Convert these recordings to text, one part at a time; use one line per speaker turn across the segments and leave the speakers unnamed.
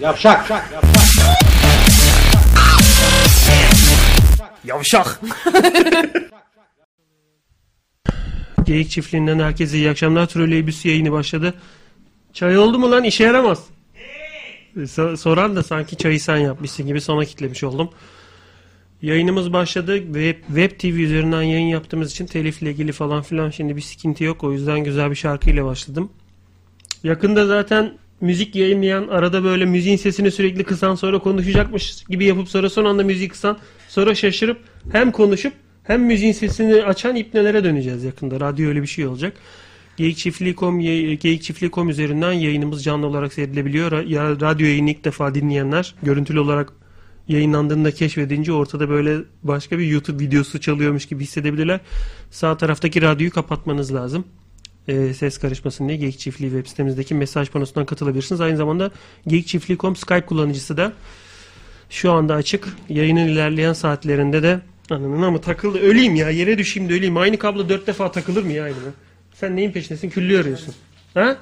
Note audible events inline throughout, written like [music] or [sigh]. Yavşak.
Yavşak.
Geyik çiftliğinden herkese iyi akşamlar. Trolleybüs yayını başladı. Çay oldu mu lan? İşe yaramaz. So- soran da sanki çayı sen yapmışsın gibi sona kitlemiş oldum. Yayınımız başladı. Web, web TV üzerinden yayın yaptığımız için telifle ilgili falan filan şimdi bir sıkıntı yok. O yüzden güzel bir şarkıyla başladım. Yakında zaten müzik yayınlayan arada böyle müziğin sesini sürekli kısan sonra konuşacakmış gibi yapıp sonra son anda müziği kısan sonra şaşırıp hem konuşup hem müziğin sesini açan ipnelere döneceğiz yakında. Radyo öyle bir şey olacak. Geyikçiftliği.com yay- geyikçiftliği.com üzerinden yayınımız canlı olarak seyredilebiliyor. Ra- Ya, radyo yayını ilk defa dinleyenler görüntülü olarak yayınlandığında keşfedince ortada böyle başka bir YouTube videosu çalıyormuş gibi hissedebilirler. Sağ taraftaki radyoyu kapatmanız lazım e, ses karışmasın diye Geyik Çiftliği web sitemizdeki mesaj panosundan katılabilirsiniz. Aynı zamanda geyikçiftliği.com Skype kullanıcısı da şu anda açık. Yayının ilerleyen saatlerinde de ananın ama takıldı. Öleyim ya yere düşeyim de öleyim. Aynı kablo dört defa takılır mı ya aynı? Sen neyin peşindesin? Küllü arıyorsun. Ha?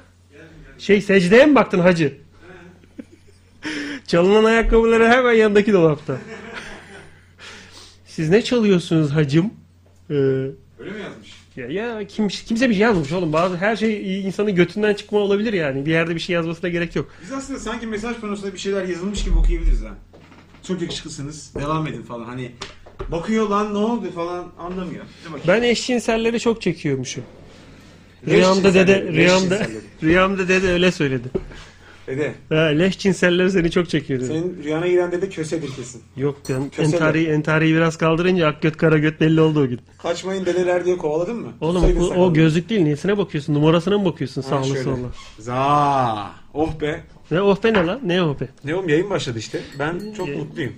Şey secdeye mi baktın hacı? [laughs] Çalınan ayakkabıları hemen yanındaki dolapta. [laughs] Siz ne çalıyorsunuz hacım? Ee,
Öyle mi yazmış?
ya, ya kim, kimse bir şey yazmış oğlum. Bazı her şey insanın götünden çıkma olabilir yani. Bir yerde bir şey yazmasına gerek yok.
Biz aslında sanki mesaj panosunda bir şeyler yazılmış gibi okuyabiliriz ha. Çok yakışıklısınız. Devam edin falan. Hani bakıyor lan ne oldu falan anlamıyor. Hadi bakayım.
Ben eşcinselleri çok çekiyormuşum.
Leş
Rüyamda dede,
cinselleri, leş
rüyamda,
cinselleri.
rüyamda dede öyle söyledi.
Dede.
Ha, leş cinselleri seni çok çekiyor dedi.
Senin rüyana giren dede kösedir kesin.
Yok ben
Kösele.
entari, entariyi biraz kaldırınca ak göt kara göt belli oldu o gün.
Kaçmayın dedeler diye kovaladın mı?
Oğlum
Tutsaydın
o,
sakalını.
o gözlük değil. Niyesine bakıyorsun? Numarasına mı bakıyorsun?
Ha,
Sağlı
şöyle.
solla.
Za. Oh be.
Ne oh be ne lan? Ne oh be?
Ne oğlum yayın başladı işte. Ben çok
Yayın.
mutluyum.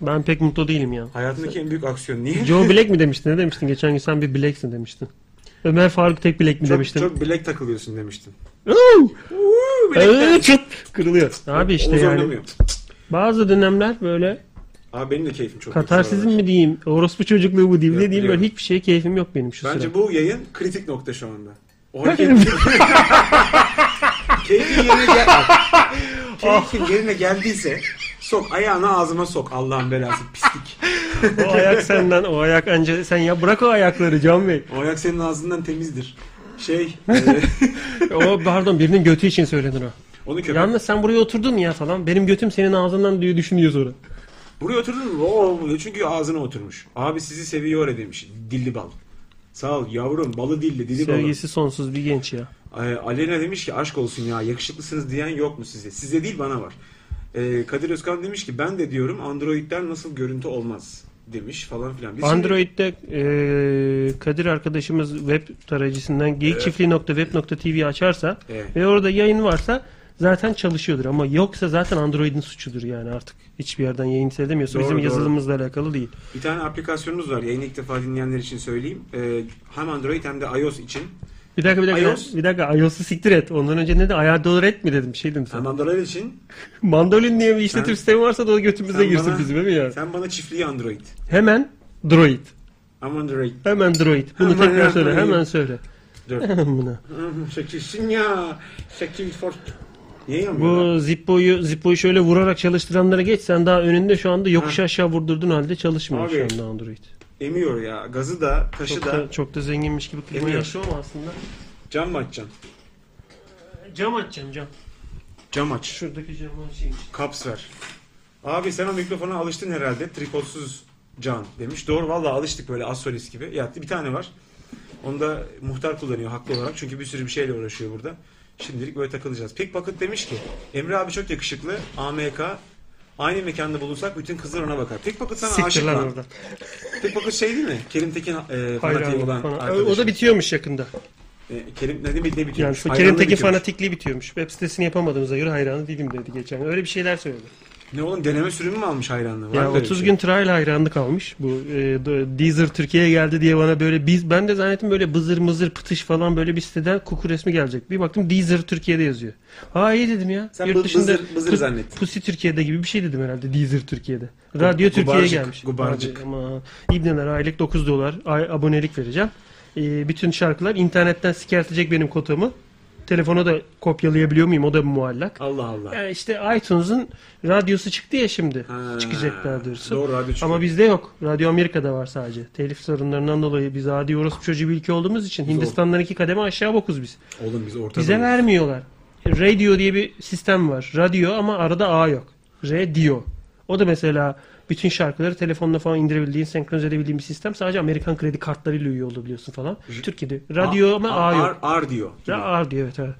Ben pek mutlu
[laughs]
değilim ya.
Hayatımdaki en büyük aksiyon. Niye?
Joe Black mi demiştin? Ne demiştin? Geçen gün sen bir Black'sin demiştin. Ömer Faruk tek Black mi
Çok,
demiştin?
çok bilek takılıyorsun demiştin.
Uuu!
Uuu
Iıı,
bilekten.
çıt! Kırılıyor. Abi işte
Omuz
şey yani
oynamıyor.
bazı dönemler böyle
Abi benim de keyfim çok kötü
katarsizm
bu aralar.
mi diyeyim, orospu çocukluğu mu diyeyim,
Yok,
ne diyeyim böyle
biliyorum.
hiçbir şeye keyfim yok benim şu
Bence
sıra.
bu yayın kritik nokta şu anda. O hareket... keyfin yerine gel... keyfin yerine geldiyse sok ayağını ağzıma sok Allah'ın belası pislik.
o ayak senden, o ayak anca sen ya bırak o ayakları Can Bey.
O ayak senin ağzından temizdir. Şey, e,
O pardon birinin götü için söylenir o.
onu köpek.
Yalnız sen buraya oturdun ya falan. Benim götüm senin ağzından diye düşünüyor sonra.
Buraya oturdun mu? Oo, diyor. çünkü ağzına oturmuş. Abi sizi seviyor öyle demiş. Dilli bal. Sağ ol yavrum balı dilli dilli balı.
Sevgisi sonsuz bir genç ya.
Ee, Alena demiş ki aşk olsun ya yakışıklısınız diyen yok mu size? Size değil bana var. Ee, Kadir Özkan demiş ki ben de diyorum Android'den nasıl görüntü olmaz demiş falan filan. Biz şimdi-
Android'de e, Kadir arkadaşımız web tarayıcısından geyikçiftliği.web.tv açarsa
Evet.
ve orada yayın varsa zaten çalışıyordur ama yoksa zaten Android'in suçudur yani artık hiçbir yerden yayın seyredemiyorsa
Doğru,
bizim
doğru.
yazılımımızla alakalı değil.
bir tane aplikasyonumuz var yayını ilk defa dinleyenler için söyleyeyim. Ee, hem Android hem de iOS için.
Bir dakika bir dakika
iOS?
bir dakika iOS'u siktir et. Ondan önce ne de ayar dolar et mi dedim şey dedim sana.
Hem Android için.
Mandolin diye bir işletim
Sen-
sistemi varsa da o götümüze
sen
girsin
bana-
bizim değil mi ya?
Sen bana çiftliği Android.
Hemen Droid.
Hem Android. [laughs]
Hemen Droid. Bunu
Hemen
tekrar söyle.
Android.
Hemen söyle.
Dur.
Buna.
Hmm, Şekilsin ya. Şekil for. Niye yanmıyor?
Bu Zippo'yu Zippo'yu şöyle vurarak çalıştıranlara geç. Sen daha önünde şu anda yokuş aşağı vurdurduğun halde çalışmıyor
Abi. şey
şu anda Android.
Emiyor ya. Gazı da taşı
Çok
da.
da, çok da zenginmiş gibi klima
Emiyor.
yaşıyor ama aslında.
Cam mı açacaksın?
Cam açacağım cam.
Cam aç.
Şuradaki camı açayım.
Kaps ver. Abi sen o mikrofona alıştın herhalde. Tripodsuz can demiş. Doğru vallahi alıştık böyle Assolis gibi. Ya bir tane var. Onu da muhtar kullanıyor haklı olarak. Çünkü bir sürü bir şeyle uğraşıyor burada. Şimdilik böyle takılacağız. Pickpocket demiş ki Emre abi çok yakışıklı. AMK. Aynı mekanda bulunsak bütün kızlar ona bakar. Pickpocket sana
Siktir
aşık
lan
lan.
oradan.
Pickpocket şey değil mi? Kerim Tekin e, fanatiği
Hayranlık
olan
falan.
arkadaş.
O da bitiyormuş yakında.
E, Kerim ne demek ne
Yani
bitiyormuş?
Kerim
Hayranlığı
Tekin
bitiyormuş.
fanatikliği bitiyormuş. Web sitesini yapamadığımıza göre hayranı değilim dedi geçen. gün. Öyle bir şeyler söyledi.
Ne oğlum deneme sürümü mü almış hayranlığı? Var
Ya
mı böyle bir
30
şey?
gün trial hayranlık kalmış. Bu e, d- Deezer Türkiye'ye geldi diye bana böyle biz ben de zannettim böyle bızır mızır pıtış falan böyle bir siteden kuku resmi gelecek. Bir baktım Deezer Türkiye'de yazıyor. Ha iyi dedim ya.
Sen bı- bızır- bızır
pu-
zannettin.
Pusi Türkiye'de gibi bir şey dedim herhalde Deezer Türkiye'de. Radyo Türkiye'ye
gubarcık,
gelmiş.
gubarcık.
Abi Ama İbneler aylık 9 dolar ay, abonelik vereceğim. e, bütün şarkılar internetten sikertecek benim kotamı. Telefona da kopyalayabiliyor muyum? O da bir muallak.
Allah Allah.
E, işte iTunes'un radyosu çıktı ya şimdi.
Ha,
Çıkacak daha doğrusu.
Doğru radyo çıkıyor.
Ama bizde yok. Radyo Amerika'da var sadece. Telif sorunlarından dolayı biz adi orospu çocuğu bir ülke olduğumuz için Hindistan'dan iki kademe aşağı bokuz biz.
Oğlum biz ortada.
Bize vermiyorlar. Radio diye bir sistem var. Radyo ama arada A yok. Radio. O da mesela bütün şarkıları telefonla falan indirebildiğin, senkronize edebildiğin bir sistem. Sadece Amerikan kredi kartlarıyla üye olabiliyorsun falan. Türkiye'de radyo ama A yok.
R, R diyor.
Ya ağır diyor evet, evet.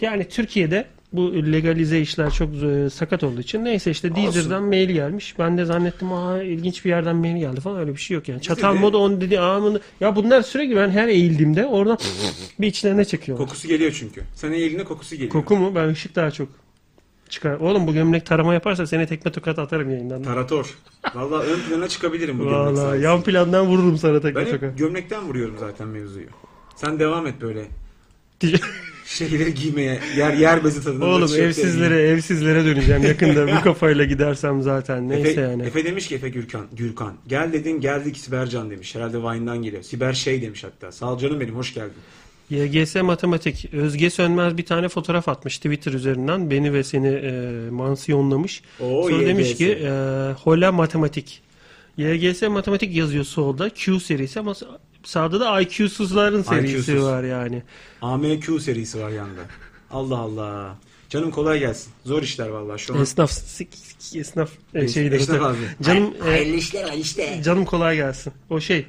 Yani Türkiye'de bu legalize işler çok e, sakat olduğu için neyse işte
Olsun.
Deezer'dan mail gelmiş. Ben de zannettim aa ilginç bir yerden mail geldi falan öyle bir şey yok yani. Çatal
de-
moda on dedi amını. Ya bunlar sürekli ben her
[laughs]
eğildiğimde oradan bir içlerine çekiyorlar.
Kokusu geliyor çünkü. Senin eline kokusu geliyor.
Koku mu? Ben ışık daha çok çıkar. Oğlum bu gömlek tarama yaparsa seni tekme tokat atarım yayından.
Tarator. Vallahi ön plana çıkabilirim bu gömlek
Vallahi
sayesinde.
yan plandan vururum sana tekme
Ben hep
tokat. [laughs]
gömlekten vuruyorum zaten mevzuyu. Sen devam et böyle şeyleri giymeye. Yer yer bezi tadında.
Oğlum
tişörtleri
evsizlere
giymeye.
evsizlere döneceğim
[laughs]
yakında bu kafayla gidersem zaten neyse
Efe,
yani.
Efe demiş ki Efe Gürkan, Gürkan. Gel dedin geldik Sibercan demiş. Herhalde Vine'dan geliyor. Siber şey demiş hatta. Sağ ol canım benim hoş geldin.
YGS matematik. Özge Sönmez bir tane fotoğraf atmış Twitter üzerinden. Beni ve seni e, mansiyonlamış.
Oo,
Sonra
YGS.
demiş ki e, Hola matematik. YGS matematik yazıyor solda. Q serisi ama sa- sağda da IQ'suzların serisi
IQ'suz.
var yani.
AMQ serisi var yanında. Allah Allah. Canım kolay gelsin. Zor işler vallahi şu an.
Esnaf sik- sik- esnaf e, şeyi de-
Esnaf abi.
Canım e,
Hayırlı işler var işte.
canım kolay gelsin. O şey.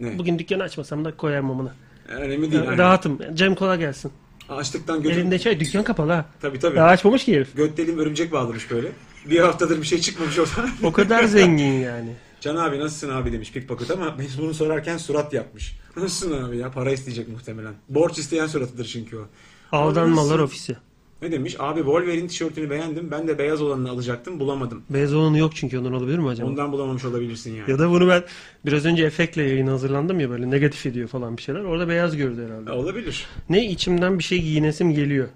Ne?
Bugün dükkanı açmasam da koyarım amına.
Önemli değil. aynen.
Rahatım. Canım kolay gelsin.
Açlıktan götüm.
Elimde çay dükkan kapalı ha.
Tabii tabii.
Daha açmamış ki herif.
Götlelim örümcek bağlamış böyle. Bir haftadır bir şey çıkmamış oradan.
O kadar zengin yani.
[laughs] Can abi nasılsın abi demiş pickpocket ama biz bunu sorarken surat yapmış. [laughs] Nasılsın abi ya para isteyecek muhtemelen. Borç isteyen suratıdır çünkü o.
Aldanmalar
Aldanmalar
ofisi.
Ne demiş? Abi Wolverine tişörtünü beğendim. Ben de beyaz olanını alacaktım. Bulamadım.
Beyaz olanı yok çünkü ondan olabilir mi acaba?
Ondan bulamamış olabilirsin yani.
Ya da bunu ben biraz önce efektle yayına hazırlandım ya böyle negatif ediyor falan bir şeyler. Orada beyaz gördü herhalde.
Ya E, Olabilir.
Ne içimden bir şey giyinesim geliyor.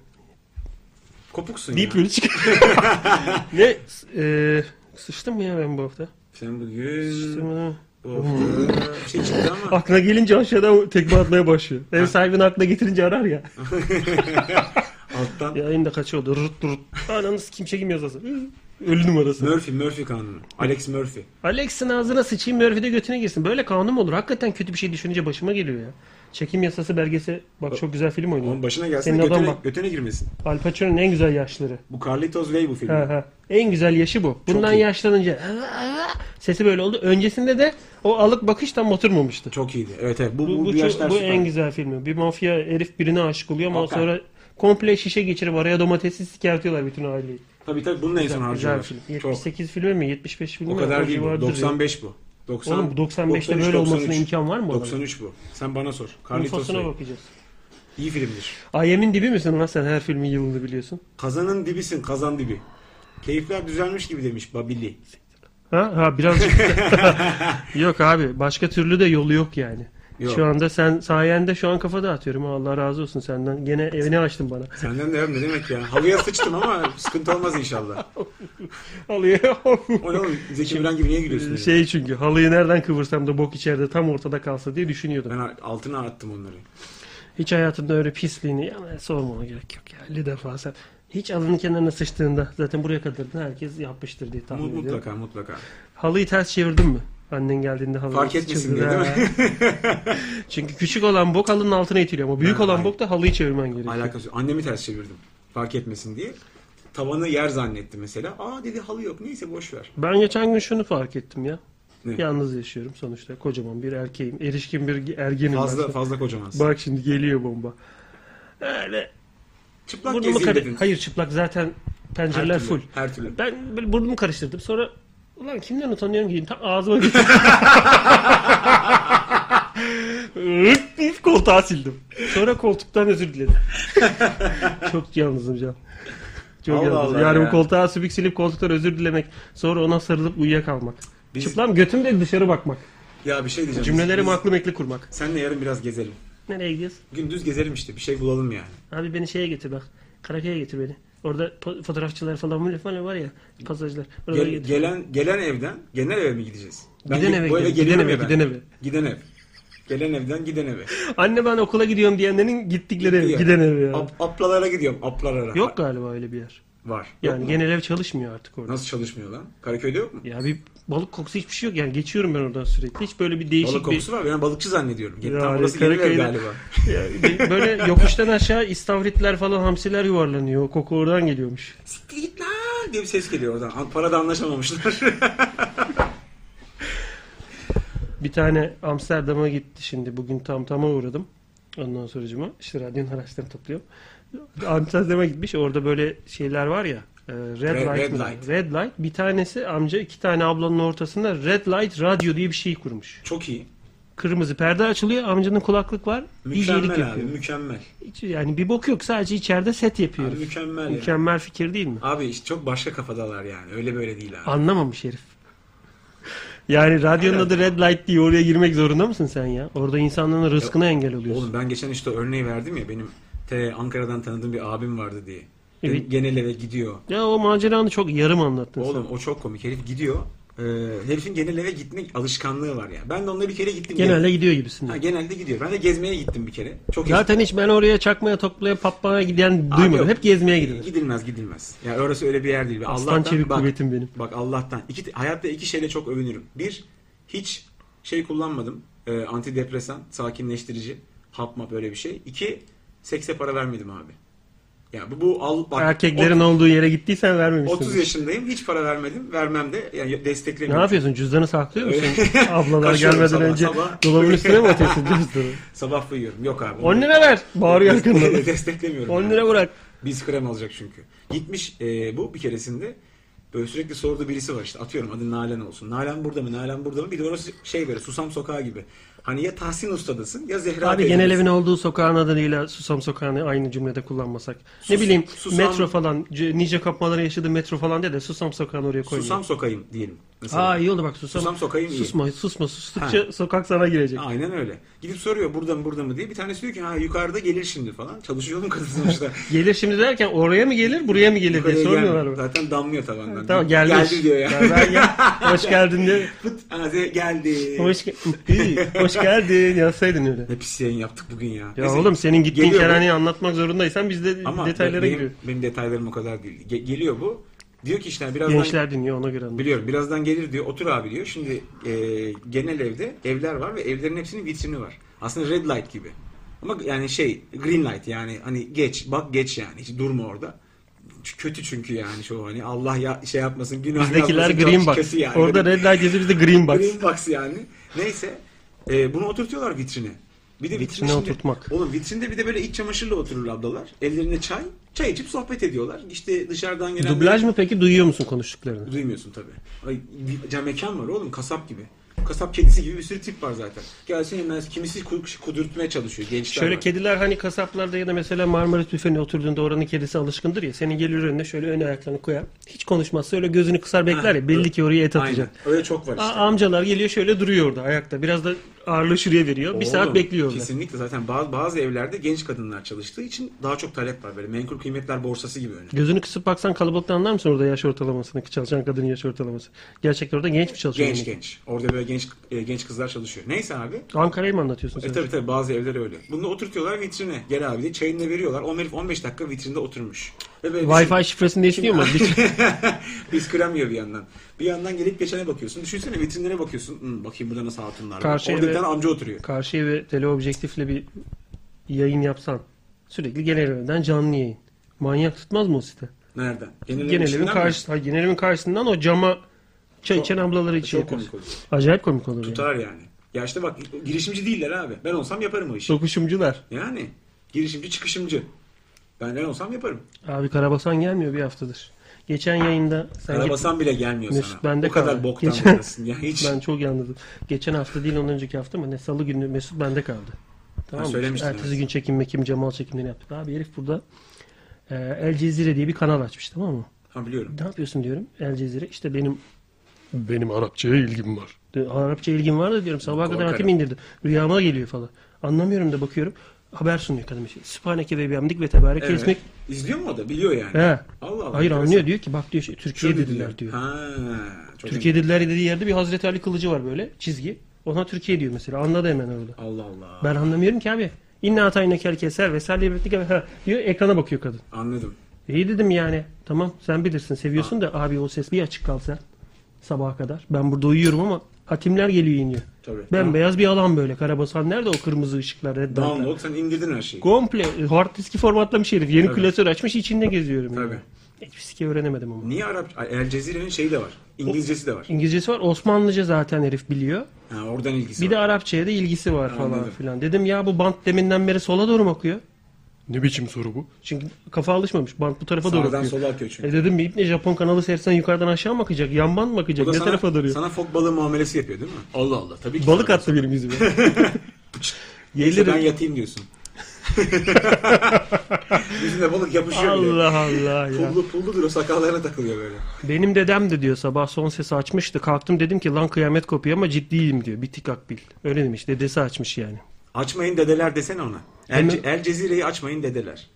Kopuksun
Deyip
ya.
böyle çıkıyor. [laughs] ne? E, sıçtım mı ya ben bu hafta?
Sen bugün...
Sıçtım mı?
Bu hafta bir şey çıktı
[laughs]
ama.
Aklına gelince aşağıdan tekme atmaya başlıyor. Ev sahibini aklına getirince arar ya.
Alttan.
Yayın da kaçıyor. Rırt rırt. Ananı kimse kim yazası. Ölü numarası.
Murphy, Murphy kanunu. Alex Murphy.
Alex'in ağzına sıçayım Murphy de götüne girsin. Böyle kanun mu olur? Hakikaten kötü bir şey düşününce başıma geliyor ya. Çekim yasası belgesi. Bak çok güzel film
Onun
oynuyor.
başına gelsin
Senin
de götüne,
adam bak.
götüne girmesin.
Al Pacino'nun en güzel yaşları.
Bu Carlitos Way bu film.
Ha, ha. En güzel yaşı bu. Bundan
iyi.
yaşlanınca sesi böyle oldu. Öncesinde de o alık bakış tam oturmamıştı.
Çok iyiydi. Evet evet. Bu,
Bu,
bu,
bu,
bu
çok-
yaşlar
bu
süper.
en güzel filmi. Bir mafya herif birine aşık oluyor ama
Hakikaten.
sonra komple şişe geçirip araya domatesi sikertiyorlar bütün aileyi.
Tabii tabii bunun en son
Güzel
harcıyorlar.
film.
Çok.
78 filmi mi? 75 filmi
O
mi?
kadar değil bu.
civardır ya.
95 bu. 90,
Oğlum 95'te böyle olmasına imkan var mı? adamın?
93 bu. Sen bana sor. Carlitos
Infosuna
Way.
bakacağız.
İyi filmdir.
Ayem'in dibi misin lan sen her filmin yılını biliyorsun.
Kazanın dibisin kazan dibi. Keyifler düzelmiş gibi demiş Babili.
Ha ha birazcık. [laughs] yok abi başka türlü de yolu yok yani.
Yok.
Şu anda sen sayende şu an kafa dağıtıyorum. Allah razı olsun senden. Gene evini açtın bana.
Senden de hem ne demek ya. Halıya sıçtım ama sıkıntı olmaz inşallah.
Halıya. [laughs]
O ne oğlum Zeki Müren gibi niye gülüyorsun? öyle?
şey çünkü halıyı nereden kıvırsam da bok içeride tam ortada kalsa diye düşünüyordum.
Ben altına attım onları.
Hiç hayatında öyle pisliğini ya, sormama gerek yok ya. 50 defa sen hiç alının kenarına sıçtığında zaten buraya kadar da herkes yapmıştır diye tahmin
Mu-
ediyorum.
mutlaka mutlaka.
Halıyı ters çevirdin mi? Annen geldiğinde halıyı
Fark etmesin
çevirdi.
diye, değil
Ha. [laughs] Çünkü küçük olan bok halının altına itiliyor ama büyük
Ben-
olan
ay-
bok da halıyı çevirmen gerekiyor.
Alakası yok. Annemi ters çevirdim. Fark etmesin diye. Tavanı yer zannetti mesela. Aa dedi halı yok. Neyse boş ver.
Ben geçen gün şunu fark ettim ya.
Ne?
Yalnız yaşıyorum sonuçta. Kocaman bir erkeğim. Erişkin bir ergenim.
Fazla
ben.
fazla kocamansın.
Bak şimdi geliyor bomba. Öyle.
Çıplak
Burnumu
gezeyim
kare-
dedin.
Hayır çıplak zaten
Her
pencereler
türlü,
full.
Her türlü.
Ben böyle burnumu karıştırdım. Sonra ulan kimden utanıyorum ki? Tam
[laughs]
ağzıma gittim. Rıp deyip koltuğa sildim. Sonra koltuktan özür diledim. [laughs] Çok yalnızım can. Çok
Allah
yalnızım.
Allah
yani
ya.
bu koltuğa sümük silip koltuktan özür dilemek. Sonra ona sarılıp uyuyakalmak.
Biz-
Çıplam götümle dışarı bakmak.
Ya bir şey diyeceğim.
Cümleleri
Biz-
aklım ekli kurmak.
Senle yarın biraz gezelim.
Nereye gidiyoruz?
Gündüz gezelim işte. Bir şey bulalım yani.
Abi beni şeye getir bak. Karaköy'e getir beni. Orada po- fotoğrafçılar falan falan var ya. Pasajlar. Oralara
Gel-
getir.
gelen gelen evden genel eve mi gideceğiz?
Giden
ge-
eve
bu eve
gidelim,
geliyorum
giden
ya
eve,
ben.
giden eve.
Giden ev. Gelen evden giden eve.
Anne ben okula gidiyorum diyenlerin gittikleri ev,
Gidiyor.
giden ev ya.
Ap- aplalara gidiyorum. Aplalara.
Yok galiba öyle bir yer.
Var.
Yani
Yok mu?
genel ev çalışmıyor artık orada.
Nasıl çalışmıyor lan? Karaköy'de yok mu?
Ya bir balık kokusu hiçbir şey yok. Yani geçiyorum ben oradan sürekli. Hiç böyle bir değişik
Balık kokusu var. Ben balıkçı zannediyorum.
Ya,
Ya, Tam burası
Karaköy'de-
Karaköy'de galiba.
bir [laughs] Ya, bir- böyle yokuştan aşağı istavritler falan hamsiler yuvarlanıyor. O koku oradan geliyormuş.
Siktir git lan diye bir ses geliyor oradan. Parada anlaşamamışlar. [laughs]
Bir tane Amsterdam'a gitti şimdi. Bugün tam tama uğradım. Ondan sonracıma işte radyonun araçlarını topluyor. Amsterdam'a gitmiş. Orada böyle şeyler var ya. e, Red,
Red-
light,
red
mı?
light.
Red light. Bir tanesi amca iki tane ablanın ortasında red light radyo diye bir şey kurmuş.
Çok iyi.
Kırmızı perde açılıyor. Amcanın kulaklık var. DJ'lik
Mükemmel abi.
yapıyor.
Mükemmel.
Hiç- yani bir bok yok. Sadece içeride set yapıyor.
Abi
herif.
mükemmel. ya.
Mükemmel fikir değil mi?
Abi işte çok başka kafadalar yani. Öyle böyle değil abi.
Anlamamış herif. Yani radyonun adı Red Light diye oraya girmek zorunda mısın sen ya? Orada insanların rızkına engel oluyorsun.
Oğlum ben geçen işte örneği verdim ya benim te Ankara'dan tanıdığım bir abim vardı diye.
Evet.
Gen- Genel eve gidiyor.
Ya o maceranı çok yarım anlattın sen.
Oğlum o çok komik. Herif gidiyor. Ee, herifin genel eve gitme alışkanlığı var ya. Ben de onunla bir kere gittim.
Genelde gidiyor gibisin.
Ha,
diyor.
genelde gidiyor. Ben de gezmeye gittim bir kere. Çok
Zaten hiç ben oraya çakmaya toplaya pappaya giden
Abi
duymadım.
yok.
Hep gezmeye gidilir.
Gidilmez gidilmez. Ya orası öyle bir yer değil. Ve
Aslan çevik
bak,
kuvvetim benim.
Bak Allah'tan. İki, hayatta iki şeyle çok övünürüm. Bir, hiç şey kullanmadım. Ee, antidepresan, sakinleştirici, hap map öyle bir şey. İki, sekse para vermedim abi. Ya bu, bu al, bak,
Erkeklerin
ot-
olduğu yere gittiysen vermemişsin.
30 yaşındayım. Hiç para vermedim. Vermem de. Yani
Ne
desteklemiyorum.
yapıyorsun? Cüzdanı saklıyor musun? [laughs] Ablalar
Kaşıyorum
gelmeden
sabah
önce
sabah.
dolabın üstüne mi atıyorsun cüzdanı?
Sabah uyuyorum. Yok abi.
10 lira ver.
[laughs]
Bağırıyor arkandan.
Desteklemiyorum.
10
yani.
lira bırak.
Biz krem alacak çünkü. Gitmiş e, bu bir keresinde böyle sürekli sorduğu birisi var işte atıyorum adı Nalan olsun. Nalan burada mı? Nalan burada mı? Bir de orası şey böyle Susam Sokağı gibi. Hani ya Tahsin Usta'dasın ya Zehra
Abi
Bey'desin.
genel evin olduğu sokağın adıyla Susam Sokağı'nı aynı cümlede kullanmasak. ne
Sus-
bileyim
Susam-
metro falan c- nice kapmaları yaşadığı metro falan diye de Susam Sokağı'nı oraya koyuyor.
Susam Sokağı'yım diyelim. Mesela.
Aa iyi oldu bak Susam.
Susam Sokağı'yım iyi.
Susma susma sustukça sokak sana girecek.
Aynen öyle. Gidip soruyor burada mı burada mı diye. Bir tanesi diyor ki ha yukarıda gelir şimdi falan. Çalışıyor mu kadın
[laughs]
sonuçta?
Gelir şimdi derken oraya mı gelir buraya mı gelir diye
Yukarıya
sormuyorlar
gelmiyor.
mı?
Zaten damlıyor tavandan.
Tamam gelmiş.
Geldi diyor ya. [laughs]
Ben- ben gel- Hoş geldin diye.
Fıt, ha, ze- geldi.
Hoş, ge- Hoş geldin yazsaydın öyle.
Ne pis yayın yaptık bugün ya.
Ya
Neyse,
oğlum senin gittiğin
geliyor bu.
kerhaneyi anlatmak zorundaysan biz de
Ama
detaylara
benim,
giriyoruz.
benim detaylarım o kadar değil. Ge- geliyor bu. Diyor ki işte hani birazdan
Gençler dinliyor ona göre anlat.
biliyorum birazdan gelir diyor. Otur abi diyor. Şimdi e, genel evde evler var ve evlerin hepsinin vitrini var. Aslında red light gibi. Ama yani şey green light yani hani geç bak geç yani hiç durma orada. Ç- Kötü çünü yani şu hani Allah ya şey yapmasın günah
Bizdekiler
yapmasın, çok
green box.
kötü yani.
Orada red light yazıyor bizde green box.
Green box yani. Neyse. E, bunu oturtuyorlar vitrine. Bir de
Vitrine
içinde-
oturtmak.
Oğlum vitrinde bir de böyle iç çamaşırla oturur ablalar. Ellerine çay. Çay içip sohbet ediyorlar. İşte dışarıdan gelen...
Dublaj mı peki duyuyor musun konuştuklarını?
Duymuyorsun tabii. Ay, bir- Cam mekan var oğlum kasap gibi. Kasap kedisi gibi bir sürü tip var zaten. Gelsin hemen kimisi ku- kudurtmaya çalışıyor. Gençler
Şöyle
var.
kediler hani kasaplarda ya da mesela Marmaris büfene oturduğunda oranın kedisi alışkındır ya. Senin gelir önüne şöyle ön ayaklarını koyar. Hiç konuşmazsa öyle gözünü kısar bekler ya. Belli ki oraya et
Aynen.
atacak.
Öyle çok var işte.
A- amcalar geliyor şöyle duruyor orada ayakta. Biraz da ağırlığı şuraya veriyor. bir saat
Oğlum,
bekliyor orada.
Kesinlikle zaten bazı, bazı evlerde genç kadınlar çalıştığı için daha çok talep var. Böyle menkul kıymetler borsası gibi önce.
Gözünü kısıp baksan kalabalıktan anlar mısın orada yaş ortalamasını? Çalışan kadının yaş ortalaması. Gerçekten orada genç mi çalışıyor?
Genç
yani?
genç. Orada böyle genç e, genç kızlar çalışıyor. Neyse abi.
Ankara'yı mı anlatıyorsun sen?
E tabi tabi bazı evler öyle. Bunu oturtuyorlar vitrine. Gel abi diye çayını da veriyorlar. O herif 15 dakika vitrinde oturmuş. Ve böyle
Wi-Fi şifresini değiştiriyor mu? [laughs]
Biz kıramıyor bir yandan. Bir yandan gelip geçene bakıyorsun. Düşünsene vitrinlere bakıyorsun. Hmm, bakayım burada nasıl hatunlar var.
Karşı
Orada
eve-
bir tane amca oturuyor.
Karşıya ve teleobjektifle bir yayın yapsan. Sürekli genel evden canlı yayın. Manyak tutmaz mı o site?
Nereden?
Genel evin,
içinden mi?
karşı, hayır, genel evin karşısından o cama çay içen ablaları için.
Çok komik olur.
Acayip komik olur yani.
Tutar yani. Ya işte bak girişimci değiller abi. Ben olsam yaparım o işi.
Sokuşumcular.
Yani girişimci çıkışımcı. Ben ben olsam yaparım.
Abi Karabasan gelmiyor bir haftadır. Geçen yayında sen git-
Karabasan bile gelmiyor
Mesut
sana.
bende
o kadar
kaldı.
boktan
Geçen-
varasın. Ya hiç.
ben çok yalnızım. Geçen hafta değil ondan önceki hafta mı ne salı günü Mesut bende kaldı. Tamam mı?
söylemiştin,
Ertesi
evet.
gün çekim mekim Cemal çekimlerini yaptık. Abi herif burada e, El Cezire diye bir kanal açmış tamam mı?
Ha biliyorum.
Ne yapıyorsun diyorum El Cezire. İşte benim
Benim Arapçaya ilgim var.
De- Arapça ilgim var da diyorum sabaha kadar
Korkarım.
hatim indirdi. Rüyama geliyor falan. Anlamıyorum da bakıyorum. Haber sunuyor kadın işte. Sübhaneke ve bihamdik ve tebarek
Evet.
kesmek.
İzliyor mu o da? Biliyor yani.
He.
Allah Allah.
Hayır
enteresan.
anlıyor diyor ki bak diyor şey, Türkiye
Şöyle
dediler diyor.
Ha, çok
Türkiye dediler dediği yerde bir Hazreti Ali kılıcı var böyle çizgi. Ona Türkiye diyor mesela. Anladı hemen öyle.
Allah Allah.
Ben anlamıyorum ki abi. İnne atayna kel keser vesaire ibretlik ha diyor ekrana bakıyor kadın.
Anladım.
İyi dedim yani. Tamam sen bilirsin seviyorsun da abi o ses bir açık kalsa sabaha kadar. Ben burada uyuyorum ama hatimler geliyor iniyor.
Tabii.
Bembeyaz bir alan böyle. Karabasan nerede o kırmızı ışıklar? red lightlar?
Download sen indirdin her şeyi.
Komple hard diski formatlamış herif. Yeni
Tabii.
klasör açmış içinde geziyorum. yani.
Tabii.
Hiçbir sike öğrenemedim ama.
Niye Arap? Ay, El Cezire'nin şeyi de var. İngilizcesi de var.
İngilizcesi var. Osmanlıca zaten herif biliyor.
Ha, oradan ilgisi
Bir de
var.
Arapçaya da ilgisi var falan
Anladım.
filan. Dedim ya bu bant deminden beri sola doğru mu akıyor?
Ne biçim soru bu?
Çünkü kafa alışmamış. Bant bu tarafa doğru
Sağdan
akıyor.
sola akıyor çünkü.
E dedim bir ne Japon kanalı seyretsen yukarıdan aşağı mı akacak? Yan bant mı akacak?
Bu
Ne
da sana,
tarafa duruyor?
Sana fok balığı muamelesi yapıyor değil mi? Allah Allah. Tabii ki.
Balık
sana.
attı benim yüzüme. [laughs]
Neyse, ben
Gelirim.
yatayım
[laughs]
diyorsun. Yüzüne balık yapışıyor bile.
Allah Allah ya.
Pullu pullu duruyor sakallarına takılıyor böyle.
Benim dedem de diyor sabah son sesi açmıştı. Kalktım dedim ki lan kıyamet kopuyor ama ciddiyim diyor. Bir tik akbil. Öyle demiş. Dedesi açmış yani.
Açmayın dedeler desene ona. El,
Değil mi?
El Cezire'yi açmayın dedeler.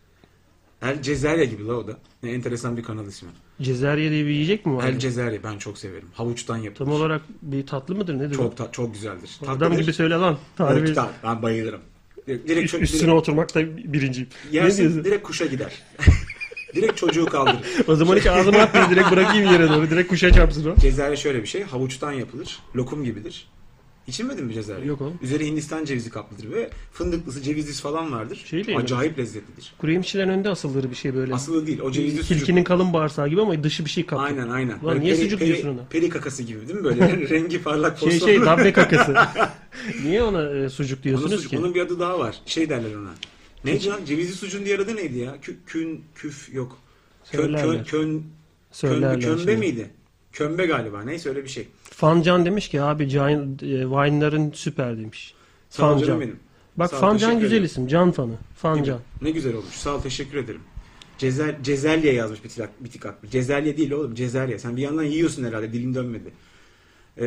El Cezerya gibi la o da. Ne enteresan bir kanal ismi.
Cezerye diye bir yiyecek mi var?
El Cezerya ben çok severim. Havuçtan yapılır.
Tam olarak bir tatlı mıdır nedir?
Çok ta- çok güzeldir.
o? Adam
Tatlıdır.
gibi söyle lan. Tarifi-
Ökten. Ben bayılırım. Direkt, direkt
Üst-
çö-
üstüne
direkt-
oturmakta birinciyim. Ne
yersin
diyorsun?
direkt kuşa
[laughs]
gider. direkt çocuğu kaldırır.
O zaman hiç ağzıma atmayayım direkt bırakayım yere doğru. Direkt kuşa çarpsın o.
Cezerya şöyle bir şey. Havuçtan yapılır. Lokum gibidir. İçilmedin mi cezerya?
Yok oğlum.
Üzeri Hindistan cevizi kaplıdır ve fındıklısı cevizlisi falan vardır.
Şey değil mi?
Acayip lezzetlidir.
Kuru yemişçilerin önünde asılları bir şey böyle.
Aslı değil. O cevizli sucuk.
Tilkinin kalın bağırsağı gibi ama dışı bir şey kaplı.
Aynen aynen.
Lan niye sucuk diyorsun ona?
Peri kakası gibi değil mi
[laughs]
böyle? [laughs] Rengi parlak
Şey
fosforlu.
şey dabbe kakası. [laughs] Niye ona e, sucuk
Onun,
diyorsunuz
sucuk-
ki?
onun bir adı daha var. Şey derler ona. Neydi lan? Cevizli sucuğun diğer adı neydi ya? Kü, kün, küf yok. Kön, kön,
Söylerler.
kön,
Söylerler
kön, kömbe
şimdi.
miydi? Kömbe galiba. Neyse öyle bir şey.
Fancan demiş ki abi Giant, e, Vine'ların süper demiş.
Sağ ol
Fancan.
canım benim.
Bak
Sağ ol,
Fancan
teşekkür
güzel
ederim.
isim. Can fanı. Fancan.
Ne güzel olmuş. Sağ ol teşekkür ederim. Cezel, Cezelye yazmış bir tık, bir tık aklı. Cezelye değil oğlum Cezelye. Sen bir yandan yiyorsun herhalde dilim dönmedi. Ee,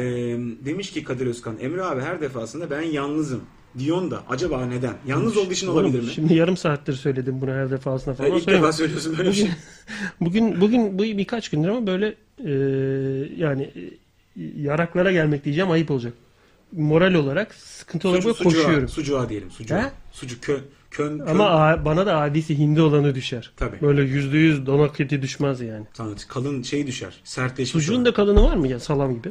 demiş ki Kadir Özkan Emre abi her defasında ben yalnızım. Diyon da acaba neden? Yalnız olduğu için olabilir
Oğlum,
mi?
Şimdi yarım saattir söyledim bunu her defasında
Ha,
falan.
ilk
söyleme.
defa söylüyorsun böyle bir şey.
[laughs] Bugün bugün bu birkaç gündür ama böyle e, yani e, yaraklara gelmek diyeceğim ayıp olacak. Moral olarak sıkıntı olarak böyle
Sucu- sucuğa-
koşuyorum.
Sucuğa diyelim.
He?
Sucuğa. Sucuk kö, kön, kön.
Ama a- bana da adisi hindi olanı düşer.
Tabii.
Böyle yüzde yüz donak eti düşmez yani.
Sana kalın şey düşer. Sertleşmiş.
Sucuğun
olan.
da kalını var mı ya salam gibi?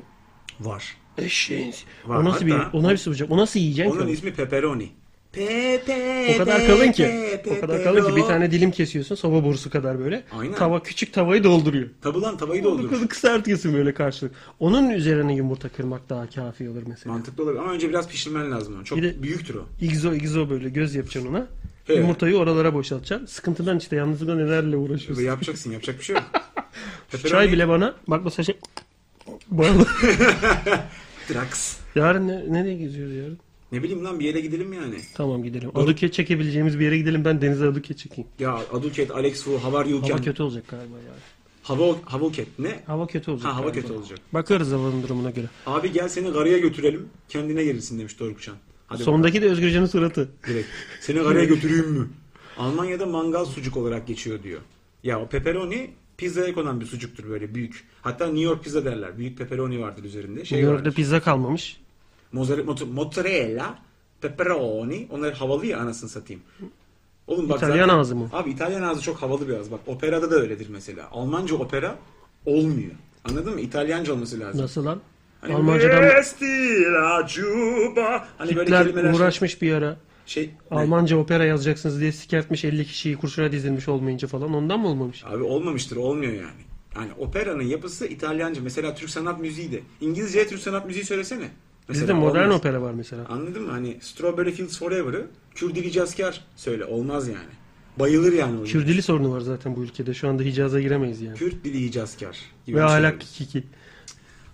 var.
Eşeğin.
Var,
O nasıl bir,
hatta-
o nasıl bir sıcak? O nasıl yiyeceksin
Onun
ki?
ismi pepperoni. Pe, pe,
O kadar
pe,
kalın ki.
pe,
O
pe,
kadar kalın ki bir
pepero.
tane dilim kesiyorsun soba borusu kadar böyle.
Aynen.
Tava küçük tavayı dolduruyor.
Tabi lan tavayı
Onu
doldur.
kızı kısaltıyorsun böyle karşılık. Onun üzerine yumurta kırmak daha kafi olur mesela.
Mantıklı olabilir ama önce biraz pişirmen lazım onu. Çok
Bir de-
büyüktür o.
İgzo igzo böyle göz yapacaksın ona.
Evet.
Yumurtayı oralara boşaltacaksın. Sıkıntıdan işte yalnızlıkla nelerle
Böyle
uğraşıyorsun.
yapacaksın yapacak bir şey
[laughs]
yok. Pepperoni,
Çay bile bana bak mesela şey bağlı.
Drax.
[laughs] yarın ne, nereye geziyoruz yarın?
Ne bileyim lan bir yere gidelim yani.
Tamam gidelim. Aduke çekebileceğimiz bir yere gidelim. Ben denize aduke çekeyim.
Ya Aduket, Alex Fu, Havar
Hava
Yuken.
kötü olacak galiba yani.
Hava Havoket ne?
Hava kötü olacak.
Ha hava
galiba.
kötü olacak.
Bakarız havanın durumuna göre.
Abi gel seni garaya götürelim. Kendine gelirsin demiş Dorukcan. Hadi bakalım.
Sondaki de Özgürcan'ın suratı.
Direkt. Seni araya götüreyim mi? Almanya'da mangal sucuk olarak geçiyor diyor. Ya o pepperoni pizzaya konan bir sucuktur böyle büyük. Hatta New York pizza derler. Büyük pepperoni vardır üzerinde. Şey
New York'ta
vardır.
pizza kalmamış.
Mozzare- mot- mozzarella, pepperoni. Onlar havalı ya anasını satayım. Oğlum bak
İtalyan ağzı mı?
Abi İtalyan ağzı çok havalı biraz. Bak operada da öyledir mesela. Almanca opera olmuyor. Anladın mı? İtalyanca olması lazım.
Nasıl lan?
Hani
Almancadan
Vestila Cuba. Hani böyle
Hitler
kelimeler
uğraşmış bir ara.
şey. Ne?
Almanca opera yazacaksınız diye sikertmiş 50 kişiyi kurşuna dizilmiş olmayınca falan. Ondan mı olmamış?
Abi olmamıştır, olmuyor yani. Yani operanın yapısı İtalyanca. Mesela Türk sanat müziği de. İngilizceye Türk sanat müziği söylesene.
Bizde modern
olmaz.
opera var mesela.
Anladın mı? Hani Strawberry Fields Forever'ı Kürdilici asker söyle. Olmaz yani. Bayılır yani o.
Kürt dili sorunu var zaten bu ülkede. Şu anda Hicaz'a giremeyiz yani.
Kürt dili icazkar. Gibi
Ve
bir şey
ahlak
demiş.
kiki.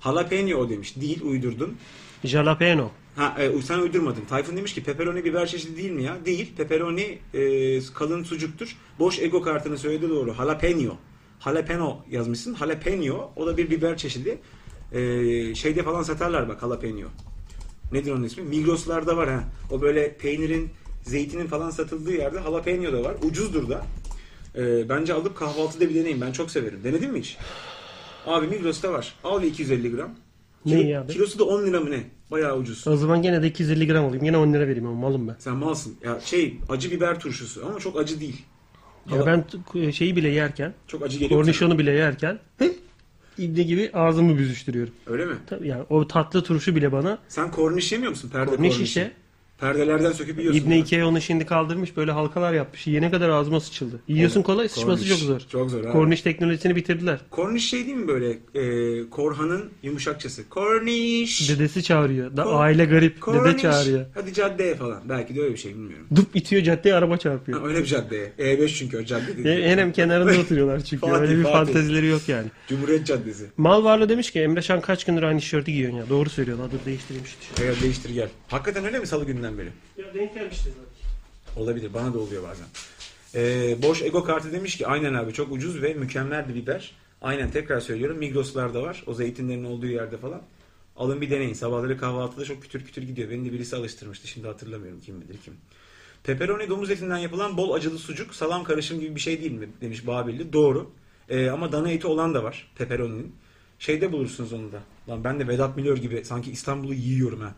Jalapeno o demiş. Değil uydurdun.
Jalapeno.
Ha e, sen uydurmadın. Tayfun demiş ki pepperoni biber çeşidi değil mi ya? Değil. Pepperoni e, kalın sucuktur. Boş ego kartını söyledi doğru. Jalapeno. Jalapeno yazmışsın. Jalapeno o da bir biber çeşidi. E, şeyde falan satarlar bak jalapeno. Nedir onun ismi? Migros'larda var ha. O böyle peynirin, zeytinin falan satıldığı yerde jalapeno da var. Ucuzdur da. E, bence alıp kahvaltıda bir deneyin. Ben çok severim. Denedin mi hiç? Abi Migros'ta var. Al bir 250 gram.
Ne iyi abi?
Kilosu da 10 lira mı ne? Bayağı ucuz.
O zaman gene de 250 gram alayım. Gene 10 lira vereyim ama malım ben.
Sen malsın. Ya şey acı biber turşusu ama çok acı değil.
Ya
Ama
ben t- şeyi bile yerken,
çok acı geliyor.
kornişonu bile yerken [laughs] ibne gibi ağzımı büzüştürüyorum.
sana. Öyle mi?
Tabii yani o tatlı turşu bile bana
Sen korniş yemiyor musun? Perde
korniş
kornişi.
işte.
Perdelerden söküp yiyorsun.
İbne Ikea onu şimdi kaldırmış böyle halkalar yapmış. Yene kadar ağzıma sıçıldı. Yiyorsun kolay sıçması
Korniş.
çok zor.
Çok zor abi.
Korniş teknolojisini bitirdiler.
Korniş şey değil mi böyle e, Korhan'ın yumuşakçası? Korniş.
Dedesi çağırıyor. Da,
Korn-
aile garip.
Korniş.
Dede çağırıyor.
Hadi caddeye falan. Belki de öyle bir şey bilmiyorum.
Dup itiyor caddeye araba
Ha,
çarpıyor.
öyle bir caddeye. E5 çünkü o cadde değil.
E, Enem
[laughs]
kenarında oturuyorlar çünkü.
Fatih,
Öyle bir
Fatih.
fantezileri yok yani.
Cumhuriyet Caddesi.
Mal varlığı demiş ki Emre Şan kaç gündür aynı tişörtü giyiyorsun ya. Doğru söylüyorlar. Dur değiştireyim şu tişörtü.
Eğer değiştir gel. Hakikaten öyle mi salı günden beri?
Ya denk gelmişti zaten.
Olabilir. Bana da oluyor bazen. Ee, boş Ego kartı demiş ki aynen abi çok ucuz ve mükemmel bir biber. Aynen tekrar söylüyorum. Migros'larda var. O zeytinlerin olduğu yerde falan. Alın bir deneyin. Sabahları kahvaltıda çok kütür kütür gidiyor. Beni de birisi alıştırmıştı. Şimdi hatırlamıyorum kim bilir kim. Pepperoni domuz etinden yapılan bol acılı sucuk salam karışım gibi bir şey değil mi demiş Babil'li. Doğru. Ee, ama dana eti olan da var. Pepperoni'nin. Şeyde bulursunuz onu da. Lan ben de Vedat Milor gibi sanki İstanbul'u yiyorum ha.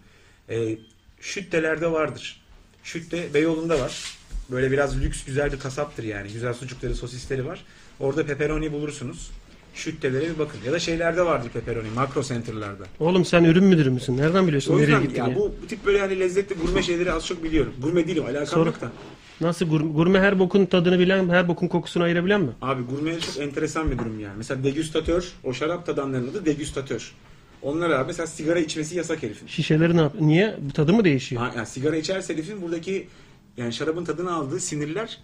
Ee, şüttelerde vardır. Şütte Beyoğlu'nda var. Böyle biraz lüks güzel bir kasaptır yani. Güzel sucukları, sosisleri var. Orada pepperoni bulursunuz. Şüttelere bir bakın. Ya da şeylerde vardır pepperoni. Makro center'larda.
Oğlum sen ürün müdürü müsün? Nereden biliyorsun
O
nereye
yüzden
gittin
ya,
ya?
bu, bu tip böyle hani lezzetli gurme şeyleri az çok biliyorum. Gurme değilim alakam
Sonra-
yok da.
Nasıl gurme, gurme her bokun tadını bilen, her bokun kokusunu ayırabilen mi?
Abi gurme çok enteresan bir durum yani. Mesela degüstatör, o şarap tadanların adı degüstatör. Onlar abi mesela sigara içmesi yasak herifin.
Şişeleri ne yap? Niye? Bu Tadı mı değişiyor?
Ha, yani sigara içerse herifin buradaki yani şarabın tadını aldığı sinirler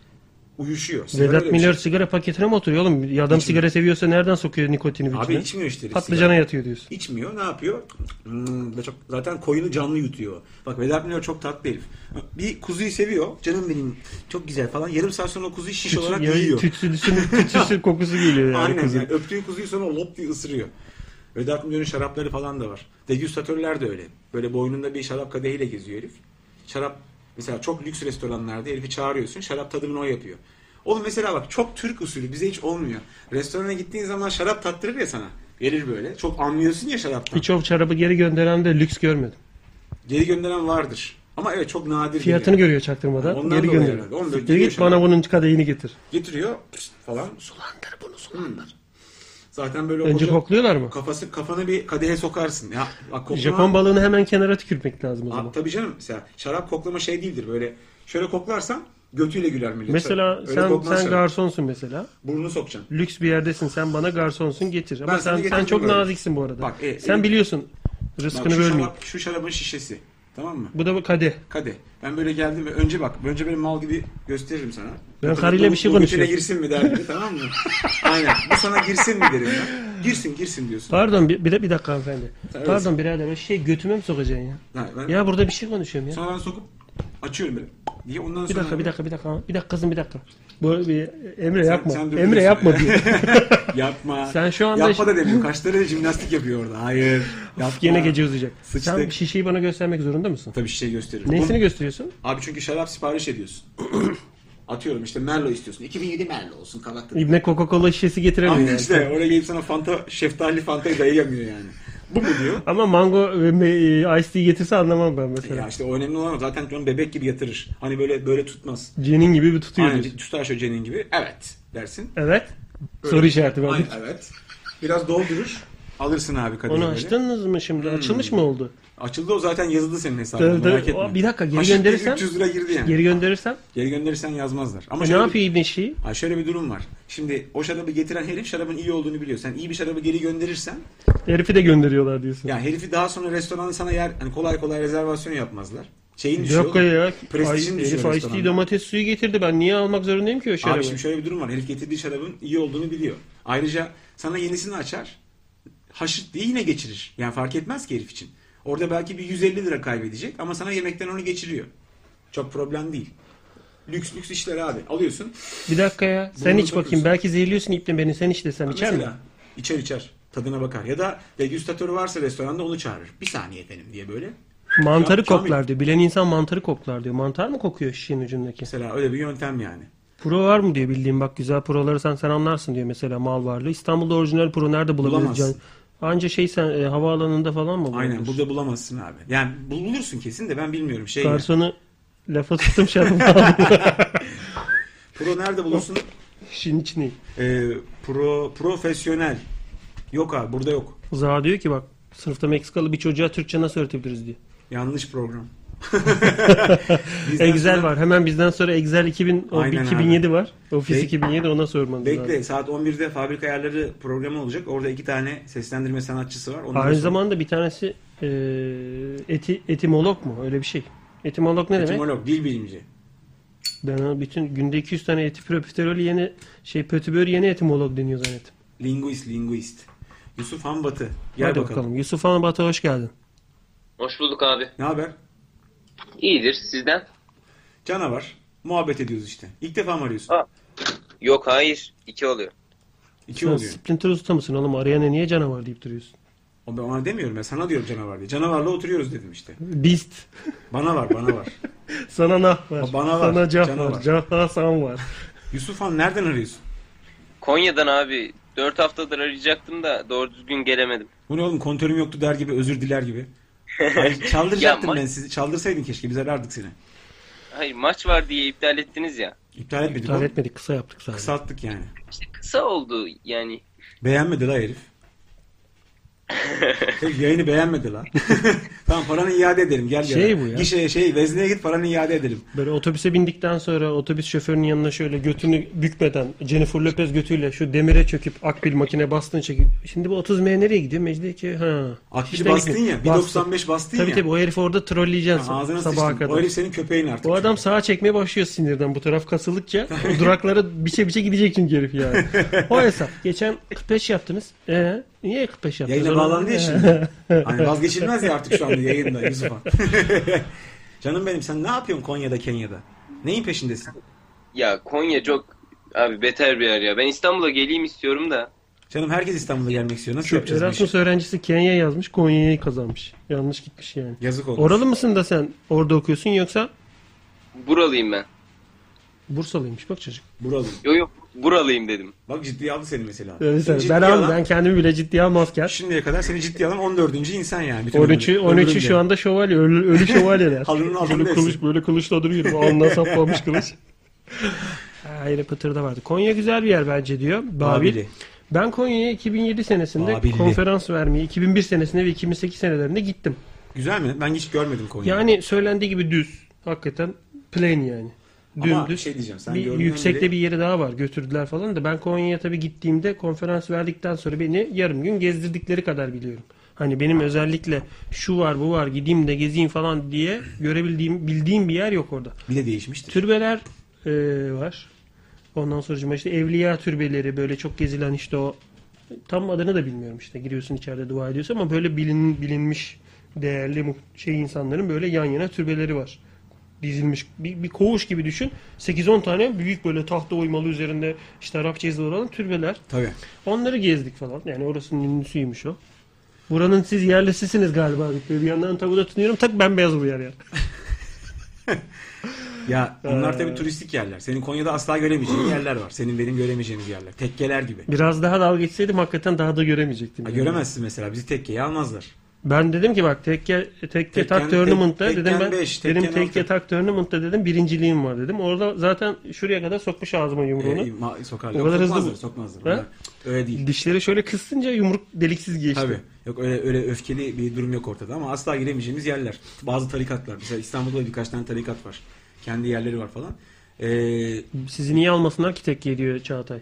uyuşuyor. Sigara
Vedat
öyle bir şey.
Milor sigara paketine mi oturuyor oğlum? Ya adam sigara seviyorsa nereden sokuyor nikotini
Abi
vücuduna?
içmiyor işte herif
Patlıcana
sigara.
yatıyor diyorsun.
İçmiyor ne yapıyor? Hmm, ve çok, zaten koyunu canlı yutuyor. Bak Vedat Milor çok tatlı herif. Bir kuzuyu seviyor. Canım benim çok güzel falan. Yarım saat sonra o kuzuyu şiş olarak
Ya,
yiyor.
tütsüsünün- tütsüsü kokusu geliyor
[laughs]
yani
Aynen
kızın.
yani öptüğü kuzuyu sonra lop diye ısırıyor. Vedat Milor'un şarapları falan da var. Degüstatörler de öyle. Böyle boynunda bir şarap kadehiyle geziyor herif. Şarap mesela çok lüks restoranlarda herifi çağırıyorsun. Şarap tadımını o yapıyor. Oğlum mesela bak çok Türk usulü bize hiç olmuyor. Restorana gittiğin zaman şarap tattırır ya sana. Gelir böyle. Çok anlıyorsun ya şaraptan.
Hiç o çarabı geri gönderen de lüks görmedim.
Geri gönderen vardır. Ama evet çok nadir.
Fiyatını
geliyor.
görüyor çaktırmadan.
Ondan
geri
dolayı
gönderiyor.
herhalde. Onu da
Siktir
gidiyor
git
şarap.
bana bunun kadehini getir.
Getiriyor pst, falan. Hmm.
Sulandır bunu sulandır.
Zaten böyle
Önce
hoca-
kokluyorlar mı?
kafası kafanı bir kadehe sokarsın. Ya bak koklama-
Japon balığını hemen kenara tükürmek lazım o zaman.
Aa, tabii canım mesela şarap koklama şey değildir böyle şöyle koklarsan götüyle güler millet.
Mesela
Öyle
sen
kokmaz
sen
şarap.
garsonsun mesela.
burnunu sokacaksın.
Lüks bir yerdesin sen bana garsonsun getir. Ama
Ben sana
sen sen
getirdim
çok
böyle.
naziksin bu arada.
Bak, e,
sen
e.
biliyorsun
Bak,
rızkını
şu,
bölmeyin.
şarap- şu şarabın şişesi. Tamam mı?
Bu da bu kadeh.
Kadeh. Ben böyle geldim ve önce bak. Önce böyle mal gibi gösteririm sana.
Ben
Bu-
karıyla
bu-
bir şey
bu götüne
konuşuyorum.
girsin mi derdim tamam
[laughs]
mı? Aynen. Bu sana girsin mi derim ben. Girsin girsin diyorsun.
Pardon bir, bir, de- bir dakika hanımefendi.
Tabii.
Pardon birader ben şey götüme mi sokacaksın ya?
Ha, ben-
Ya burada bir şey konuşuyorum ya.
Sonra ben sokup açıyorum böyle. Diye ondan sonra...
Bir
[laughs]
dakika bir dakika bir dakika. Bir dakika kızım bir dakika. Bu bir Emre
Sen-
yapma.
sen durduruyorsun.
Emre
[laughs]
yapma diyor.
Yapma.
Sen şu anda-
Yapma da demiyor. Kaşları jimnastik yapıyor orada. Hayır. Yapma.
Yine gece uzayacak.
Sıçtık.
Sen şişeyi bana göstermek zorunda mısın?
Tabii şişeyi gösteririm.
Nesini gösteriyorsun?
Abi çünkü şarap sipariş ediyorsun. [clears throat] Atıyorum işte Merlo istiyorsun. 2007 Merlo olsun kavakta.
İbne Coca-Cola şişesi getiremiyor.
Ama
yani.
işte oraya gelip sana Fanta, şeftali Fanta'yı dayayamıyor yani. Bu mu
[laughs]
diyor?
Ama mango ve me- e, iced tea getirse anlamam ben mesela.
ya işte o önemli olan o. zaten onu bebek gibi yatırır. Hani böyle böyle tutmaz.
Cenin gibi bir tutuyor
Aynen
diyorsun.
tutar şöcenin gibi. Evet dersin.
Evet. Soru işareti var.
Aynen evet. Biraz doldurur. Alırsın abi kadını
Onu
böyle.
açtınız mı
Hmm.
şimdi? Açılmış mı oldu?
Açıldı o zaten yazıldı senin
Tabii,
hesabına merak
tabii.
etme.
O, bir dakika, geri
Aşırı
gönderirsen-
300 lira girdi yani. Geri,
Geri gönderirsem?
gönderirsen yazmazlar. Ama
ne
şöyle bir-
yapıyor İbne şeyi?
Ha şöyle bir durum var. Şimdi o şarabı getiren herif şarabın iyi olduğunu biliyor. Sen iyi bir şarabı geri gönderirsen
Herifi de gönderiyorlar diyorsun.
ya herifi daha sonra restoranda sana yer hani kolay kolay rezervasyon yapmazlar. Şeyin düşüyor.
Yok ya. Ay,
Prestijin
herif
düşüyor
iced tea
restoranda.
domates suyu getirdi. Ben niye almak zorundayım ki o şarabı?
Abi şimdi şöyle bir durum var. Herif getirdiği şarabın iyi olduğunu biliyor. Ayrıca sana yenisini açar. Haşırt diye yine geçirir. Yani fark etmez ki herif için. Orada belki bir 150 lira kaybedecek ama sana yemekten onu geçiriyor. Çok problem değil. Lüks lüks işler abi. Alıyorsun.
Bir dakika ya. Sen
Bunu
iç bakayım.
takıyorsun.
Belki zehirliyorsun İbne beni. Sen iç desem içer mi?
Mesela içer içer. Tadına bakar. Ya da degüstatörü varsa restoranda onu çağırır. Bir saniye efendim diye böyle.
Mantarı
Ya, Kamil-
koklar diyor. Bilen insan mantarı koklar diyor. Mantar mı kokuyor şişenin ucundaki?
Mesela öyle bir yöntem yani.
Pro var mı diyor bildiğim bak güzel proları sen sen anlarsın diyor mesela mal varlığı. İstanbul'da orijinal pro nerede bulabiliriz
Bulamazsın.
can? Anca şey sen e, havaalanında falan mı buluyorsun?
Aynen burada bulamazsın abi. Yani bul- bulursun kesin de ben bilmiyorum. Şey yani,
Garsonu lafa tuttum şarabı
[laughs]
aldım.
Pro nerede
Oh.
bulursun?
[laughs] İşin içine.
Ee, pro profesyonel. Yok abi burada yok.
Zaha diyor ki bak sınıfta Meksikalı bir çocuğa Türkçe nasıl öğretebiliriz diyor.
Yanlış
[laughs]
program. Bizden
Excel
sonra-
var. Hemen bizden sonra Excel 2000, o
Aynen
2007 var. Office
Bek-
2007 ona sormanız lazım.
Bekle saat 11'de fabrika ayarları programı olacak. Orada iki tane seslendirme sanatçısı var. Onları
Aynı
sonra-
zamanda bir tanesi e, eti, etimolog mu? Öyle bir şey. Etimolog ne demek?
Etimolog, dil bilimci.
Ben ona bütün günde 200 tane eti profiterol yeni şey pötibör yeni etimolog deniyor zannettim.
Linguist, linguist. Yusuf Hanbatı. Gel
Hadi
bakalım.
bakalım. Yusuf Anabat'a hoş geldin.
Hoş bulduk abi.
Ne haber?
İyidir sizden.
Canavar. Muhabbet ediyoruz işte. İlk defa mı arıyorsun?
Ha. Yok hayır. iki oluyor.
İki
Sen
oluyor.
Splinter Usta mısın oğlum? Arayana niye canavar deyip duruyorsun?
O ben ona demiyorum. Ben sana diyorum canavar diye. Canavarla oturuyoruz dedim işte.
Beast.
Bana var, bana
[laughs]
var.
Sana nah var.
Ha, bana var.
Sana cah
Canavar.
var. Cah san var.
Yusuf Han nereden arıyorsun?
Konya'dan abi. Dört haftadır arayacaktım da doğru düzgün gelemedim.
Bu ne oğlum kontörüm yoktu der gibi özür diler
[laughs]
gibi. Ay, çaldıracaktım
Ya, ma-
ben sizi. Çaldırsaydın keşke biz arardık seni.
Hayır maç var diye iptal ettiniz ya.
İptal etmedik.
İptal
oğlum.
etmedik kısa yaptık sadece.
Kısalttık yani.
Kısa oldu yani.
Beğenmedi la herif.
[laughs]
Herif yayını beğenmedi
[laughs]
la. tamam paranı iade edelim. Gel gel.
Şey bu ya.
Gişeye şey vezneye git paranı iade edelim.
Böyle otobüse bindikten sonra otobüs şoförünün yanına şöyle götünü bükmeden Jennifer Lopez götüyle şu demire çöküp akbil makine bastığını çekip şimdi bu 30 M nereye gidiyor? Mecidiyeköy ha.
Akbili
İşte
bastın
gitmiyor.
ya.
Bastın.
1.95 bastın
Tabii
ya.
tabii o herifi orada trolleyeceksin
Ha, Ağzına
sabaha
sıçtın.
kadar.
O herif senin köpeğin artık.
O adam sağa çekmeye başlıyor sinirden. Bu taraf kasıldıkça
[laughs]
o duraklara biçe biçe gidecek çünkü herif yani. O hesap. Geçen 45 yaptınız. Ee, niye 45 yaptınız?
Yayına
Ona-
bağlandı ya
[laughs] Ee,
şimdi. Hani vazgeçilmez ya artık şu anda yayında Yusuf Han. [laughs] Canım benim sen ne yapıyorsun Konya'da Kenya'da? Neyin peşindesin?
Ya Konya çok abi beter bir yer ya. Ben İstanbul'a geleyim istiyorum da.
Canım herkes İstanbul'a gelmek istiyor. Nasıl yapacağız bu işi?
e, Erasmus öğrencisi Kenya yazmış. Konya'yı kazanmış. Yanlış gitmiş yani.
Yazık oldu.
Oralı mısın da sen orada okuyorsun yoksa
Buralıyım ben.
Bursalıymış bak çocuk.
Buralı.
Yok yok buralıyım dedim.
Bak ciddiye aldı seni mesela.
Evet,
Seni
ben
ciddiye
abi
alan-
ben kendimi bile ciddiye
[laughs]
almazken.
Şimdiye kadar seni ciddiye alan 14. insan yani. Bütün
13'ü
ömrü-
13'ü
ömrünce.
şu anda şövalye ölü,
[laughs]
ölü şövalyeler.
Halının altında
böyle kılıç
hepsi.
böyle
[laughs]
kılıçla duruyorum. Alnına saplanmış kılıç. Ha, yine pıtırda vardı. Konya güzel bir yer bence diyor. Babil.
Babili.
Ben Konya'ya 2007 senesinde
Babilli.
konferans vermeye, 2001 senesinde ve 2008 senelerinde gittim.
Güzel mi? Ben hiç görmedim Konya'yı.
Yani söylendiği gibi düz. Hakikaten plain yani. Dümdüz.
Ama şey diyeceğim, sen
bir
gördüğün
yüksekte
biri-
bir yeri daha var. Götürdüler falan da ben Konya'ya tabii gittiğimde konferans verdikten sonra beni yarım gün gezdirdikleri kadar biliyorum. Hani benim özellikle şu var bu var gideyim de gezeyim falan diye görebildiğim bildiğim bir yer yok orada.
bir de değişmiştir.
Türbeler e, var. Ondan sonra işte evliya türbeleri böyle çok gezilen işte o tam adını da bilmiyorum işte giriyorsun içeride dua ediyorsun ama böyle bilin, bilinmiş değerli mu- şey insanların böyle yan yana türbeleri var. Dizilmiş bir, bir koğuş gibi düşün. 8-10 tane büyük böyle tahta oymalı üzerinde işte Arapça yazılı olan türbeler.
Tabii.
Onları gezdik falan. Yani orasının ünlüsüymüş o. Buranın siz yerlisisiniz galiba. Bir yandan tabuda tutunuyorum. Tak bembeyaz bu yer ya.
Ya onlar
Ee.
tabii turistik yerler. Senin Konya'da asla göremeyeceğin yerler var. Senin benim göremeyeceğimiz yerler. Tekkeler gibi.
Biraz daha dalga geçseydim hakikaten daha da göremeyecektim.
Ha,
yani.
göremezsin mesela. Bizi tekkeye almazlar.
Ben dedim ki bak tekke tekke
Tekken-
tak tournament'ta
tek-
dedim
tekken
ben
beş,
dedim
tekken
tekke
altı.
tak tournament'ta dedim birinciliğim var dedim. Orada zaten şuraya kadar sokmuş ağzıma yumruğunu.
Ee, ma- sokarlar.
O kadar hızlı
sokmazlar,
mı?
sokmazlar.
Ha?
Onlar- Öyle değil.
Dişleri şöyle kıssınca yumruk deliksiz geçti.
Tabii. Yok öyle öyle öfkeli bir durum yok ortada ama asla giremeyeceğimiz yerler. Bazı tarikatlar. Mesela İstanbul'da birkaç tane tarikat var. Kendi yerleri var falan. Ee,
Sizi niye almasınlar ki tekke diyor Çağatay.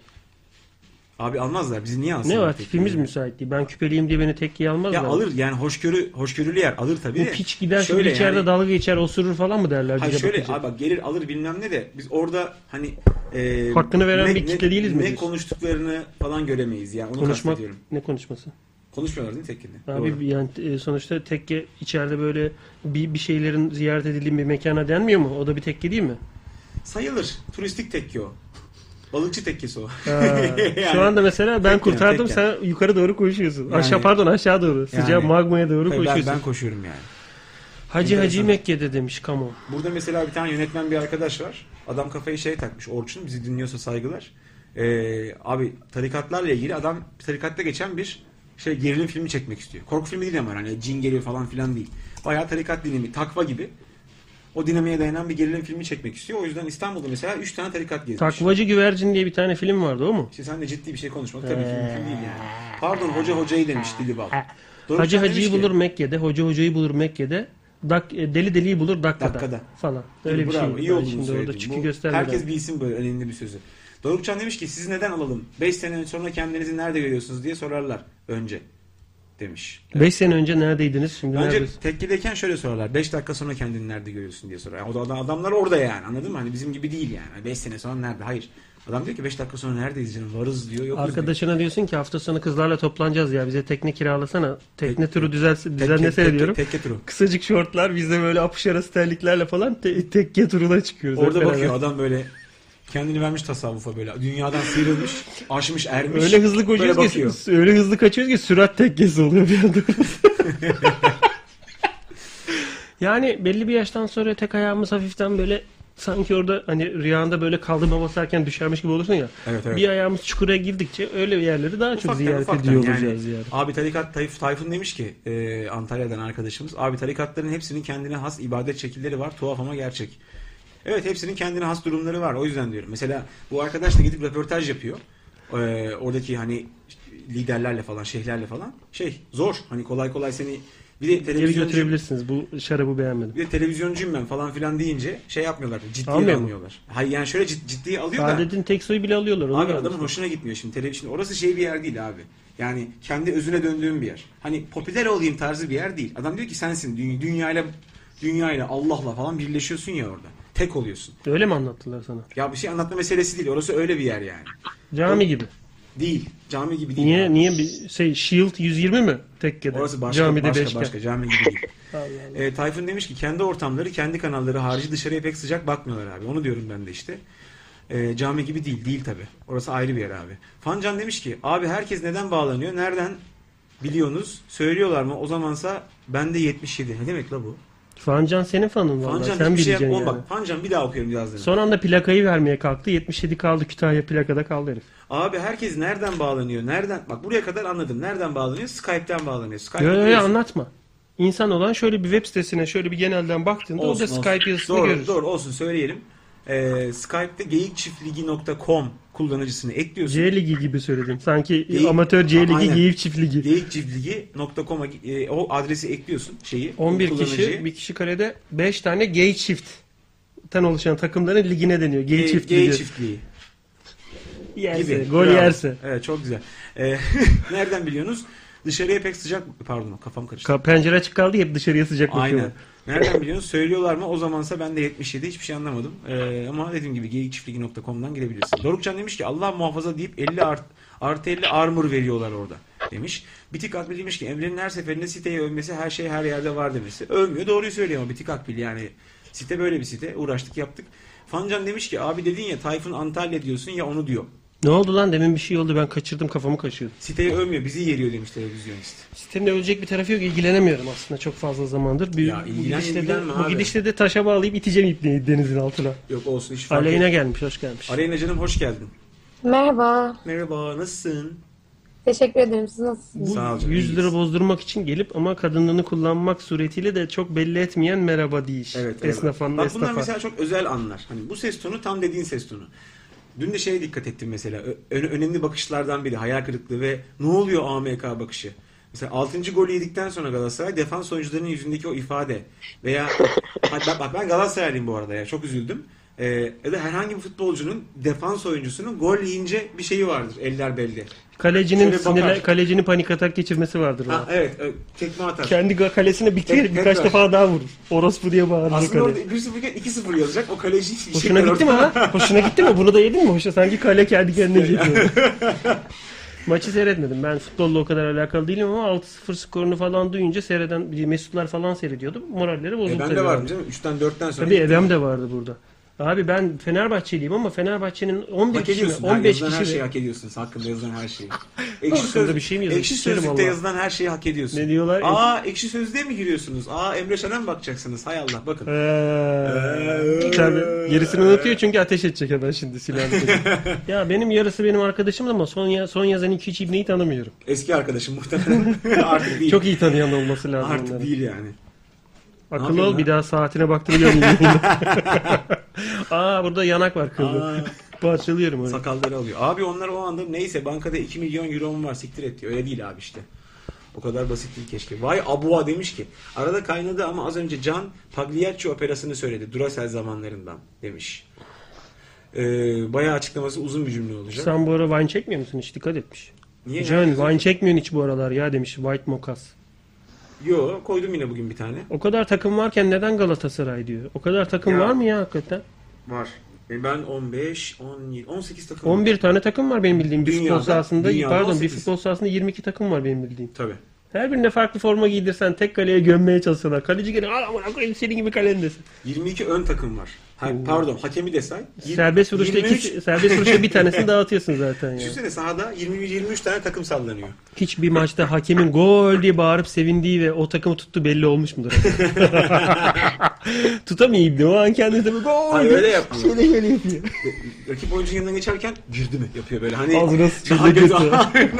abi almazlar. Bizi niye alsınlar?
ne var
tekkeyi?
tipimiz müsait değil. Ben küpeliyim diye beni tekkeye almazlar.
Ya
mı?
alır yani hoşgörü hoşgörülü yer alır tabii.
Bu
de.
piç gider şimdi
Şöyle
içeride
yani-
dalga geçer osurur falan mı derler
Hayır
bize
şöyle
bakınca?
abi bak gelir alır bilmem ne de biz orada hani e,
Hakkını veren
ne-
bir kitle
ne-
değiliz mi
Ne
diyorsun?
konuştuklarını falan göremeyiz yani onu
Konuşmak
kastediyorum.
ne konuşması?
Konuşmuyorlar değil mi tekkinde?
Abi
Doğru.
yani e, sonuçta tekke içeride böyle bir, bir şeylerin ziyaret edildiği bir mekana denmiyor mu? O da bir tekke değil mi?
Sayılır. Turistik tekke o. Balıkçı tekkesi o.
Ha,
[laughs] Yani
Şu anda mesela ben
Ee, tekken,
kurtardım
tekken.
sen yukarı doğru koşuyorsun.
Yani-
aşağı pardon aşağı doğru. Sıcağı
Yani-
magmaya doğru
Tabii ben,
koşuyorsun.
ben koşuyorum yani.
Hacı Hacı
enteresan.
Mekke'de demiş kamu.
Burada mesela bir tane yönetmen bir arkadaş var. Adam kafayı şey takmış. Orçun bizi dinliyorsa saygılar. Ee, abi tarikatlarla ilgili adam tarikatta geçen bir şey gerilim filmi çekmek istiyor. Korku filmi değil ama hani cin geliyor falan filan değil. Bayağı tarikat dinamiği, takva gibi. O dinamiğe dayanan bir gerilim filmi çekmek istiyor. O yüzden İstanbul'da mesela 3 tane tarikat gezmiş.
Takvacı Güvercin diye bir tane film vardı o mu?
İşte sen de ciddi bir şey konuşmak tabii ki mümkün değil yani. Pardon hoca hocayı demiş dili bal. Doruk
Hacı
Can demiş
Hacı'yı
ki,
bulur Mekke'de, Hoca Hoca'yı bulur Mekke'de, dak, e, Deli Deli'yi bulur Dakka'da,
Dakka'da.
falan. Öyle bir şey.
Bravo, iyi
Ben
olduğunu
Şimdi
söyledin.
orada çıkı
Bu-
göstermeden.
Herkes bilsin böyle önemli bir sözü. Dorukcan demiş ki siz neden alalım? 5 sene sonra kendinizi nerede görüyorsunuz diye sorarlar önce demiş.
5 sene önce neredeydiniz? Şimdi
Önce
neredesiniz?
tekkideyken şöyle sorarlar. 5 dakika sonra kendini nerede görüyorsun diye sorar. Yani o da adam- adamlar orada yani anladın mı? Hani bizim gibi değil yani. 5 sene sonra nerede? Hayır. Adam diyor ki 5 dakika sonra neredeyiz canım? Varız diyor. Yokuz diyor.
Arkadaşına diyorsun ki hafta sonu kızlarla toplanacağız ya bize tekne kiralasana. Tekne
Tek-
turu düzelse,
Tekke-
düzenlesene
tekke-
diyorum.
Tekke turu.
Kısacık şortlar biz de böyle apış arası terliklerle falan te- tekke turuna çıkıyoruz. hep
Orada
beraber.
bakıyor adam böyle kendini vermiş tasavvufa böyle. Dünyadan sıyrılmış, aşmış, ermiş.
Öyle hızlı
Böyle
koşuyoruz
bakıyor.
ki, öyle hızlı kaçıyoruz ki sürat tekkesi oluyor bir anda. [laughs] yani belli bir yaştan sonra tek ayağımız hafiften böyle sanki orada hani rüyanda böyle kaldırma basarken düşermiş gibi olursun ya.
Evet, evet.
Bir ayağımız çukura girdikçe öyle yerleri daha çok
Ufaktan,
ziyaret
ufaktan
ediyor
yani.
olacağız yani.
Abi tarikat Tayf, Tayfun demiş ki e, Antalya'dan arkadaşımız. Abi tarikatların hepsinin kendine has ibadet şekilleri var. Tuhaf ama gerçek. Evet hepsinin kendine has durumları var. O yüzden diyorum. Mesela bu arkadaş da gidip röportaj yapıyor. E, oradaki hani liderlerle falan, şeyhlerle falan. Şey zor. Hani kolay kolay seni bir de
Geri
televizyoncu,
götürebilirsiniz. Bu şarabı beğenmedim.
bir de televizyoncuyum ben falan filan deyince şey yapmıyorlar. Ciddiye
Almıyor mu?
almıyorlar. Hayır yani şöyle cid, ciddiye alıyor da.
Saadet'in tek soyu bile alıyorlar. onu
Abi
da
adamın
almışlar.
hoşuna gitmiyor şimdi televizyon. Orası şey bir yer değil abi. Yani kendi özüne döndüğüm bir yer. Hani popüler olayım tarzı bir yer değil. Adam diyor ki sensin dü- dünyayla dünyayla Allah'la falan birleşiyorsun ya orada. Tek oluyorsun.
Öyle mi anlattılar sana?
Ya bir şey anlatma meselesi değil. Orası öyle bir yer yani.
Cami gibi.
Değil. Cami gibi değil.
Niye
abi.
niye bir şey Shield 120 mi tekkede?
Orası başka
Camide
başka
beşte.
başka cami gibi
[laughs]
değil.
Allah Allah.
E, Tayfun demiş ki kendi ortamları, kendi kanalları harici dışarıya pek sıcak bakmıyorlar abi. Onu diyorum ben de işte. E, cami gibi değil. Değil tabi. Orası ayrı bir yer abi. Fancan demiş ki abi herkes neden bağlanıyor? Nereden biliyorsunuz? Söylüyorlar mı? O zamansa ben de 77. Ne demek la bu?
Fancan senin fanın valla.
Fancan
Sen
hiçbir şey
bileceksin
yapma.
yani.
Bak Fancan bir daha okuyorum birazdan.
Son anda plakayı vermeye kalktı. 77 kaldı Kütahya plakada kaldı herif.
Abi herkes nereden bağlanıyor? Nereden? Bak buraya kadar anladım. Nereden bağlanıyor? Skype'den bağlanıyor. Skype'den
Yo, yo, yo, anlatma. İnsan olan şöyle bir web sitesine şöyle bir genelden baktığında
Olsun,
o da
olsun.
Skype yazısını
doğru,
görürsün.
Doğru olsun söyleyelim. E, Skype'de geyikçiftligi.com kullanıcısını ekliyorsun.
C ligi gibi söyledim. Sanki
Geyik-
amatör C ligi,
Aynen.
geyik çift ligi.
geyikçiftligi.com'a e, o adresi ekliyorsun şeyi.
11
kullanıcıyı.
kişi, bir kişi karede 5 tane gay çift'ten oluşan takımların ligine deniyor. Gay,
Gey-
çift
gey
ligi.
çiftliği
Yerse,
gibi.
gol
Bravo.
yerse.
Evet çok güzel. E, [laughs] nereden biliyorsunuz? Dışarıya pek sıcak pardon kafam karıştı.
Ka- pencere açık kaldı hep dışarıya sıcak bakıyorlar.
Aynen. Nereden biliyorsunuz? Söylüyorlar mı? O zamansa ben de 77 hiçbir şey anlamadım. E, ama dediğim gibi geyikçiftligi.com'dan girebilirsin. Dorukcan demiş ki Allah muhafaza deyip 50 art, artı 50 armor veriyorlar orada demiş. Bitik Akbil demiş ki Emre'nin her seferinde siteyi övmesi her şey her yerde var demesi. Övmüyor doğruyu söylüyor ama Bitik Akbil yani site böyle bir site. Uğraştık yaptık. Fancan demiş ki abi dedin ya Tayfun Antalya diyorsun ya onu diyor.
Ne oldu lan demin bir şey oldu ben kaçırdım kafamı kaşıyordum.
Siteyi övmüyor bizi yeriyor demiş televizyonist.
Sistemde ölecek bir tarafı yok ilgilenemiyorum aslında çok fazla zamandır. Bir,
Ya
bu
ilgilen-
gidişle de,
ilgilenme
bu
abi.
gidişle de taşa bağlayıp iteceğim ipneyi denizin altına.
Yok olsun hiç fark
Aleyna
Aleyna...
gelmiş hoş gelmiş.
Aleyna canım hoş geldin.
Merhaba.
Merhaba nasılsın?
Teşekkür ederim. Siz nasılsınız?
Bu
Sağ ol canım,
100 lira
iyiyiz.
bozdurmak için gelip ama kadınlığını kullanmak suretiyle de çok belli etmeyen merhaba deyiş.
Evet.
Esnaf
eyvallah.
hanım,
Bak bunlar
esnafa.
mesela çok özel anlar. Hani bu ses tonu tam dediğin ses tonu. Dün de şeye dikkat ettim mesela. Ö- ö- önemli bakışlardan biri hayal kırıklığı ve ne oluyor AMK bakışı. Mesela 6. golü yedikten sonra Galatasaray defans oyuncularının yüzündeki o ifade veya bak, bak ben Galatasaraylıyım bu arada ya çok üzüldüm. Ee, ya da herhangi bir futbolcunun defans oyuncusunun gol yiyince bir şeyi vardır eller belli.
Kalecinin
Şöyle bakar.
sinirle- kalecinin panik atak geçirmesi vardır.
Ha,
ona.
evet ö- tekme atar.
Kendi ga- kalesine bir,
Tek-
birkaç
tekrar.
defa daha vurur. Orospu diye bağırır o
Aslında
kaleye.
orada 1-0 iken 2-0 yazacak. O kaleci hiç işe
Hoşuna gitti mi ha? Hoşuna gitti mi? Bunu da yedin mi? Hoşuna sanki kale kendi
[laughs]
kendine yedi. Maçı seyretmedim. Ben futbolla o kadar alakalı değilim ama 6-0 skorunu falan duyunca seyreden Mesutlar falan seyrediyordum. Moralleri bozuldu.
E ben
tabii.
de vardım canım. 3'ten 4'ten sonra.
Tabii Edem de vardı burada. Abi ben Fenerbahçeliyim ama Fenerbahçe'nin 11
Hak
kişi mi,
ediyorsun.
15
yazılan
kişi
her şey
mi?
şeyi hak ediyorsunuz. Hakkında yazılan her
[laughs]
şeyi. Ekşi,
Hakkında bir şey mi yazın?
ekşi
İsterim
Sözlük'te
Allah.
yazılan her şeyi hak ediyorsun.
Ne diyorlar?
Aa ekşi sözlüğe mi giriyorsunuz? Aa Emre Şen'e mi bakacaksınız? Hay Allah bakın. Ee,
Eee, Ee, Tabii. Gerisini unutuyor çünkü ateş edecek hemen
[laughs]
şimdi silahını. ya benim yarısı benim arkadaşım ama son ya, son yazan iki üç ibneyi tanımıyorum.
Eski arkadaşım muhtemelen. [laughs] Artık değil.
Çok iyi tanıyan olması lazım
Artık
onların.
değil yani.
Akıllı
yapıyorsun
ol bir
lan?
daha saatine baktırıyor muyum? [laughs] Aa burada yanak var
Aa.
kıldı. Parçalıyorum öyle.
Sakalları alıyor. Abi onlar o anda neyse bankada 2 milyon euro mu var siktir et diyor. Öyle değil abi işte. O kadar basit değil keşke. Vay abua demiş ki. Arada kaynadı ama az önce Can Pagliacci operasını söyledi. Duracell zamanlarından demiş. Ee, bayağı açıklaması uzun bir cümle olacak.
Sen bu ara wine çekmiyor musun hiç? Dikkat etmiş.
Niye?
Can wine çekmiyorsun hiç bu aralar ya demiş White Mokas.
Yo koydum yine bugün bir tane.
O kadar takım varken neden Galatasaray diyor? O kadar takım
Ya.
var mı ya hakikaten?
Var. E ben 15, 17, 18 takım.
11 tane takım var benim bildiğim. Bir
Dünyada-
futbol sahasında
dünyada
pardon bir
18.
futbol sahasında 22 takım var benim bildiğim.
Tabii.
Her birine farklı forma giydirsen tek kaleye gömmeye çalışsalar. Kaleci gene "Aa, amına koyayım senin gibi kalen desin.
22 ön takım var. Ha, pardon hakemi de say. Yir-
Serbest vuruşta
23
iki, serbest vuruşta bir tanesini dağıtıyorsun
[laughs]
zaten ya.
Düşünsene sahada 20-23 tane takım sallanıyor.
Hiç bir maçta hakemin gol diye bağırıp sevindiği ve o takımı tuttu belli olmuş mudur? [laughs] Tutamayayım diyor. O an kendisi de böyle gol
Hayır,
diyor.
öyle yapmıyor.
Şöyle şöyle yapıyor.
rakip oyuncunun yanından geçerken girdi mi yapıyor böyle hani
Ağzına sıçradı
Daha
götü.
[laughs]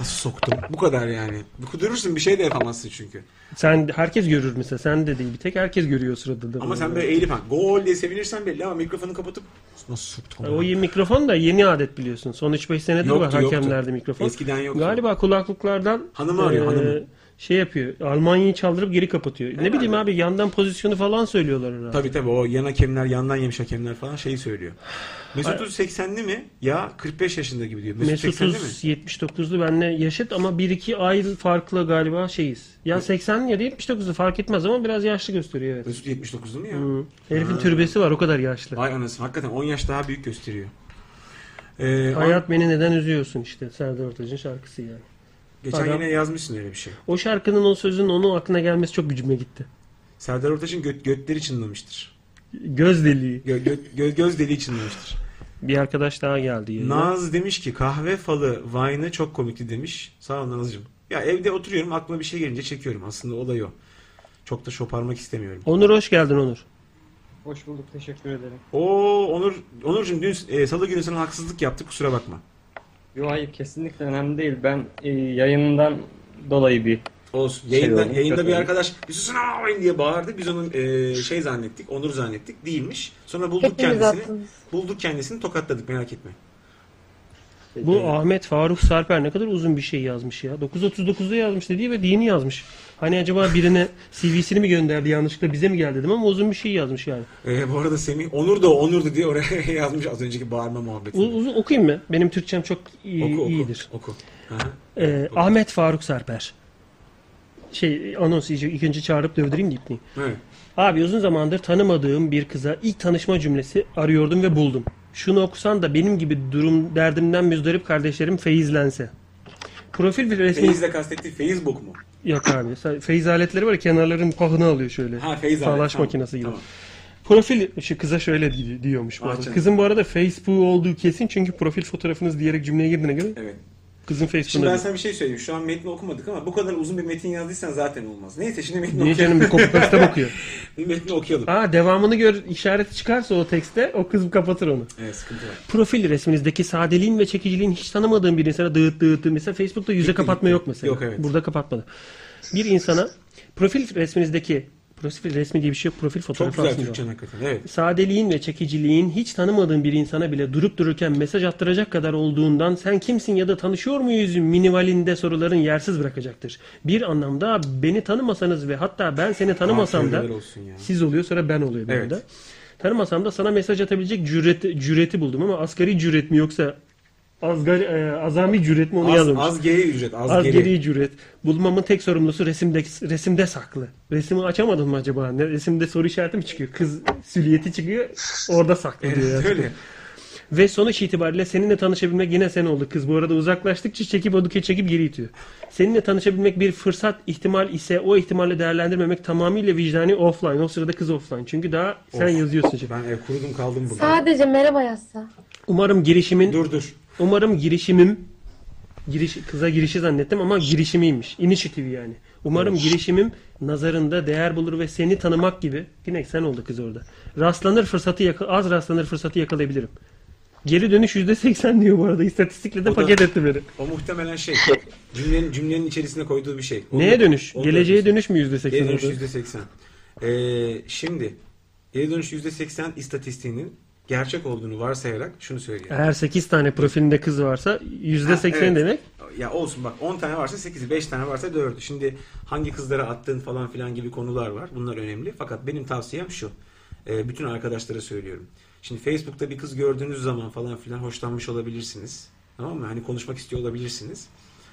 nasıl soktum bu kadar yani kudurursun bir şey de yapamazsın çünkü
Sen herkes görür mesela. Sen de değil bir tek herkes görüyor o sırada. da
ama
bunu.
sen böyle eğilip hani gol diye sevinirsen belli ama mikrofonu kapatıp nasıl soktum
O iyi mikrofon da yeni adet biliyorsun. Son 3-5 senedir
Yoktu,
var
yoktu.
hakemlerde mikrofon.
Eskiden yoktu.
Galiba kulaklıklardan
Hanımı arıyor, hanımı.
şey yapıyor. Almanya'yı çaldırıp geri kapatıyor. Ne bileyim abi yandan pozisyonu falan söylüyorlar herhalde.
tabi tabi o yan hakemler yandan yemiş hakemler falan şeyi söylüyor Mesut 80'li mi ya 45 yaşında gibi diyor Mesut,
Mesut
80'li mi
79'lu benle yaşıt ama 1-2 ay farklı galiba şeyiz. Ya 80 ya da 79'lu fark etmez ama biraz yaşlı gösteriyor evet.
Mesut 79'lu mu ya
Hı. Herifin türbesi var o kadar yaşlı.
vay anasını hakikaten 10 yaş daha büyük gösteriyor Ee,
Hayat beni neden üzüyorsun işte Serdar Ortaç'ın şarkısı yani.
geçen
Adam-
yine yazmışsın öyle bir şey
O şarkının o sözün onun aklına gelmesi çok gücüme gitti.
Serdar Ortaç'ın göt, götleri çınlamıştır
Göz deliği.
Gö- gö- gö- göz deliği çınlamıştır.
Bir arkadaş daha geldi yayına.
Naz demiş ki kahve falı vine'ı çok komikti demiş. Sağ ol Naz'cığım. Ya evde oturuyorum aklıma bir şey gelince çekiyorum. Aslında olay o. Çok da şoparmak istemiyorum.
Onur hoş geldin Onur.
Hoş bulduk, teşekkür ederim.
Oo Onur Onurcuğum dün e, salı günü sana haksızlık yaptık kusura bakma.
Yo hayır, kesinlikle önemli değil. Ben e, yayından dolayı bir...
Olsun.
Şey
Yayında,
oldu,
yayında
kötü
bir
oldu.
arkadaş bir susun "Aa!" diye bağırdı. Biz onun e, şey zannettik. Onur zannettik. Değilmiş. Sonra bulduk
Hepimiz
kendisini.
attınız.
Bulduk kendisini tokatladık merak etme.
Bu Ahmet Faruk Sarper ne kadar uzun bir şey yazmış ya. 9.39'da yazmış dediği ve dini yazmış. Hani acaba birine CV'sini mi gönderdi yanlışlıkla bize mi geldi dedim ama uzun bir şey yazmış yani.
E, bu arada Semih Onur da o, Onur'du diye oraya [laughs] yazmış az önceki bağırma muhabbeti.
U- uzun okuyayım mı? Benim Türkçem çok iyi,
Oku oku.
iyidir.
Oku. Aha.
Ee, Ahmet Faruk Sarper. Şey anons iyice ilk önce çağırıp dövdüreyim de ipneyi.
Evet.
Abi uzun zamandır tanımadığım bir kıza ilk tanışma cümlesi arıyordum ve buldum. Şunu okusan da benim gibi durum derdimden müzdarip kardeşlerim feyizlense. Profil bir resmi
Feyiz'le kastettiği Facebook mu?
yok abi. Sa- Feyiz aletleri var ya, kenarların pahını alıyor şöyle.
Ha Feyz abi.
Salaş
Tamam,
makinesi gibi.
tamam.
Profil şu kıza şöyle di- diyormuş bu
Ah
arada.
canım.
Kızın bu arada Facebook olduğu kesin çünkü profil fotoğrafınız diyerek cümleye girdiğine göre
Evet.
kızın
Şimdi ben
Facebook'una.
sana bir şey söyleyeyim. Şu an metni okumadık ama bu kadar uzun bir metin yazdıysan zaten olmaz. Neyse şimdi metni
Niye
okuyalım.
canım bir
[laughs]
kopuk kitap okuyor.
Bir metni okuyalım.
Aa devamını gör işareti çıkarsa o tekste o kız kapatır onu.
Evet sıkıntı var.
profil resminizdeki sadeliğin ve çekiciliğin hiç tanımadığım bir insana dağıt dağıttı. Mesela Facebook'ta yüze
Gitti,
kapatma
gitti.
yok mesela.
Yok, evet.
Burada kapatmadı. Bir insana profil resminizdeki profil resmi diye bir şey yok. Profil
Çok
fotoğrafı
güzel
aslında.
Türkçen hakikaten. Evet.
Sadeliğin ve çekiciliğin hiç tanımadığın bir insana bile durup dururken mesaj attıracak kadar olduğundan sen kimsin ya da tanışıyor muyuz minivalinde soruların yersiz bırakacaktır. Bir anlamda beni tanımasanız ve hatta ben seni tanımasam da
Afiyetler olsun ya.
siz oluyor sonra ben oluyor bir
Evet.
anda. Tanımasam da sana mesaj atabilecek cüreti, cüreti buldum ama asgari cüret mi yoksa azgari, e, azami cüret mi onu
Az,
yazmamış.
az geri ücret. Az,
Az
geri. [laughs]
geri cüret. Bulmamın tek sorumlusu resimde resimde saklı. Resimi açamadım mı acaba? Ne, resimde soru işareti mi çıkıyor? Kız süliyeti çıkıyor. Orada saklı diyor.
Evet,
ya.
öyle.
[laughs] Ve sonuç itibariyle seninle tanışabilmek yine sen oldu kız. Bu arada uzaklaştıkça çekip o dükkanı çekip geri itiyor. Seninle tanışabilmek bir fırsat ihtimal ise o ihtimalle değerlendirmemek tamamıyla vicdani offline. O sırada kız offline. Çünkü daha sen
Of.
yazıyorsun. şimdi.
Ben e, kurudum kaldım burada.
Sadece merhaba yazsa.
Umarım girişimin
Dur dur.
Umarım girişimim giriş kıza girişi zannettim ama girişimiymiş. Initiative yani. Umarım girişimim nazarında değer bulur ve seni tanımak gibi. Yine sen oldu kız orada. Rastlanır fırsatı yaka- az rastlanır fırsatı yakalayabilirim. Geri dönüş %80 diyor bu arada. İstatistikle de
O da-
paket etti beni.
O muhtemelen şey. Cümlenin, cümlenin içerisine koyduğu bir şey. Onu-
Neye dönüş?
onu
Geleceğe
dönüş.
dönüş mü %80?
Geri dönüş
orada?
yüzde seksen. Ee, şimdi geri dönüş yüzde seksen istatistiğinin gerçek olduğunu varsayarak şunu söyleyeyim.
Eğer 8 tane profilinde kız varsa %80
Ha, evet.
demek.
Ya olsun bak 10 tane varsa 8'i 5 tane varsa 4'ü. Şimdi hangi kızlara attığın falan filan gibi konular var. Bunlar önemli. Fakat benim tavsiyem şu. Ee, bütün arkadaşlara söylüyorum. Şimdi Facebook'ta bir kız gördüğünüz zaman falan filan hoşlanmış olabilirsiniz. Tamam mı? Hani konuşmak istiyor olabilirsiniz.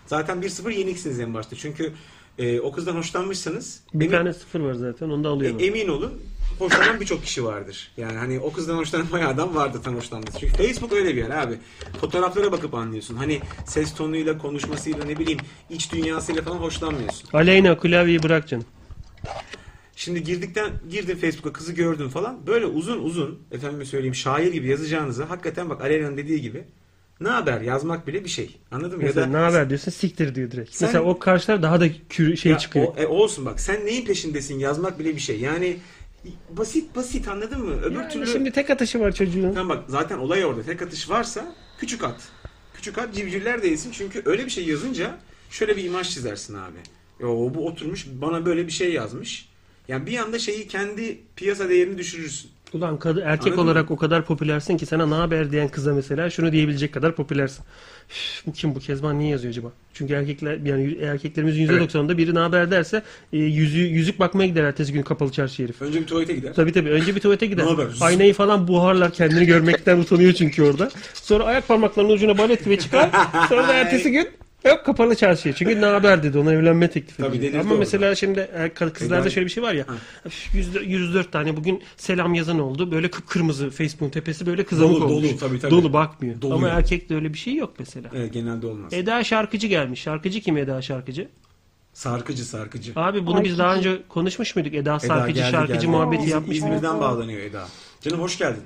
Zaten 1-0 yeniksiniz en başta. Çünkü e, o kızdan hoşlanmışsanız
Bir
emin-
tane sıfır var zaten. Onu da alıyorum.
E, emin olun hoşlanan birçok kişi vardır. Yani hani o kızdan hoşlanan bayağı adam vardı tam hoşlanması. Çünkü Facebook öyle bir yer abi. Fotoğraflara bakıp anlıyorsun. Hani ses tonuyla, konuşmasıyla ne bileyim iç dünyasıyla falan hoşlanmıyorsun.
Aleyna klavyeyi bırak canım.
Şimdi girdikten girdin Facebook'a kızı gördün falan. Böyle uzun uzun efendime söyleyeyim şair gibi yazacağınızı hakikaten bak Aleyna'nın dediği gibi ne haber yazmak bile bir şey. Anladın mı?
Mesela
ya da
ne haber diyorsun siktir diyor direkt.
Sen-
Mesela o karşılar daha da kür, şey
Ya
çıkıyor.
o- e, olsun bak sen neyin peşindesin yazmak bile bir şey. Yani basit basit anladın mı? Öbür
Yani
türlü
Şimdi tek atışı var çocuğun.
Tamam bak zaten olay orada. Tek atış varsa küçük at. Küçük at civcivler değilsin. Çünkü öyle bir şey yazınca şöyle bir imaj çizersin abi. O bu oturmuş bana böyle bir şey yazmış. Yani bir anda şeyi kendi piyasa değerini düşürürsün.
Ulan kadı, erkek
Anladın
olarak o kadar popülersin ki sana ne haber diyen kıza mesela şunu diyebilecek kadar popülersin. Üf, bu kim bu Kezban niye yazıyor acaba? Çünkü erkekler yani yü- erkeklerimizin %90'ında biri ne haber derse e, yüzü, yüzük bakmaya gider ertesi gün kapalı çarşı herif.
Önce bir tuvalete gider.
Tabii tabii önce bir tuvalete gider.
Ne haber?
Aynayı falan buharlar kendini görmekten utanıyor çünkü orada. Sonra ayak parmaklarının ucuna balet gibi çıkar. Sonra da ertesi gün Yok kapalı çarşıya. Çünkü ne haber dedi ona evlenme teklif
Tabii,
edecek.
delirdi
Ama
orada.
mesela şimdi e, kız- kızlarda
Helal.
şöyle bir şey var ya. Üf, yüzde- 104 tane bugün selam yazan oldu. Böyle kıpkırmızı Facebook'un tepesi böyle kızamık
Dolu, dolu,
olmuş.
tabii, tabii.
Dolu bakmıyor.
Dolu
Ama
yani.
erkekte öyle bir şey yok mesela.
Evet, genelde olmaz.
Eda Şarkıcı gelmiş. Şarkıcı kim Eda Şarkıcı?
Sarkıcı sarkıcı.
Abi bunu biz daha önce konuşmuş muyduk? Eda
Eda
Şarkıcı
geldi,
Şarkıcı
geldi.
muhabbeti
İz-
yapmış mıydık?
İzmir'den bağlanıyor Eda. Canım hoş geldin.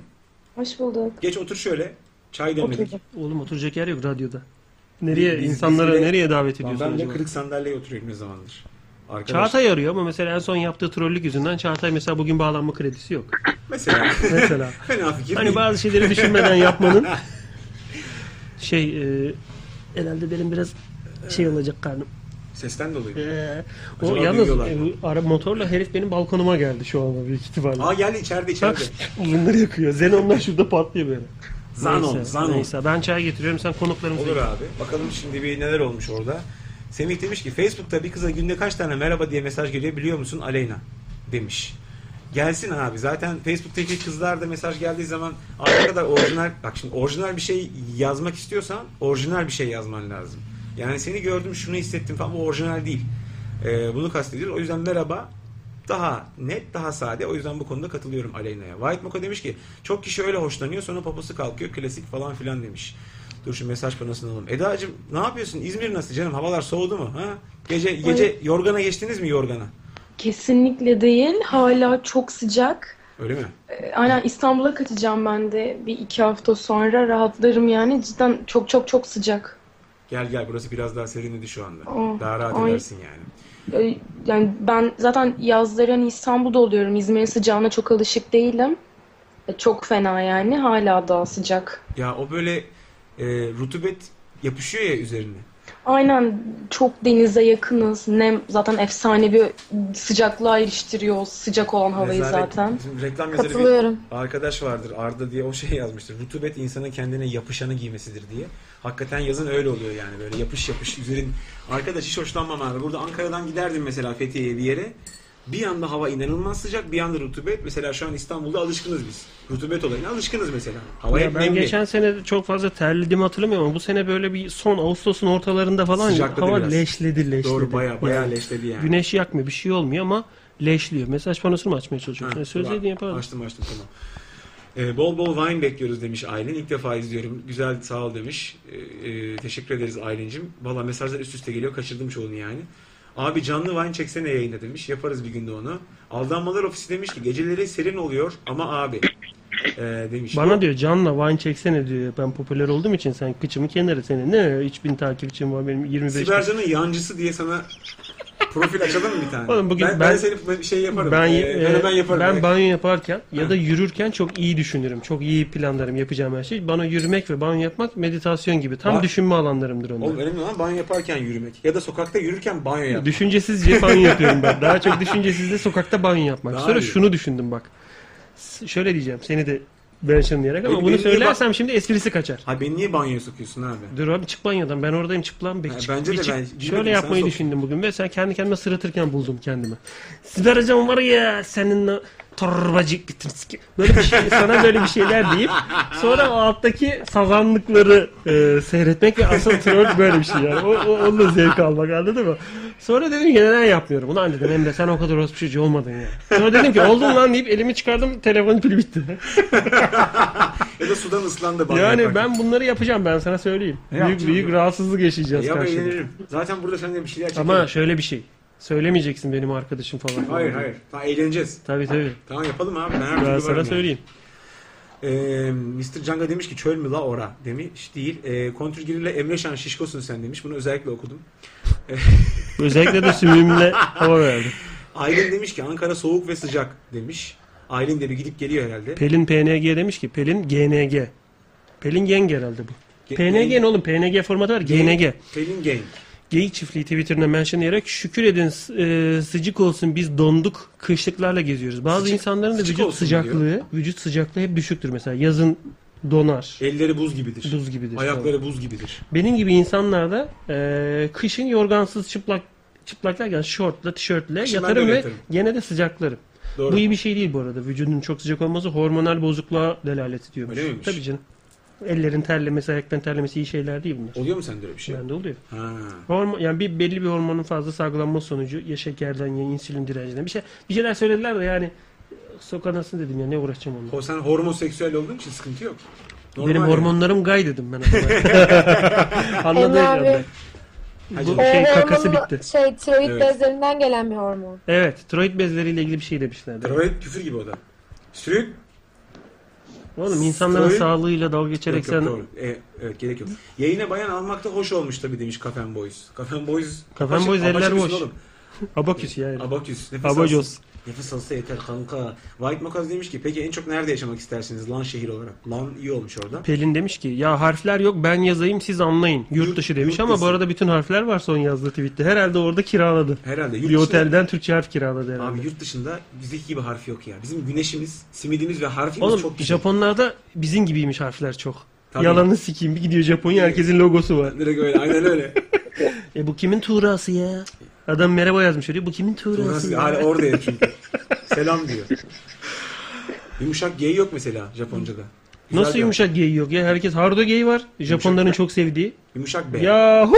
Hoş bulduk.
Geç otur şöyle. Çay demledik.
Oturdum.
Oğlum oturacak yer yok radyoda. Nereye
Biz- biz
insanlara
bile-
nereye davet
Ben,
ediyorsun
ben de
acaba?
kırık sandalyeye oturuyorum ne zamandır. Arkadaş.
Çağatay arıyor ama mesela en son yaptığı trollük yüzünden Çağatay mesela bugün bağlanma kredisi yok.
Mesela.
[laughs] Mesela.
Fena fikir
hani
değil.
bazı şeyleri
[laughs]
düşünmeden yapmanın şey e, herhalde benim biraz şey olacak karnım.
Sesten dolayı.
E, o
Acaba
yalnız
duyuyorlar
e,
mı?
bu ara motorla herif benim balkonuma geldi şu anda büyük ihtimalle.
Aa geldi içeride içeride.
Bunları yakıyor. Xenonlar şurada patlıyor böyle.
Zanon,
Neyse,
Zanon.
Neyse ben çay getiriyorum sen konuklarımızı
Olur abi. Bakalım şimdi bir neler olmuş orada. Semih demiş ki Facebook'ta bir kıza günde kaç tane merhaba diye mesaj geliyor biliyor musun Aleyna demiş. Gelsin abi. Zaten Facebook'taki kızlar da mesaj geldiği zaman "Aa, ne kadar orijinal bak şimdi orijinal bir şey yazmak istiyorsan orijinal bir şey yazman lazım. Yani seni gördüm şunu hissettim falan bu orijinal değil. Ee, bunu kastediyor. O yüzden merhaba daha net, daha sade. O yüzden bu konuda katılıyorum Aleyna'ya. White Mocha demiş ki çok kişi öyle hoşlanıyor sonra poposu kalkıyor klasik falan filan demiş. Dur şu mesaj panosunu alalım. Eda'cığım ne yapıyorsun? İzmir nasıl canım? Havalar soğudu mu? Ha? Gece gece yorgana geçtiniz mi yorgana?
Kesinlikle değil. Hala çok sıcak.
Öyle mi?
Ee, Aynen İstanbul'a kaçacağım ben de bir iki hafta sonra. Rahatlarım yani. Cidden çok çok çok sıcak.
Gel gel burası biraz daha serinledi şu anda.
Oh,
daha rahat
ay.
edersin yani.
Ee, Yani ben zaten yazları hani İstanbul'da oluyorum. İzmir'in sıcağına çok alışık değilim. Ee, Çok fena yani. Hala daha sıcak.
Ya o böyle e, rutubet yapışıyor ya üzerine.
Aynen çok denize yakınız. Nem zaten efsanevi sıcaklığa eriştiriyor o sıcak olan havayı
Rezalet.
zaten.
Bizim reklam yazarı bir-
Katılıyorum.
arkadaş vardır Arda diye o şey yazmıştır. Rutubet insanın kendine yapışanı giymesidir diye. Hakikaten yazın öyle oluyor yani böyle yapış yapış üzerin. Arkadaş hiç hoşlanmam abi. Burada Ankara'dan giderdim mesela Fethiye'ye bir yere. Bir anda hava inanılmaz sıcak, bir anda rutubet. Mesela şu an İstanbul'da alışkınız biz. Rutubet olayına alışkınız mesela. Hava
Ya
hep
ben
nemli.
geçen sene çok fazla terlediğimi hatırlamıyorum ama bu sene böyle bir son Ağustos'un ortalarında falan
Sıcakladı
hava
biraz.
leşledi leşledi.
Doğru baya baya
Yani
leşledi yani.
Güneş yakmıyor bir şey olmuyor ama leşliyor. Mesaj panosunu mu açmaya
Ha,
çalışıyorsun?
dur,
Söyleseydin yapardın.
Açtım açtım tamam. Ee, bol bol wine bekliyoruz demiş Aylin. İlk defa izliyorum. Güzel sağ ol demiş. Ee, e, teşekkür ederiz Aylin'cim. Valla mesajlar üst üste geliyor. Kaçırdım çoğunu yani. Abi canlı wine çeksene yayında demiş. Yaparız bir günde onu. Aldanmalar ofisi demiş ki geceleri serin oluyor ama abi Ee, demiş.
Bana diyor canla wine çeksene diyor. Ben popüler olduğum için sen kıçımı kenara senin. Ne 3000 takipçim var benim 25.
Sibercan'ın yancısı diye sana profil açalım mı bir tane?
Oğlum bugün
ben, ben,
ben-
seni şey yaparım. Ben,
Ben, e,
ben yaparım.
ben
Ee,
banyo yaparken ya da yürürken çok iyi düşünürüm. Çok iyi planlarım yapacağım her şey. Bana yürümek ve banyo yapmak meditasyon gibi. Tam
Ba-
düşünme alanlarımdır onlar.
Oğlum önemli olan banyo yaparken yürümek. Ya da sokakta yürürken banyo yapmak.
Düşüncesizce banyo yapıyorum ben. Daha çok düşüncesizce sokakta banyo yapmak.
Daha
Sonra
iyi.
şunu düşündüm bak. S- Şöyle diyeceğim seni de ben çınlayarak ama
Peki,
bunu
benim niye ba-
söylersem şimdi esprisi kaçar.
Ha beni niye banyoya sokuyorsun abi?
Dur abi çık banyodan ben oradayım çık lan. Bir
Ha,
çık,
bence
bir
de
çık.
ben- bilmedim,
Şöyle
sana
yapmayı
soktum.
düşündüm bugün ve sen kendi kendime sırıtırken buldum kendimi. Sibel hocam var ya seninle torbacık bitirsin ki. Böyle bir şey, sana böyle bir şeyler deyip sonra o alttaki sazanlıkları e, seyretmek ve asıl troll böyle bir şey yani. O, o, onunla zevk almak anladın mı? Sonra dedim ki neden yapmıyorum? Ulan dedim Emre sen o kadar orospucucu olmadın ya. Sonra dedim ki oldun lan deyip elimi çıkardım telefonun pili bitti.
Ya da sudan ıslandı banyo
yani
yaparken.
ben bunları yapacağım ben sana söyleyeyim.
Ne
büyük
yapacağım
büyük
ya? E,
rahatsızlık yaşayacağız
Ya ben
karşıda.
eğlenirim. Zaten burada seninle bir şeyler çekelim.
Ama şöyle bir şey. Söylemeyeceksin benim arkadaşım falan.
Hayır hayır. Tamam eğleneceğiz.
Tabii tabii.
Tamam yapalım abi. Ben her türlü
Ben
varım
sana
yani.
söyleyeyim.
Ee, Mr. Canga demiş ki çöl mü la ora demiş değil. E, Kontürgil'le Emre Şan şişkosun sen demiş. Bunu özellikle okudum.
Özellikle de sümüğümle hava verdim.
Aylin demiş ki Ankara soğuk ve sıcak demiş. Aylin de bir gidip geliyor herhalde.
Pelin PNG demiş ki Pelin GNG. Pelin Geng herhalde bu.
Ge-
PNG ne oğlum? PNG formatı var. GNG.
Pelin Gang.
Geyik çiftliği Twitter'ına mentionlayarak şükür edin s- e, sıcık olsun biz donduk kışlıklarla geziyoruz. Bazı
Sıcık-
insanların da
sıcık
vücut
olsun
sıcaklığı,
diyor.
vücut sıcaklığı hep düşüktür mesela. Yazın donar.
Elleri buz gibidir.
Buz gibidir.
E, Ayakları buz gibidir.
Benim gibi insanlar da e, kışın yorgansız çıplak çıplak derken şortla, tişörtle
Kışın ben
yatarım
de
ve
yatarım.
gene de sıcaklarım.
Doğru.
Bu iyi bir şey değil bu arada. Vücudun çok sıcak olması hormonal bozukluğa delalet ediyormuş.
Öyle miymiş?
Tabii canım. Ellerin terlemesi, ayakların terlemesi iyi şeyler değil bunlar.
Oluyor mu sende öyle bir şey?
Bende oluyor.
Ha.
Hormon, yani bir belli bir hormonun fazla salgılanma sonucu ya şekerden ya insülin direncinden bir şey bir şeyler söylediler de yani sok anasını dedim ya ne uğraşacağım onunla.
O sen hormoseksüel olduğun için sıkıntı yok.
Benim
yani.
hormonlarım gay dedim ben adama. [laughs] Anladı
Emre abi.
herhalde.
Hacı-
Bu
O
şey kakası
hormonun
bitti.
Şey, tiroid
Evet.
bezlerinden gelen bir hormon.
Evet, tiroid bezleriyle ilgili bir şey demişlerdi.
Travet küfür gibi o da. Sürüyüp
Oğlum insanların
Tiroid-
sağlığıyla dalga geçerek
Yok, yok,
sen
doğru. E, evet gerek yok. Yayına bayan almak da hoş olmuş tabii demiş Kafen Boys. Kafen Boys.
Kafen
Apaçık-
Boys eller
apaçık
boş.
misin oğlum?
abaküs yani.
Abaküs. Nefes alsın.
Abacos.
Nefes alsa yeter kanka. White Makaz demiş ki peki en çok nerede yaşamak istersiniz lan şehir olarak? Lan iyi olmuş orada.
Pelin demiş ki ya harfler yok ben yazayım siz anlayın. Yurt
Yurt-
dışı demiş
yurt
ama bu
dışı.
arada bütün harfler var son yazdığı tweette. Herhalde orada kiraladı.
Herhalde. Yurt
Bir
dışında-
otelden Türkçe harf kiraladı herhalde.
Abi yurt dışında bizdeki gibi harfi yok ya. Bizim güneşimiz, simidimiz ve harfimiz
Oğlum
çok güzel.
Japonlarda bizim gibiymiş harfler çok.
Tabii. Ee,
Yalanı sikeyim bir gidiyor Japonya herkesin logosu var.
Direkt öyle aynen
[laughs]
öyle.
E bu kimin tuğrası ya? Adam merhaba yazmış öyle. Bu kimin tuğrası,
Burası
ya?
hala orada ya çünkü. Selam diyor. Yumuşak G yok mesela Japonca'da. Güzel
Nasıl
bir-
yumuşak gay yok ya? Herkes hardo gay var. Japonların çok sevdiği.
Yumuşak B.
Yahoo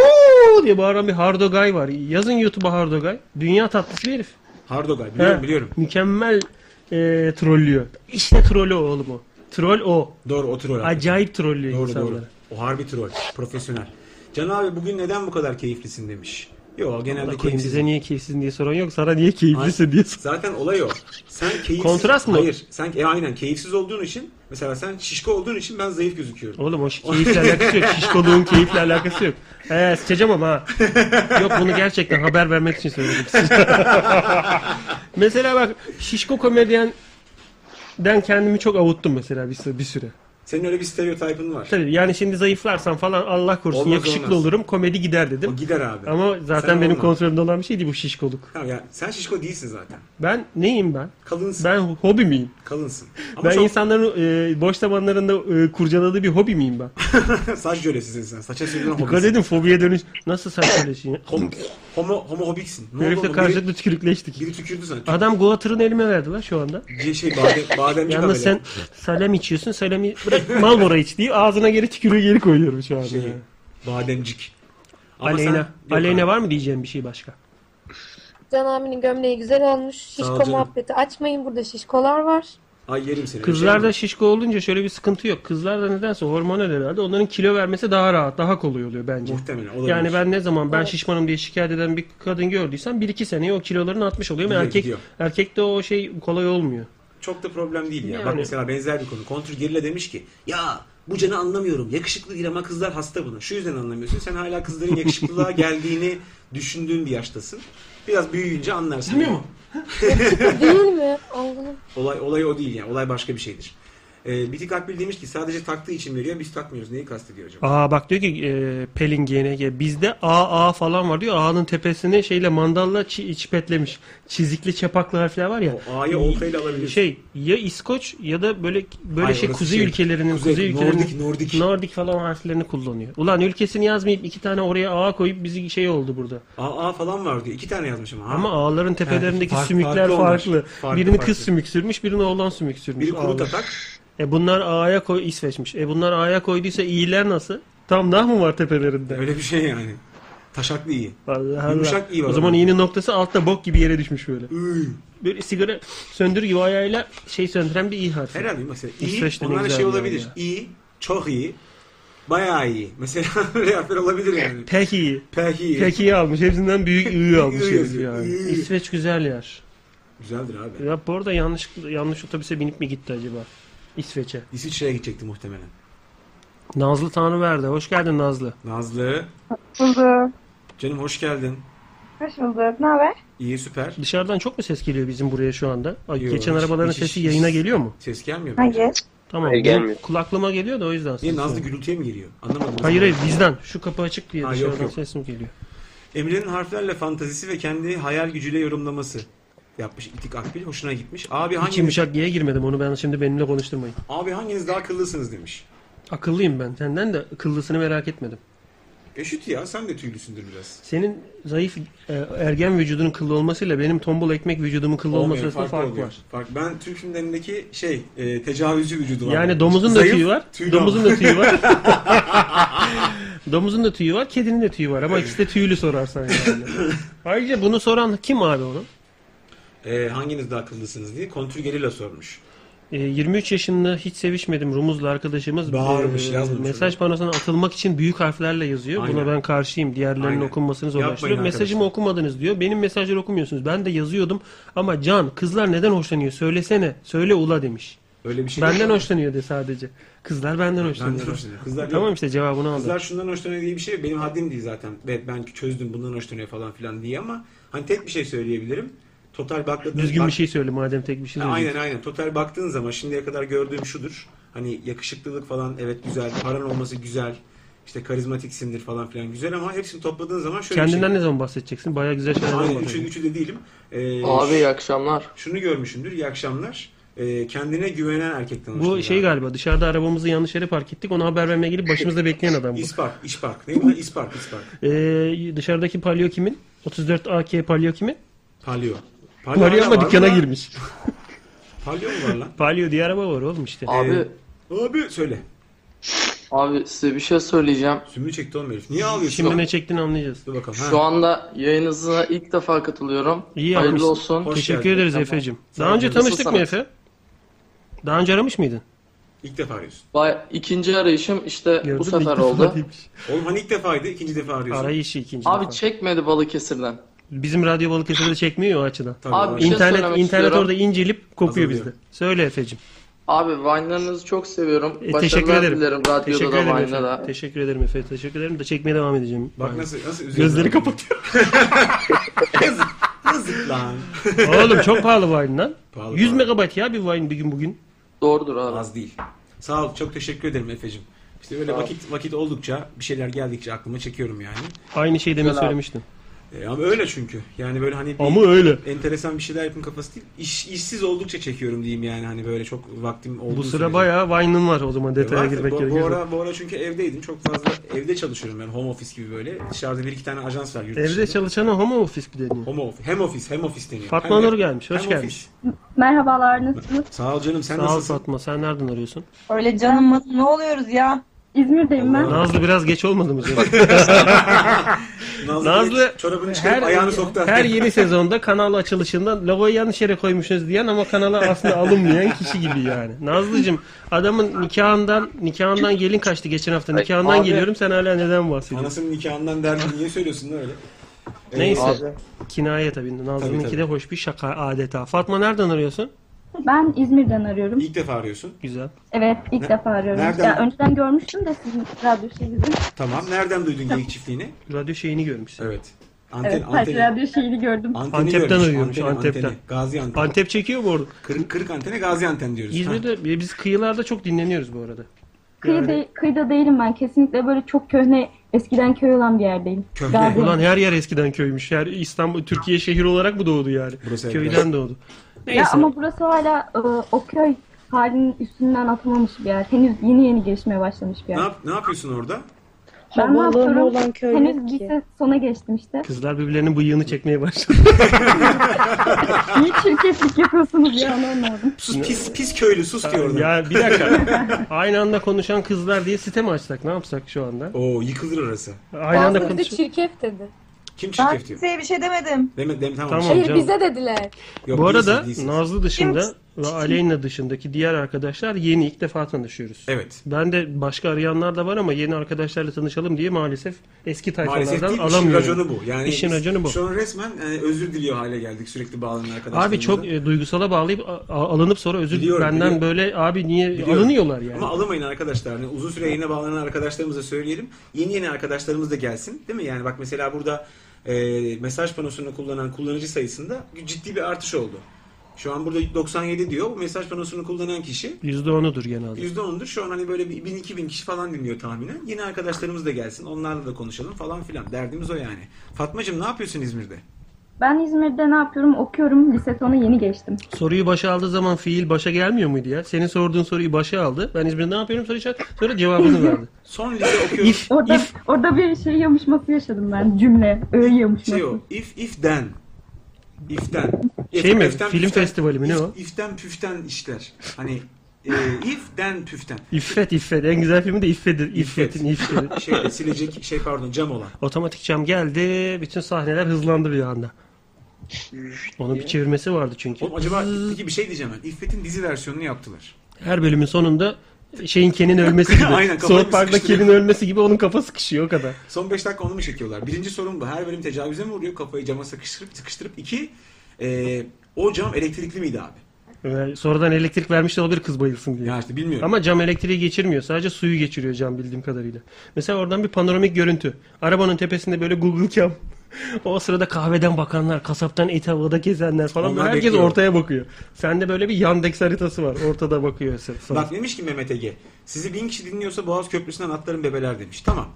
diye bağıran bir hardo gay var. Yazın YouTube'a hardo gay. Dünya tatlısı bir herif.
Hardogay biliyorum
He,
biliyorum.
Mükemmel e, trollüyor. İşte trollü o oğlum o. Troll o.
Doğru o troll. hakikaten.
Acayip trollüyor
Doğru
insanları.
doğru. O harbi troll. Profesyonel. Can abi bugün neden bu kadar keyiflisin demiş. Yok genelde
Bakayım
keyifsiz.
bize niye keyifsizsin diye soran yok. Sana niye keyiflisin diye soran.
Zaten olay o. Sen keyifsiz.
Kontrast mı?
Hayır. Sen e, aynen keyifsiz olduğun için mesela sen şişko olduğun için ben zayıf gözüküyorum.
Oğlum o şi- keyifle alakası yok. Şişkoluğun keyifle alakası yok. He sıçacağım ama ha. Yok bunu gerçekten haber vermek için söyledim. [laughs] mesela bak şişko komedyen den kendimi çok avuttum mesela bir, bir süre.
Senin öyle bir stereotipin var.
Tabii yani şimdi zayıflarsam falan Allah korusun
Olmaz,
yakışıklı
olmaz.
olurum komedi gider
O
dedim.
gider abi.
Ama zaten
Sen
benim
olma.
kontrolümde olan bir şeydi bu şişkoluk.
Tamam ya sen şişko değilsin zaten.
Ben neyim ben?
Kalınsın.
Ben hobi miyim?
Kalınsın. Ama
ben
çok
insanların e, boş zamanlarında e, kurcaladığı bir hobi miyim ben?
[laughs] saç jölesisin sen. Saça sürdüğün
Dikkat
hobisin.
edin fobiye dönüş. Nasıl saçmalaşıyor? ya?
Homo, homo, homo hobiksin. Ne oldu
Herifle
ona?
karşılıklı tükürükleştik.
Biri, biri tükürdü sana. Tük-
Adam Goatır'ın elime verdi lan şu anda.
C- şey
[laughs]
badem, bademci
Yalnız sen
tabela.
salem içiyorsun. Salemi bırak Marlboro iç diye ağzına geri tükürüğü geri koyuyorum şu anda.
Şey, bademcik. Ama sen-
Aleyna.
Yok
Aleyna
abi.
var mı diyeceğim bir şey başka?
Can abinin gömleği güzel olmuş.
ol
Şişko
canım.
muhabbeti açmayın burada şişkolar var.
Ay yerim seni. Bir şey
Kızlarda
mi?
şişko olunca şöyle bir sıkıntı yok. Kızlarda nedense hormonal herhalde. Onların kilo vermesi daha rahat, daha kolay oluyor bence.
Muhtemelen olabilir.
Yani ben ne zaman ben
Evet.
şişmanım diye şikayet eden bir kadın gördüysem 1-2 seneye o kiloların artmış oluyor. Ama
Gidiyor,
erkek
gidiyor.
erkekte o şey kolay olmuyor.
Çok da problem değil ya.
Yani.
Bak mesela benzer bir konu. Kontür Gerilla demiş ki ya bu canı anlamıyorum. Yakışıklı değil ama kızlar hasta buna. Şu yüzden anlamıyorsun. Sen hala kızların
[laughs]
yakışıklılığa geldiğini düşündüğün bir yaştasın. Biraz büyüyünce anlarsın. Değil mi?
Değil mi? Allah'ım.
Olay, olay o değil yani. Olay başka bir şeydir. Ee, Bitik Akbil demiş ki sadece taktığı için veriyor. Biz takmıyoruz. Neyi kastediyor acaba?
Aa bak diyor ki e, Pelin GNG bizde AA falan var diyor. A'nın tepesini şeyle mandalla çi- çipetlemiş. Çizikli çapaklı harfler var ya.
O A'yı oltayla alabilirsin.
Şey ya İskoç ya da böyle böyle
Hayır,
şey
orası
kuzey
şey,
ülkelerinin
kuzey,
kuzey, ülkelerinin
Nordik, Nordik.
Nordik falan harflerini kullanıyor. Ulan ülkesini yazmayıp iki tane oraya A koyup bizi şey oldu burada.
Aa, aa falan var diyor. İki tane yazmışım. Aa.
Ama ağların tepelerindeki
fark-
sümükler
farklı
farklı.
onlar. Farklı,
birini
farklı.
kız sümük sürmüş, birini oğlan sümük sürmüş.
Biri kuru
ağlar.
tatak.
E bunlar A'ya koy İsveçmiş. E bunlar A'ya koyduysa iyiler nasıl? Tam nah mı var tepelerinde?
Öyle bir şey yani. Taşaklı iyi.
Allah Allah.
Yumuşak iyi var
O zaman
ama.
iğnenin noktası altta bok gibi yere düşmüş böyle.
Üy.
Böyle sigara söndür gibi ayağıyla şey söndüren bir iyi harfi.
Herhalde mesela iyi,
İsveç'te ne
onlar da
güzel
şey
bir yer
olabilir.
ya.
İyi, çok iyi, bayağı iyi. Mesela [laughs] öyle harfler olabilir yani.
Pek iyi.
Pek iyi.
Pek iyi almış. Hepsinden büyük iyi almış
İyi
herif
yazıyor,
yani.
iyi.
İsveç güzel yer.
Güzeldir abi.
Ya bu arada yanlış yanlış otobüse binip mi gitti acaba? İsveç'e.
İsviçre'ye gidecekti muhtemelen.
Nazlı Tanrıverdi. Hoş geldin Nazlı.
Nazlı,
bulduk.
canım hoş geldin.
Hoş bulduk. Ne haber?
İyi süper.
Dışarıdan çok mu ses geliyor bizim buraya şu anda? Ay,
Yok,
geçen
hiç-
arabaların
hiç-
sesi
hiç-
yayına geliyor mu?
Ses gelmiyor mu?
Hayır.
Tamam.
Hayır,
benim
gelmiyor.
Kulaklığıma geliyor da o yüzden.
Niye
ses
Nazlı
yok.
gürültüye mi giriyor? Anlamadım.
Hayır hayır bizden. Şu kapı açık diye
Ha, yok,
dışarıdan
yok.
ses mi geliyor?
Emre'nin harflerle fantazisi ve kendi hayal gücüyle yorumlaması yapmış İtik Akbil. Hoşuna gitmiş. Abi
Hiç
hanginiz,
yumuşak G'ye girmedim onu ben şimdi benimle konuşturmayın.
abi hanginiz daha akıllısınız demiş.
Akıllıyım ben senden de akıllısını merak etmedim.
Eşit E, ya sen de tüylüsündür biraz.
Senin zayıf e, ergen vücudunun kıllı olmasıyla benim tombul ekmek vücudumun kıllı olması
Olmuyor,
arasında fark
oluyor.
var.
Fark. Ben Türk filmlerindeki şey e, tecavüzcü vücudu var.
Yani domuzun da
Zayıf,
tüyü var.
tüylü
Domuzun
ama.
da tüyü
[laughs]
var. domuzun da tüyü var, kedinin de tüyü var ama ikisi de tüylü sorarsan yani. Ayrıca bunu soran kim abi onu?
E, hanginiz daha akıllısınız diye kontür gerilla sormuş.
E, 23 yaşında hiç sevişmedim Rumuzlu arkadaşımız
Bağırmış,
e,
yazmış
mesaj
öyle.
panosuna atılmak için büyük harflerle yazıyor.
Aynen.
Buna ben karşıyım. Diğerlerinin
Aynen.
okunmasını
Yapmayın
zorlaştırıyor.
arkadaşlar.
Mesajımı okumadınız diyor. Benim mesajları okumuyorsunuz. Ben de yazıyordum ama Can kızlar neden hoşlanıyor söylesene. Söyle ula demiş.
Öyle bir şey
Benden
yok.
hoşlanıyor de sadece. Kızlar benden
Benden
hoşlanıyor.
hoşlanıyor. Kızlar,
Tamam işte cevabını aldım.
kızlar şundan hoşlanıyor diye bir şey benim haddim değil zaten. Evet ben çözdüm bundan hoşlanıyor falan filan diye ama hani tek bir şey söyleyebilirim. Total bakladığınız
Düzgün
bak-
bir şey söyle madem tek bir şey söyleyeceksin.
Aynen aynen. Total baktığın zaman şimdiye kadar gördüğüm şudur. Hani yakışıklılık falan evet güzel. Paran olması güzel. İşte karizmatiksindir falan filan güzel ama hepsini topladığın zaman şöyle bir şey.
Kendinden ne zaman bahsedeceksin? Bayağı güzel şeyler
Aynen üçü,
bahsedeceksin.
üçü de değilim. Ee,
Abi
ş-
iyi akşamlar.
Şunu görmüşümdür. İyi akşamlar. Ee, kendine güvenen erkekten
Bu şey
galiba.
galiba dışarıda arabamızı yanlış yere park ettik. Ona haber vermeye gelip başımızda bekleyen adam bu.
İspark, ispark. Ne bu? İspark, ispark.
Ee, dışarıdaki palyo kimin? 34 AK palyo kimin?
Palyo.
Palyo
hala var
ama
mı
dükkana
lan?
girmiş.
Palyo mu var lan?
Palyo diye araba var oğlum işte.
Abi
Abi söyle.
abi size bir şey söyleyeceğim.
Sümüğü çekti oğlum herif. Niye ağlıyorsun?
Şimdi ne çektiğini anlayacağız.
Dur bakalım.
Şu anda yayınınıza ilk defa katılıyorum.
İyi
Hayırlı
yapmışsın.
olsun.
Hoş
Teşekkür
geldin.
ederiz
Tamam.
Efe'cim.
Sağ
Daha
ol
önce
canım.
tanıştık mı
Nasıl
Efe? Daha önce aramış mıydın?
İlk defa arıyorsun.
Ba- İkinci arayışım işte
Gördün mü?
bu sefer
İlk defa
oldu.
değilmiş.
Oğlum hani ilk defaydı, ikinci defa arıyorsun.
Arayışı ikinci
Abi
defa.
çekmedi Balıkesir'den.
Bizim radyo balıkesirleri çekmiyor o açıdan.
Tabii,
Abi
var.
Bir şey
internet
söylemek
internet
istiyorum.
orada incelip kopuyor
Azalıyor.
bizde. Söyle Efe'cim.
Abi Vine'larınızı çok seviyorum.
E, teşekkür
Başarılar
ederim.
dilerim radyoda
Teşekkür
da
ederim
Vine'da
Efe.
da.
Teşekkür ederim Efe. Teşekkür ederim de çekmeye devam edeceğim.
Bak
Aynen.
nasıl nasıl üzüldüm.
Gözleri kapatıyor.
[laughs] yazık, yazık lan.
Oğlum çok pahalı Vine lan.
Pahalı,
100
pahalı.
megabayt ya bir Vine bir gün bugün.
Doğrudur abi.
Az değil. Sağ ol, çok teşekkür ederim Efe'cim. İşte böyle vakit vakit oldukça, bir şeyler geldikçe aklıma çekiyorum yani.
Aynı şeyi demin
Güzel abi.
söylemiştim.
E, ama öyle çünkü. Yani böyle hani bir
Ama öyle.
enteresan bir şeyler yapın kafası değil. İş, işsiz oldukça çekiyorum diyeyim yani hani böyle çok vaktim olduğu
Bu sıra
sürece.
bayağı Vine'ın var o zaman
E,
detaya
varsa-
girmek
bu, bu,
gerekirse.
ara, bu ara çünkü evdeydim. Çok fazla evde çalışıyorum yani home office gibi böyle. Dışarıda bir şey- iki tane ajans var yurt
Evde
dışında.
çalışana home office mi deniyor?
Home office, hem office, hem office deniyor.
Fatma
Hem-
Nur gelmiş, hoş
hem
gelmiş.
office.
Merhabalar nasılsınız?
Sağ ol canım, sen
Sağ ol
nasılsın?
Fatma sen nereden arıyorsun?
Öyle canım ne oluyoruz ya? İzmir'deyim ben.
Allah. [laughs]
Nazlı biraz geç olmadı mı? canım?
Nazlı,
Nazlı,
direkt çorabını çıkarıp
her,
[laughs] ayağını soktu.
her yeni sezonda kanal açılışında logoyu yanlış yere koymuşsunuz diyen ama kanala aslında alınmayan kişi gibi yani. Nazlıcığım adamın nikahından nikahından gelin kaçtı geçen hafta.
Ay,
Nikahından
abi.
geliyorum sen hala neden bahsediyorsun?
Anasının nikahından derdi niye söylüyorsun lan öyle? Ee,
Neyse.
abi,
Kinaye tabii. Nazlı'nınki
Tabii, tabii.
de hoş bir şaka adeta. Fatma nereden arıyorsun?
Ben İzmir'den arıyorum.
İlk defa arıyorsun.
Güzel.
Evet ilk
Ne-
defa arıyorum.
Nereden?
Ya, önceden görmüştüm de sizin radyo şeyinizi.
Tamam. Nereden duydun geyik çiftliğini?
Radyo şeyini görmüşsün.
Evet.
Evet, sadece radyo şeyini gördüm.
Anteni
Antep'ten
görmüş,
arıyormuş,
anteni,
Antep'ten.
anteni. Gazi anteni.
Antep çekiyor mu orada?
Kırık, kırık antene gazi anten diyoruz. Ha.
İzmir'de biz kıyılarda çok dinleniyoruz bu arada.
Kıyıda, kıyıda değilim ben. Kesinlikle böyle çok köhne, eskiden köy olan bir yerdeyim.
Köhne.
Gaziantep.
Ulan her yer eskiden köymüş. Her İstanbul, Türkiye şehir olarak bu doğdu yani.
Burası
Köyden doğdu. Neyse.
Ya ama burası hala e, o köy halinin üstünden atılmamış bir yer. Henüz yeni yeni gelişmeye başlamış bir
Ne,
yer.
yap, ne yapıyorsun orada?
Ben ne
Havaalanı
yapıyorum?
olan köy
Henüz
yok ki.
lise sona
[laughs]
geçtim işte.
Kızlar birbirlerinin bıyığını çekmeye başladı.
Niye çirkeflik yapıyorsunuz ya anlamadım.
Sus pis pis köylü sus diyor orada.
ya bir dakika. Aynı anda konuşan kızlar diye site mi açsak? Ne yapsak şu anda?
Oo yıkılır arası.
Aynı anda
Bazıları da
konuş.
çirkef dedi.
Kim
Ben
çirkef diyor?
kimseye bir şey demedim.
Deme, deme, tamam.
Tamam.
Hayır
canım.
bize dediler.
Yok,
Bu arada
değilsin, değilsin.
Nazlı dışında ve Aleyna dışındaki diğer arkadaşlar yeni ilk defa tanışıyoruz.
Evet.
Ben de başka arayanlar da var ama yeni arkadaşlarla tanışalım diye maalesef eski
Maalesef
tayfalardan
değil, işin
alamıyorum.
raconu bu. Yani
İşin
biz
raconu bu.
Şu an resmen yani özür diliyor hale geldik sürekli bağlanan arkadaşlar.
Abi çok e, duygusala bağlayıp a- a- alınıp sonra özür
Biliyorum,
benden
biliyorum.
böyle abi niye
Biliyorum.
alınıyorlar yani.
Ama alamayın arkadaşlar. Yani uzun süre yayına bağlanan arkadaşlarımıza söyleyelim. Yeni yeni arkadaşlarımız da gelsin. Değil mi? Yani bak mesela burada e, mesaj panosunu kullanan kullanıcı sayısında ciddi bir artış oldu. Şu an burada 97 diyor. Bu mesaj panosunu kullanan kişi
%10'udur genelde.
%10'dur. Şu an hani böyle bir 1000-2000 kişi falan dinliyor tahminen. Yeni arkadaşlarımız da gelsin. Onlarla da konuşalım falan filan. Derdimiz o yani. Fatmacığım ne yapıyorsun İzmir'de?
Ben İzmir'de ne yapıyorum? Okuyorum. Lise sonu yeni geçtim.
Soruyu başa aldığı zaman fiil başa gelmiyor muydu ya? Senin sorduğun soruyu başa aldı. Ben İzmir'de ne yapıyorum soruyu çak- Sonra cevabını
[laughs]
verdi.
Son
[laughs]
lise okuyorum.
if,
Orada
if,
orada bir şey yamışması yaşadım ben. Cümle, öğe yamışması.
şey o. If, if, then. If'ten.
Şey mi? Film festivali mi? Ne
if-
o?
If'ten püften işler. Hani e, if, then, püften.
İffet, İffet. En güzel filmi de İffet'dir.
İffet.
İffet'in, İffet'in.
Şeyde silecek şey pardon cam olan.
Otomatik cam geldi. Bütün sahneler hızlandı bir anda. Onun bir çevirmesi vardı çünkü.
Oğlum acaba peki bir şey diyeceğim ben. İffet'in dizi versiyonunu yaptılar.
Her bölümün sonunda şeyin Ken'in ölmesi
[laughs]
gibi.
Aynen, kafayı
South Park'ta
sıkıştırıyor.
Ken'in ölmesi gibi onun kafa sıkışıyor o kadar.
Son 5 dakika onu mu çekiyorlar? Birinci sorun bu. Her bölüm tecavüze mi uğruyor? Kafayı cama sıkıştırıp sıkıştırıp. iki e, o cam elektrikli miydi abi?
Ve sonradan elektrik vermiş de olabilir kız bayılsın diye.
Ya işte bilmiyorum.
Ama cam elektriği geçirmiyor. Sadece suyu geçiriyor cam bildiğim kadarıyla. Mesela oradan bir panoramik görüntü. Arabanın tepesinde böyle Google Cam. [laughs] o sırada kahveden bakanlar, kasaptan et havada gezenler falan.
Onlar
Böyle herkes
bekliyor.
ortaya bakıyor. Sende böyle bir Yandex haritası var. Ortada bakıyor. sen- sana.
Bak demiş ki Mehmet Ege. Sizi bin kişi dinliyorsa Boğaz Köprüsü'nden atlarım bebeler demiş. Tamam.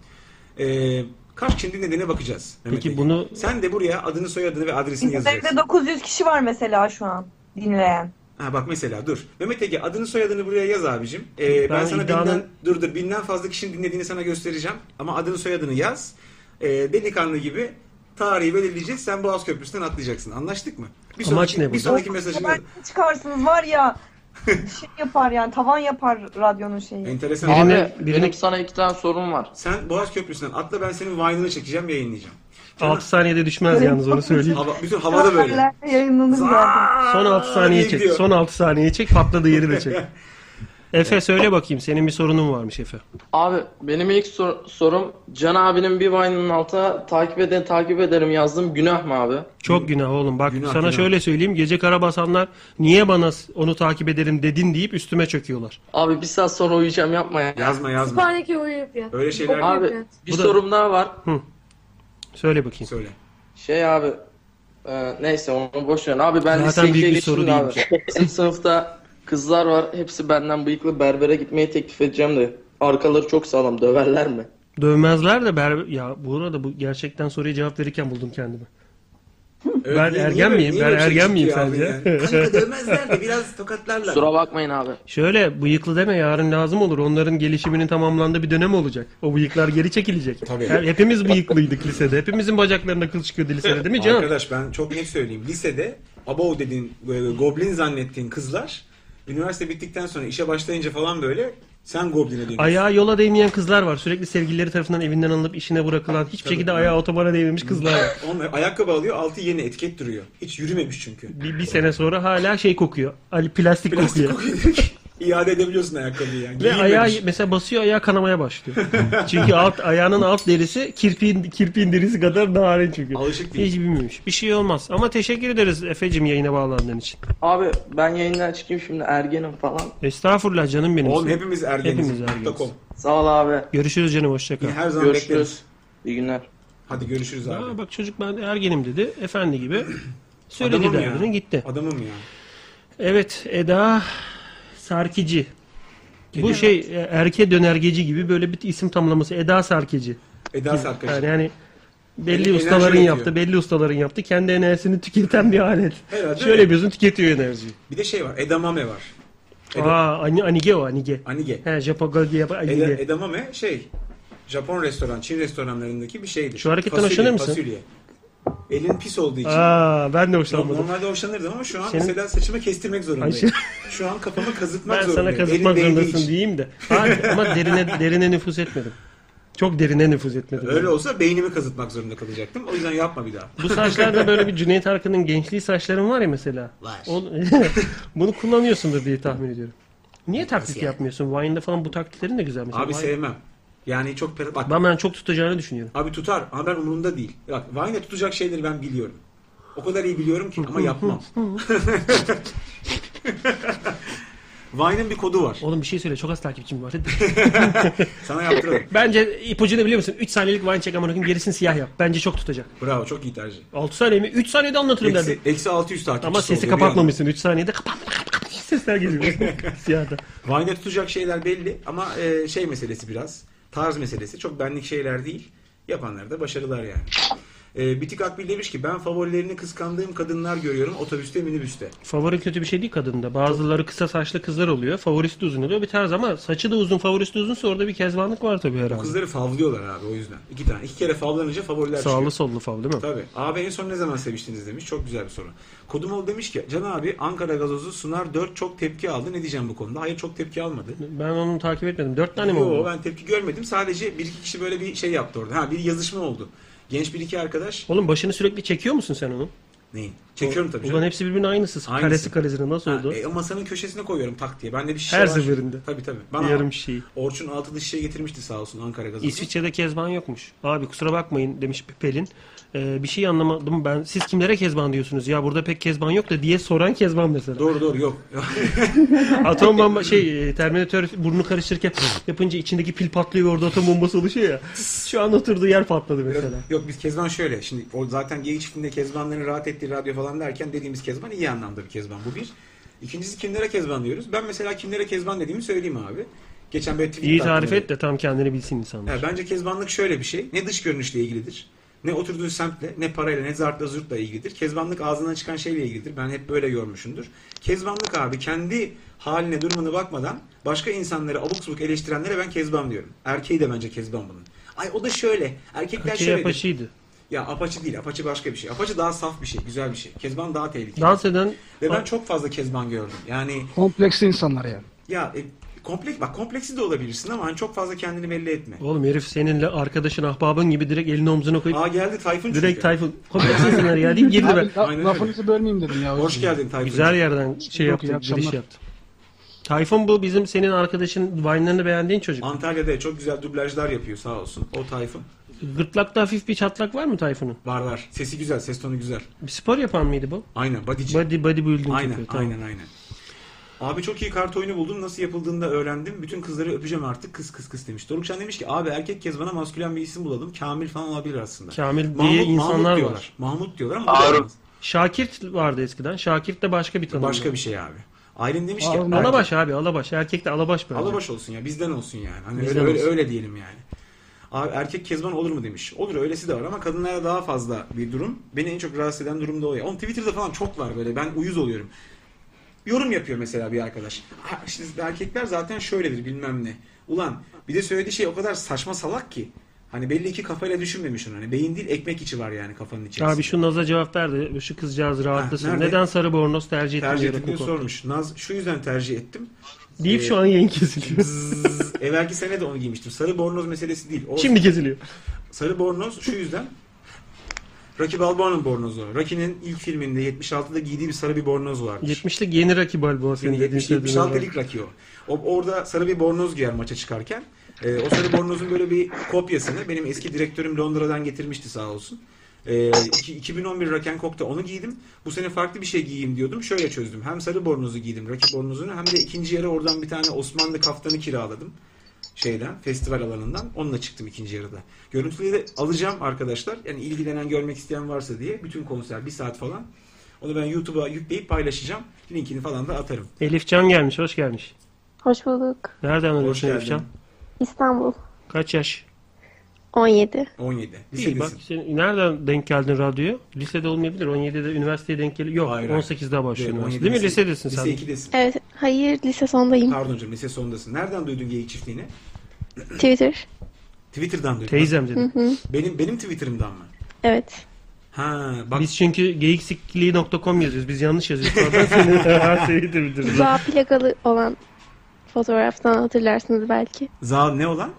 E, kaç kişi dinlediğine bakacağız. Mehmet
Peki
Ege.
bunu-
Sen de buraya adını soyadını ve adresini yazacaksın.
900 kişi var mesela şu an dinleyen.
Ha bak mesela dur. Mehmet Ege adını soyadını buraya yaz abicim. Ee, ben,
Ben
sana
iddianın-
binden, dur dur binden fazla kişinin dinlediğini sana göstereceğim. Ama adını soyadını yaz. Ee, delikanlı gibi tarihi belirleyeceğiz. Sen Boğaz Köprüsü'nden atlayacaksın. Anlaştık mı? Bir
Amaç ne
Bir
burada?
sonraki mesajını yaz.
Çıkarsınız var
[laughs]
ya şey yapar yani tavan yapar radyonun şeyi.
Enteresan.
Birine-
Abi
birine-
benim sana iki tane sorum var.
Sen Boğaz Köprüsü'nden atla ben senin Vine'ını çekeceğim yayınlayacağım.
6 saniyede düşmez yalnız
[laughs]
onu söyleyeyim.
Hava, bütün havada böyle.
Yayınlanır zaten.
Son 6 saniye çek.
Gidiyor.
Son 6 saniye çek. Patladığı yeri
[laughs]
de çek. Efe söyle bakayım. Senin bir sorunun varmış Efe.
Abi benim ilk sor- sorum Can abinin bir Vine'ın altına takip eden takip ederim yazdım. Günah mı abi?
Çok günah oğlum. Bak
Günah,
sana
günah.
şöyle söyleyeyim. Gece Karabasanlar niye bana onu takip ederim dedin deyip üstüme çöküyorlar.
Abi bir saat sonra uyuyacağım yapma ya.
Yazma yazma.
Kütüphaneki uyuyup yat.
Öyle şeyler-
Okuyup
Abi
yat.
bir
Bu da-
sorum daha var.
Söyle bakayım.
Söyle.
Şey abi e, neyse onu boş ver. Abi ben
Zaten
lise ikiye
büyük bir
geçtim
soru
de abi.
değilmiş.
[laughs] Bizim sınıfta kızlar var. Hepsi benden bıyıklı berbere gitmeyi teklif edeceğim de. Arkaları çok sağlam döverler mi?
Dövmezler de ber... ya bu arada bu gerçekten soruya cevap verirken buldum kendimi.
Evet,
Ben
niye-
ergen
niye böyle-
miyim?
niye
Ben
böyle bir şey
ergen miyim
çıkıyor abi
sence?
yani? Kanka dövmezler de biraz tokatlarlar.
Kusura bakmayın abi.
Şöyle bıyıklı deme yarın lazım olur. Onların gelişiminin tamamlandığı bir dönem olacak. O bıyıklar geri çekilecek.
Tabii.
Her- hepimiz bıyıklıydık lisede. Hepimizin bacaklarında kıl çıkıyordu
[laughs]
lisede değil mi Can?
Arkadaş ben çok net söyleyeyim. Lisede abo dediğin, e, goblin zannettiğin kızlar üniversite bittikten sonra işe başlayınca falan böyle Sen Goblin'e dönüyorsun.
Ayağı yola değmeyen kızlar var. Sürekli sevgilileri tarafından evinden alınıp işine bırakılan, hiçbir
Tabii.
şekilde ayağı otobana değmemiş kızlar var.
Onlar ayakkabı alıyor altı yeni etiket duruyor. Hiç yürümemiş çünkü.
Bir, bir sene sonra hala şey kokuyor. Ali plastik,
Plastik
kokuyor.
kokuyor. [laughs] İade edebiliyorsun ayakkabıyı yani.
Ve
Giyilmemiş.
ayağı mesela basıyor ayağı
[laughs]
kanamaya başlıyor. çünkü alt ayağının alt derisi kirpiğin kirpiğin derisi kadar narin çünkü.
Alışık değil.
Hiç bilmemiş. Bir şey olmaz. Ama teşekkür ederiz Efe'cim yayına bağlandığın için.
Abi ben yayından çıkayım şimdi ergenim falan.
Estağfurullah canım benim.
Oğlum hepimiz ergeniz.
Hepimiz ergeniz.
Nokta com.
Sağ ol abi.
Görüşürüz canım hoşça kal.
Yine her zaman bekleriz.
Görüşürüz. İyi günler.
Hadi görüşürüz abi.
Aa, bak çocuk ben ergenim dedi.
[clears throat]
Efendi gibi. Söyledi
Adamım ya.
derdini gitti.
Adamım ya.
Evet Eda Sarkici. Bu şey e, erke dönergeci gibi böyle bir isim tamlaması. Eda Sarkici.
Eda Sarkaç.
Yani, yani belli
Enerji
ustaların
üretiyor.
yaptı, belli ustaların yaptı. Kendi enerjisini tüketen bir alet.
Herhalde
Şöyle
öyle.
yapıyorsun tüketiyor enerjiyi.
Bir de şey var. Edamame var. Evet.
Aa ani- anige o anige.
Anige.
He Japogogi yap
Eda,
anige.
edamame şey Japon restoran, Çin restoranlarındaki bir şeydir.
Şu hareketten
Fasulye,
hoşlanır mısın?
Fasulye. Elin pis olduğu için.
Aa ben de hoşlanmadım.
Normalde hoşlanırdım ama şu an
Senin-
mesela saçımı kestirmek
Ay,
zorundayım.
şey-
Şu an kafamı kazıtmak
Ben
zorundayım.
sana kazıtmak
Elin değdiği
zorundasın
için.
diyeyim de. Hayır, ama derine derine nüfuz etmedim. Çok derine nüfuz etmedim.
Öyle olsa beynimi kazıtmak zorunda kalacaktım. O yüzden yapma bir daha.
Bu saçlarda böyle bir Cüneyt Arkın'ın gençliği saçların var ya mesela.
Var.
Onu- [laughs] Bunu kullanıyorsundur diye tahmin ediyorum. Niye taklit yapmıyorsun? Vine'da falan bu taklitlerin de güzel mesela.
Abi
Vine-
sevmem. Yani çok per- bak
Ben ben çok tutacağını düşünüyorum.
abi tutar ama ben umurumda değil. Bak Vine'de tutacak şeyleri ben biliyorum. O kadar iyi biliyorum ki ama
[laughs]
yapmam. [laughs] Vine'ın bir kodu var.
Oğlum bir şey söyle çok az takipçim var. [laughs]
Sana yaptıralım.
Bence ipucu ne biliyor musun? 3 saniyelik Vine çek amına koyayım gerisini siyah yap. Bence çok tutacak.
Bravo çok iyi tercih.
6 saniye mi? 3 saniyede anlatırım
Eksi,
derdim.
eksi 600 takipçisi
Ama sesi
oluyor bir
kapatmamışsın 3 saniyede kapat kapat kapat diye sesler geliyor. [laughs] Siyahda.
anda. Vine'de tutacak şeyler belli ama e, şey meselesi biraz. Tarz meselesi. Çok benlik şeyler değil. Yapanlar da başarılar yani. E, Bitik Akbil demiş ki ben favorilerini kıskandığım kadınlar görüyorum otobüste minibüste.
Favori kötü bir şey değil kadında. Bazıları kısa saçlı kızlar oluyor. Favorisi de uzun oluyor. Bir tarz ama saçı da uzun favorisi de uzunsa orada bir kezbanlık var tabii herhalde.
Kızları favlıyorlar abi o yüzden. İki tane. iki kere favlanınca favoriler
Sağlı
çıkıyor.
sollu fav değil mi?
Tabii. Abi en son ne zaman seviştiniz demiş. Çok güzel bir soru. Kodumoğlu demiş ki Can abi Ankara gazozu Sunar 4 çok tepki aldı. Ne diyeceğim bu konuda? Hayır çok tepki almadı.
Ben onu takip etmedim. Dört tane mi
Yo,
Hani oldu?
ben tepki görmedim. Sadece bir iki kişi böyle bir şey yaptı orada. Ha bir yazışma oldu. Genç bir iki arkadaş.
Oğlum başını sürekli çekiyor musun sen onu?
Neyin? Çekiyorum tabii.
Ulan
canım.
hepsi birbirinin aynısı.
Aynısı.
Karesi karesine nasıl
Ha,
oldu?
e, masanın köşesine koyuyorum tak diye. Bende bir şişe
Her
var.
seferinde.
Tabii tabii. Bana
Yarım şeyi.
Orçun altılı şişe getirmişti sağ olsun Ankara gazozu.
İsviçre'de kezban yokmuş. Abi kusura bakmayın demiş Pelin. Ee, bir şey anlamadım ben. Siz kimlere kezban diyorsunuz? Ya burada pek kezban yok da diye soran kezban mesela.
Doğru doğru yok.
Atom bomba şey e, Terminator burnu karıştırırken yapınca içindeki pil patlıyor ve orada atom bombası oluşuyor ya. Şu an oturduğu yer patladı mesela.
[laughs] Yok biz Kezban şöyle. Şimdi o zaten geyik çiftliğinde Kezbanların rahat ettiği radyo falan derken dediğimiz Kezban iyi anlamda bir Kezban. Bu bir. İkincisi kimlere Kezban diyoruz. Ben mesela kimlere Kezban dediğimi söyleyeyim abi. Geçen böyle tweet
İyi
attım
tarif
öyle.
et de tam kendini bilsin insanlar.
He, bence kezbanlık şöyle bir şey. Ne dış görünüşle ilgilidir. Ne oturduğu semtle, ne parayla, ne zartla zurtla ilgilidir. Kezbanlık ağzından çıkan şeyle ilgilidir. Ben hep böyle görmüşümdür. Kezbanlık abi kendi haline durumuna bakmadan başka insanları abuk subuk eleştirenlere ben kezban diyorum. Erkeği de bence kezban bunun. Ay o da şöyle. Erkekler
Şey
şöyle.
yapaşıydı.
Ya apaçı değil. Apaçı başka bir şey. Apaçı daha saf bir şey. Güzel bir şey. Kezban daha tehlikeli.
Dans eden
Ve ben çok fazla kezban gördüm. Yani
Kompleksli insanlar yani.
ya e, kompleks bak kompleksi de olabilirsin ama hani çok fazla kendini belli etme.
Oğlum herif seninle arkadaşın ahbabın gibi direkt elini omzuna koyup
Aa geldi Tayfun çünkü.
direkt Tayfun komiksinler ya deyip girdi ben.
Abi, la-
Aynen öyle.
lafınızı bölmeyeyim dedim ya.
Hoş geldin Tayfun.
Güzel yerden şey
Yok,
yaptı,
iyi
giriş
akşamlar.
yaptı. Tayfun bu bizim senin arkadaşın Vine'larını beğendiğin çocuk.
Antalya'da çok güzel dublajlar yapıyor sağ olsun. O Tayfun.
Gırtlakta hafif bir çatlak var mı Tayfun'un?
Var var. Sesi güzel, ses tonu güzel.
Bir spor yapan mıydı bu?
Aynen, bodyci.
Body body building
aynen,
yapıyor. Tamam.
aynen, aynen. Abi çok iyi kart oyunu buldum. Nasıl yapıldığını da öğrendim. Bütün kızları öpeceğim artık. Kız kız kız demiş. Dorukşan demiş ki abi erkek kez bana maskülen bir isim bulalım. Kamil falan olabilir aslında.
Kamil diye insanlar
diyorlar.
var.
Mahmut diyorlar ama
Harun.
olamaz.
Şakirt vardı eskiden. Şakirt de başka bir tanım.
başka bir şey abi. Aylin demiş ki
Harun
erkek-
Alabaş abi alabaş. Erkek de alabaş bence.
Alabaş olsun ya bizden olsun yani. Hani
Bizden
öyle, öyle,
olsun.
öyle diyelim yani. Abi erkek kezban olur mu demiş. Olur öylesi de var ama kadınlara daha fazla bir durum. Beni en çok rahatsız eden durum da o ya. Oğlum Twitter'da falan çok var böyle ben uyuz oluyorum. Yorum yapıyor mesela bir arkadaş. "Ha, işte erkekler zaten şöyledir bilmem ne. Ulan bir de söylediği şey o kadar saçma salak ki. Hani belli ki kafayla düşünmemiş onu. Hani beyin değil ekmek içi var yani kafanın içerisinde.
Abi şu Naz'a cevap verdi. Şu kızcağız rahatlasın.
nerede?
Neden sarı bornoz tercih ettin?
tercih
diyerek
ettim diye
hukuk. [laughs]
sormuş. Naz şu yüzden tercih ettim.
Deyip
Ee,
şu an yayın kesiliyor.
Zzz. Evvelki sene de onu giymiştim. Sarı bornoz meselesi değil. O-
Şimdi kesiliyor.
Sarı bornoz şu yüzden. Rocky Balboa'nın bornozu. Rocky'nin ilk filminde 76'da giydiği bir sarı bir bornoz vardı.
70'lik yeni Rocky Balboa senin
70
dediğin
76
şeyden.
ilk Rocky o. O- Orada sarı bir bornoz giyer maça çıkarken. Ee, o sarı bornozun böyle bir kopyasını benim eski direktörüm Londra'dan getirmişti sağ olsun. Ee, iki- 2011 Rock and Coke'ta onu giydim. Bu sene farklı bir şey giyeyim diyordum. Şöyle çözdüm. Hem sarı bornozu giydim, Rocky bornozunu hem de ikinci yarı oradan bir tane Osmanlı kaftanı kiraladım şeyden, festival alanından. Onunla çıktım ikinci yarıda. Görüntüleri de alacağım arkadaşlar. Yani ilgilenen, görmek isteyen varsa diye. Bütün konser bir saat falan. Onu ben YouTube'a yükleyip paylaşacağım. Linkini falan da atarım.
Elif Can gelmiş, hoş gelmiş.
Hoş bulduk.
Nereden
Hoş
arıyorsun
geldin.
Elif Can?
İstanbul.
Kaç yaş?
17.
17.
İyi bak, sen nereden denk geldin radyoya? Lisede olmayabilir, 17'de üniversiteye denk geliyor. Yok, 18'de başlıyor
Değil,
üniversite.
17
Değil mi?
lise-
Lisedesin sen.
Lise 2'desin.
Evet. Hayır lise sondayım.
Pardon canım lise sondasın. Nereden duydun geyik çiftliğini?
Twitter.
Twitter'dan duydum.
Teyzem dedi.
Hı hı.
Benim benim Twitter'ımdan mı?
Evet.
Ha,
Biz çünkü geyiksikliği.com yazıyoruz. Biz yanlış yazıyoruz.
[laughs]
Oradan seni her şeyi de bildiririz.
Bağ plakalı olan fotoğraftan hatırlarsınız belki.
Za ne olan?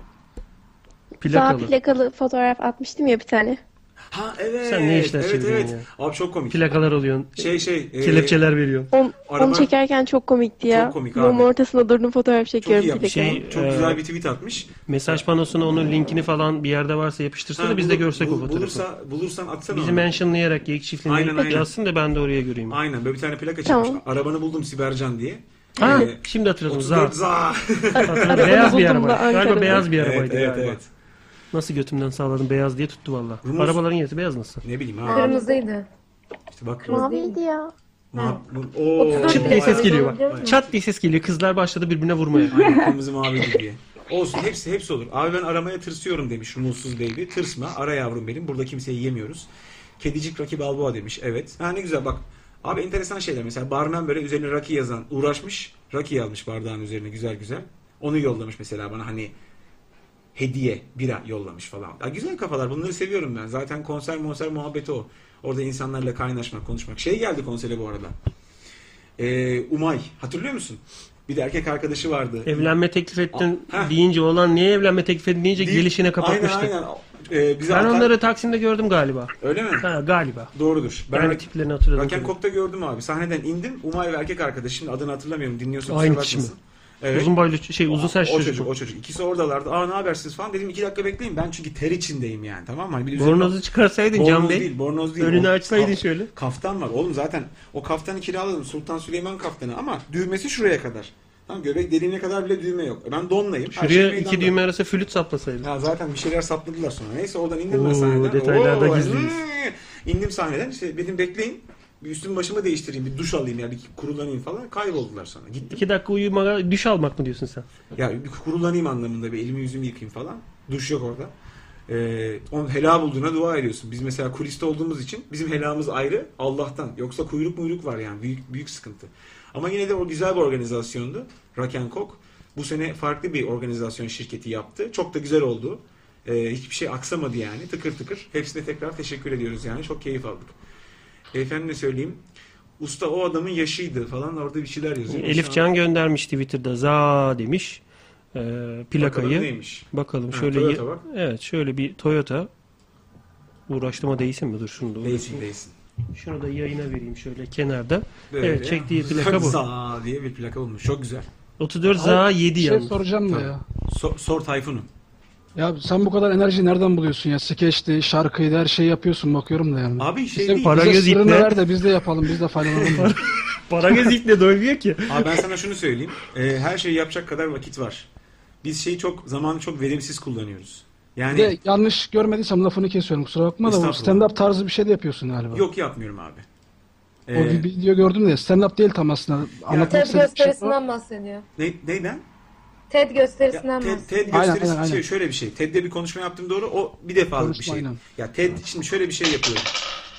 Bağ plakalı fotoğraf atmıştım ya bir tane.
Ha evet.
Sen ne işler
evet,
çeviriyorsun
evet.
ya?
Abi çok komik.
Plakalar alıyorsun.
Şey şey. e,
Kelepçeler veriyorsun.
On-
Araba-
Onu çekerken çok komikti ya.
Çok komik abi.
Yolun ortasında durdum fotoğraf çekiyorum
yapmış.
plakalı.
Şey,
Çok
e,
güzel bir tweet atmış.
Mesaj panosuna onun linkini falan bir yerde varsa yapıştırsa
Ha,
da biz de
bulu-
görsek o
bul-
fotoğrafı.
Bulursa, bulursan atsana
Bizi
onu.
mentionlayarak geyik çiftliğini
Aynen, aynen.
yazsın da ben de oraya göreyim.
Aynen böyle bir tane plaka
Tamam.
çıkmış. Arabanı buldum Sibercan diye.
Ha,
Ee,
şimdi hatırladım.
34 za.
Hatırladım. beyaz bir
buldum da
araba. Galiba
Ankara'da.
beyaz bir
Evet,
arabaydı
evet,
galiba.
evet.
Nasıl götümden sağladım beyaz diye tuttu valla.
Rumuz-
Arabaların yarısı beyaz nasıl?
Ne bileyim ha.
Kırmızıydı.
İşte bak.
Maviydi ya.
Ma- bu- Oo.
Çıt diye ses geliyor bak.
Aynen.
Çat diye ses geliyor. Kızlar başladı birbirine vurmaya.
Aynen [laughs] kırmızı mavi gibi. Olsun hepsi hepsi olur. Abi ben aramaya tırsıyorum demiş Rumulsuz Baby. Tırsma ara yavrum benim. Burada kimseyi yemiyoruz. Kedicik Rocky Balboa demiş. Evet. Ha ne güzel bak. Abi enteresan şeyler mesela barmen böyle üzerine Rocky yazan uğraşmış. Rocky yazmış bardağın üzerine güzel güzel. Onu yollamış mesela bana hani hediye bira yollamış falan. Ya güzel kafalar bunları seviyorum ben. Zaten konser monser muhabbeti o. Orada insanlarla kaynaşmak, konuşmak. Şey geldi konsere bu arada. Ee, Umay hatırlıyor musun? Bir de erkek arkadaşı vardı.
Evlenme teklif ettin deyince olan niye evlenme teklif ettin deyince
Değil.
gelişine kapatmıştı.
Aynen aynen. Ee, bize
Ben
atan-
onları Taksim'de gördüm galiba.
Öyle mi?
Ha, galiba.
Doğrudur. Ben
Yani tiplerini hatırladım.
Rock and Coke'ta gördüm abi. Sahneden indim. Umay ve erkek arkadaş. Şimdi adını hatırlamıyorum. Dinliyorsa
Aynı
kusura
kişi mi?
bakmasın. Evet.
Uzun boylu ç- şey uzun
o
saçlı
çocuk,
çocuk. mu?
o çocuk. İkisi oradalardı. Aa ne habersiniz falan. Dedim iki dakika bekleyin. Ben çünkü ter içindeyim yani. Tamam mı? Hani bir üzerine-
Bornozu çıkarsaydın
Bornoz
Can Bey.
Değil, bornoz değil.
Önünü
O-
açsaydın
kaf-
şöyle.
Kaftan var. Oğlum zaten o kaftanı kiraladım. Sultan Süleyman kaftanı ama düğmesi şuraya kadar. Tamam göbek deliğine kadar bile düğme yok. E Ben donlayım. Her şey
Şuraya iki
meydanda.
düğme arası flüt saplasaydın.
Ya zaten bir şeyler sapladılar sonra. Neyse oradan indim ben
Oo,
sahneden.
detaylarda
Oo,
gizliyiz.
hmm. İndim sahneden. İşte dedim bekleyin. Bir üstümü başımı değiştireyim. Bir duş alayım ya. Bir kurulanayım falan. Kayboldular sonra. Gittim.
İki dakika uyumaya düş almak mı diyorsun sen?
Ya bir kurulanayım anlamında. Bir elimi yüzümü yıkayayım falan. Duş yok orada. Ee, onun helal bulduğuna dua ediyorsun. Biz mesela kuliste olduğumuz için bizim helamız ayrı Allah'tan. Yoksa kuyruk muyruk var yani. Büyük büyük sıkıntı. Ama yine de o güzel bir organizasyondu. Rock and Coke. Bu sene farklı bir organizasyon şirketi yaptı. Çok da güzel oldu. Ee, hiçbir şey aksamadı yani. Tıkır tıkır. Hepsine tekrar teşekkür ediyoruz yani. Çok keyif aldık. Efendime söyleyeyim. Usta o adamın yaşıydı falan orada bir şeyler yazıyor. Şu
Elif
an-
Can göndermiş Twitter'da za demiş. Ee, plakayı.
Bakalım neymiş?
Bakalım
Ha,
şöyle
Toyota bak.
Evet, şöyle bir Toyota uğraştığıma değsin mi? Dur şunu da
Değsin
uğraşayım.
değsin.
Şunu da yayına vereyim şöyle kenarda.
Böyle
evet,
ya.
çektiği plaka bu.
Za diye bir plaka bulmuş. Çok güzel.
34 za 7
Bir şey
yalnız.
soracağım da
Tabii.
ya.
Sor, sor Tayfun'u.
Ya sen bu kadar enerjiyi nereden buluyorsun ya? Skeçti, şarkıydı, her şeyi yapıyorsun bakıyorum da yani.
Abi şey
bize,
değil.
para göz
Paragöz
sırrını
ipne.
ver de biz de yapalım, biz de faydalanalım.
Para gezikle doymuyor ki.
Abi ben sana şunu söyleyeyim. Ee, her şeyi yapacak kadar vakit var. Biz şeyi çok zamanı çok verimsiz kullanıyoruz.
Bir
Yani
de yanlış görmediysem lafını kesiyorum kusura bakma da bu
Estağfurullah.
stand-up tarzı bir şey de yapıyorsun galiba.
yok yapmıyorum abi.
O bir
Ee,
video gördüm de stand-up değil tam aslında. Anlatmak
TED
istediğim bir şey var.
gösterisinden bahsediyor.
ne, neyden?
TED
Ya,
gösterisinden
TED,
bahsediyor.
TED
Aynen,
gösterisi
aynen, aynen.
şey, şöyle bir şey. TED'de bir konuşma yaptım doğru. O bir defalık bir şey. Ya TED şimdi şöyle bir şey yapıyorum.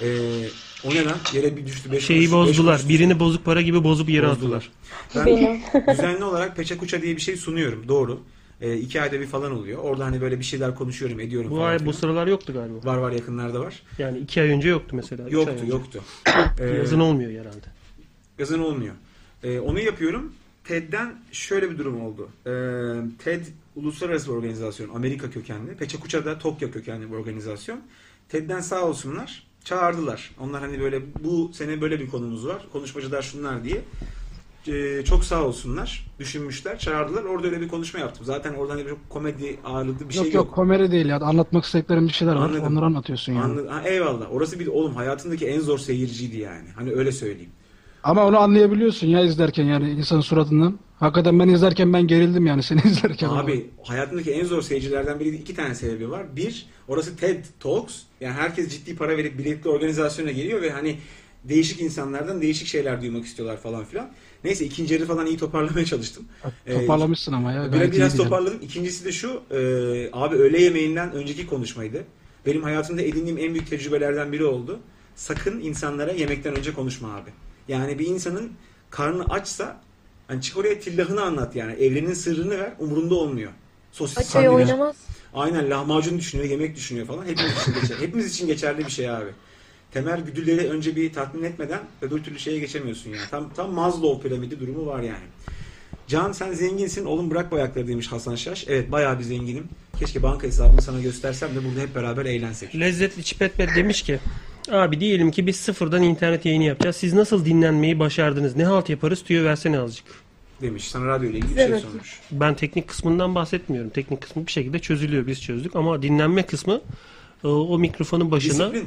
Ee, o ne lan? Yere bir düştü. Beş
Şeyi
kuruş, beş
bozdular.
kuruş.
Birini bozuk para gibi bozup yere
Bozdular.
attılar.
Ben düzenli olarak peçe kuça diye bir şey sunuyorum. Doğru. Ee, iki ayda bir falan oluyor. Orada hani böyle bir şeyler konuşuyorum, ediyorum
Bu
falan.
ay
filan.
bu sıralar yoktu galiba.
Var var yakınlarda var.
Yani 2 ay önce yoktu mesela. üç ay
Yoktu
[coughs] önce.
yoktu. Ee,
Yazın olmuyor herhalde.
Yazın olmuyor. Ee, onu yapıyorum. TED'den şöyle bir durum oldu. Ee, TED uluslararası bir organizasyon. Amerika kökenli. Peçakuça'da Tokyo kökenli bir organizasyon. TED'den sağ olsunlar. Çağırdılar. Onlar hani böyle bu sene böyle bir konumuz var. Konuşmacılar şunlar diye. Ee, çok sağ olsunlar. Düşünmüşler. Çağırdılar. Orada öyle bir konuşma yaptım. Zaten orada hani çok komedi ağırlıklı bir
yok,
şey
yok komedi değil ya. Anlatmak istediklerim bir şeyler var.
Anladım.
Onları anlatıyorsun yani.
Anladım. Ha, eyvallah. Orası bir oğlum hayatındaki en zor seyirciydi yani. Hani öyle söyleyeyim.
Ama onu anlayabiliyorsun ya izlerken yani insanın suratından. Hakikaten ben izlerken ben gerildim yani seni [laughs] izlerken.
Abi hayatındaki en zor seyircilerden biri iki tane sebebi var. Bir, orası TED Talks. Yani herkes ciddi para verip biletli organizasyona geliyor ve hani değişik insanlardan değişik şeyler duymak istiyorlar falan filan. Neyse ikinci yarı falan iyi toparlamaya çalıştım. Ee,
Toparlamışsın ama ya.
Biraz,
gayet
biraz
iyiydi yani.
toparladım. İkincisi de şu. e, abi öğle yemeğinden önceki konuşmaydı. Benim hayatımda edindiğim en büyük tecrübelerden biri oldu. Sakın insanlara yemekten önce konuşma abi. Yani bir insanın karnı açsa hani çık oraya tillahını anlat yani. Evrenin sırrını ver. Umurunda olmuyor. Sosis
Açayı
sandviç.
oynamaz.
Aynen lahmacun düşünüyor, yemek düşünüyor falan. Hepimiz için, geçer, [laughs] hepimiz için geçerli bir şey abi. Temel güdüleri önce bir tatmin etmeden öbür türlü şeye geçemiyorsun yani. Tam, tam Maslow piramidi durumu var yani. Can sen zenginsin oğlum bırak bu ayakları demiş Hasan Şaş. Evet bayağı bir zenginim. Keşke banka hesabını sana göstersem de burada hep beraber eğlensek.
Lezzetli Çipetbet demiş ki Abi diyelim ki biz sıfırdan internet yayını yapacağız. Siz nasıl dinlenmeyi başardınız? Ne halt yaparız? Tüyo versene azıcık.
Demiş. Sana radyo ile ilgili bir şey sormuş.
Ben teknik kısmından bahsetmiyorum. Teknik kısmı bir şekilde çözülüyor. Biz çözdük ama dinlenme kısmı e, o mikrofonun başına e,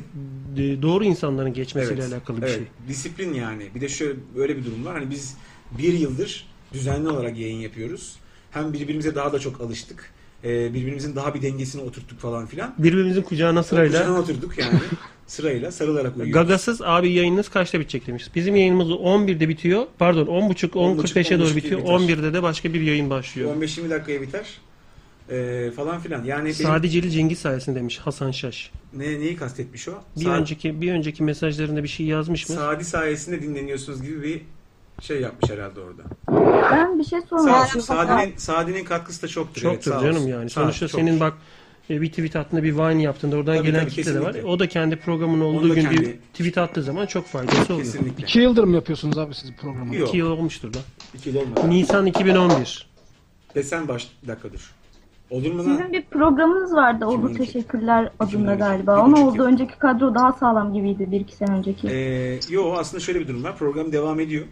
doğru insanların geçmesiyle alakalı bir
evet.
şey.
Disiplin yani. Bir de şöyle böyle bir durum var. Hani biz bir yıldır düzenli olarak yayın yapıyoruz. Hem birbirimize daha da çok alıştık. Ee, birbirimizin daha bir dengesini oturttuk falan filan.
Birbirimizin kucağına sırayla
Kucağına oturduk
[laughs]
yani. sırayla sarılarak uyuyoruz.
Gagasız abi yayınınız kaçta bitecek demiş. Bizim yayınımız 11'de bitiyor. Pardon 10.30 10.45'e doğru
10.30
bitiyor.
biter.
11'de de başka bir yayın başlıyor.
15-20 dakikaya biter. Ee, falan filan. Yani benim-
Sadiceli Cengiz sayesinde demiş Hasan Şaş.
ne, neyi kastetmiş o?
Bir
Sa-
önceki bir önceki mesajlarında bir şey yazmış mı?
Sadi sayesinde dinleniyorsunuz gibi bir şey yapmış herhalde orada.
Ben bir şey
Sağ
sormak
olsun.
istiyorum.
Sadi'nin, Sadi'nin katkısı da çoktur. evet,
Çoktur
sağ
canım
olsun.
yani.
Sağ-
Sonuçta
çoktur.
senin bak e, bir tweet attığında bir Vine yaptığında oradan
Tabii,
gelen
tabii,
kitle de var.
kesinlikle.
O da kendi
Onu
programın
da
olduğu gün
kendi-
bir tweet attığı zaman çok faydası oluyor.
Kesinlikle.
İki yıldır mı yapıyorsunuz abi siz programı?
İki yıl olmuştur da.
İki yıl olmadı.
Nisan 2011.
Desen baş bir dakika dur. Olur mu lan?
Sizin bir programınız vardı Oldu Teşekkürler adında galiba. Ama oldu önceki kadro daha sağlam gibiydi bir iki sene önceki.
Ee, yo aslında şöyle bir durum var. Program devam ediyor.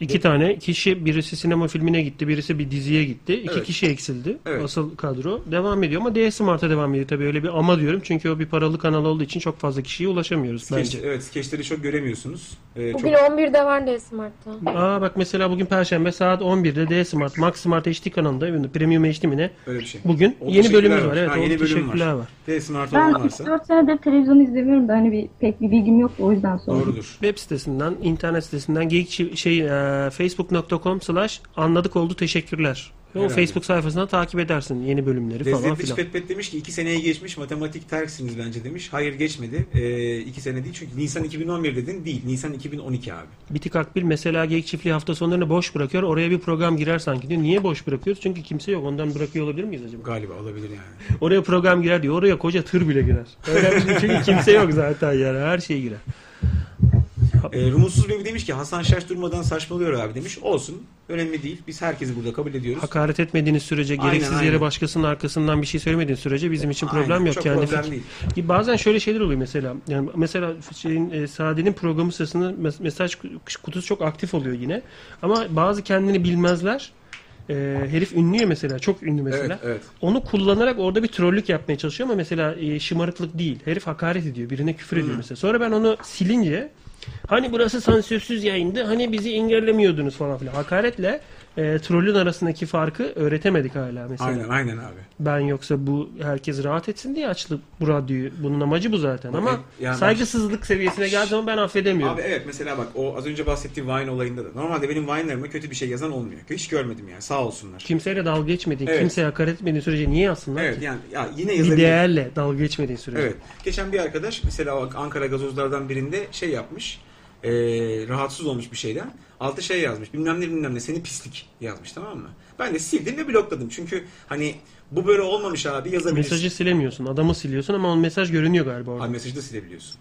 İki tane kişi birisi sinema filmine gitti, birisi bir diziye gitti. İki
Evet.
kişi eksildi.
Evet.
Asıl kadro devam ediyor ama DS Mart'a devam ediyor tabii öyle bir ama diyorum. Çünkü o bir paralı kanal olduğu için çok fazla kişiye ulaşamıyoruz
Skeç,
bence.
evet skeçleri çok göremiyorsunuz. Ee, çok
Bugün 11'de var DS Mart'ta.
Aa bak mesela bugün Perşembe saat 11'de DS Mart, Max Smart HD kanalında yani Premium HD mi ne?
öyle bir şey.
Bugün
Oldu
yeni
teşekkürler
bölümümüz var.
var.
Evet,
Ha,
oldu
yeni bölüm
teşekkürler
var.
var.
Ve smart
Ben
olan varsa
3-4 senedir televizyon izlemiyorum da hani bir, pek bir bilgim yok o yüzden sordum.
Web sitesinden, internet sitesinden geyik şey e, facebook.com slash anladık oldu teşekkürler. Ve O
Herhalde.
Facebook sayfasından takip edersin yeni bölümleri falan
Lezzetli
filan.
Çipetpet demiş ki iki seneye geçmiş matematik tersiniz bence demiş. Hayır geçmedi. Ee, iki sene değil çünkü Nisan 2011 dedin değil. Nisan 2012 abi.
Bitik Akbil mesela geyik çiftliği hafta sonlarını boş bırakıyor. Oraya bir program girer sanki diyor. Niye boş bırakıyoruz? Çünkü kimse yok. Ondan bırakıyor olabilir miyiz acaba?
Galiba olabilir yani.
Oraya program girer diyor. Oraya koca tır bile girer. Öyle bir şey- çünkü kimse yok zaten yani. Her şey girer.
Ee, Rumutsuz Bey demiş ki Hasan Şaş durmadan saçmalıyor abi demiş. Olsun. Önemli değil. Biz herkesi burada kabul ediyoruz.
Hakaret etmediğiniz sürece,
Aynen,
gereksiz
aynen.
yere başkasının arkasından bir şey söylemediğiniz sürece bizim için problem
Aynen,
yok.
çok
yani
problem
fik-
değil.
Ki Bazen şöyle şeyler oluyor mesela. Yani mesela şeyin e, Sade'nin programı sırasında mes- mesaj kutusu çok aktif oluyor yine. Ama bazı kendini bilmezler. E, herif ünlü ya mesela, çok ünlü mesela.
Evet, evet.
Onu kullanarak orada bir trollük yapmaya çalışıyor ama mesela e, şımarıklık değil. Herif hakaret ediyor, birine küfür ediyor mesela. Sonra ben onu silince hani burası sansürsüz yayındı, hani bizi engellemiyordunuz falan filan. Hakaretle e, trollün arasındaki farkı öğretemedik hala mesela.
Aynen aynen abi.
Ben yoksa bu herkes rahat etsin diye açtı bu radyoyu. Bunun amacı bu zaten
Bak,
ama
yani-
saygısızlık seviyesine geldiği zaman ben affedemiyorum.
Abi evet mesela bak o az önce bahsettiğim Vine olayında da. Normalde benim Vine'larıma kötü bir şey yazan olmuyor. Hiç görmedim yani sağ olsunlar.
Kimseyle dalga geçmediğin,
Evet.
kimseye hakaret etmediğin sürece niye yazsınlar
Evet
ki?
yani ya yine
bir
yazabilir.
değerle dalga geçmediğin sürece.
Evet. Geçen bir arkadaş mesela o Ankara gazozlardan birinde şey yapmış. e, rahatsız olmuş bir şeyden. Altı şey yazmış. Bilmem ne bilmem ne seni pislik yazmış tamam mı? Ben de sildim ve blokladım. Çünkü hani bu böyle olmamış abi yazabilirsin.
Mesajı silemiyorsun. Adamı siliyorsun ama o mesaj görünüyor galiba orada.
mesajı da silebiliyorsun.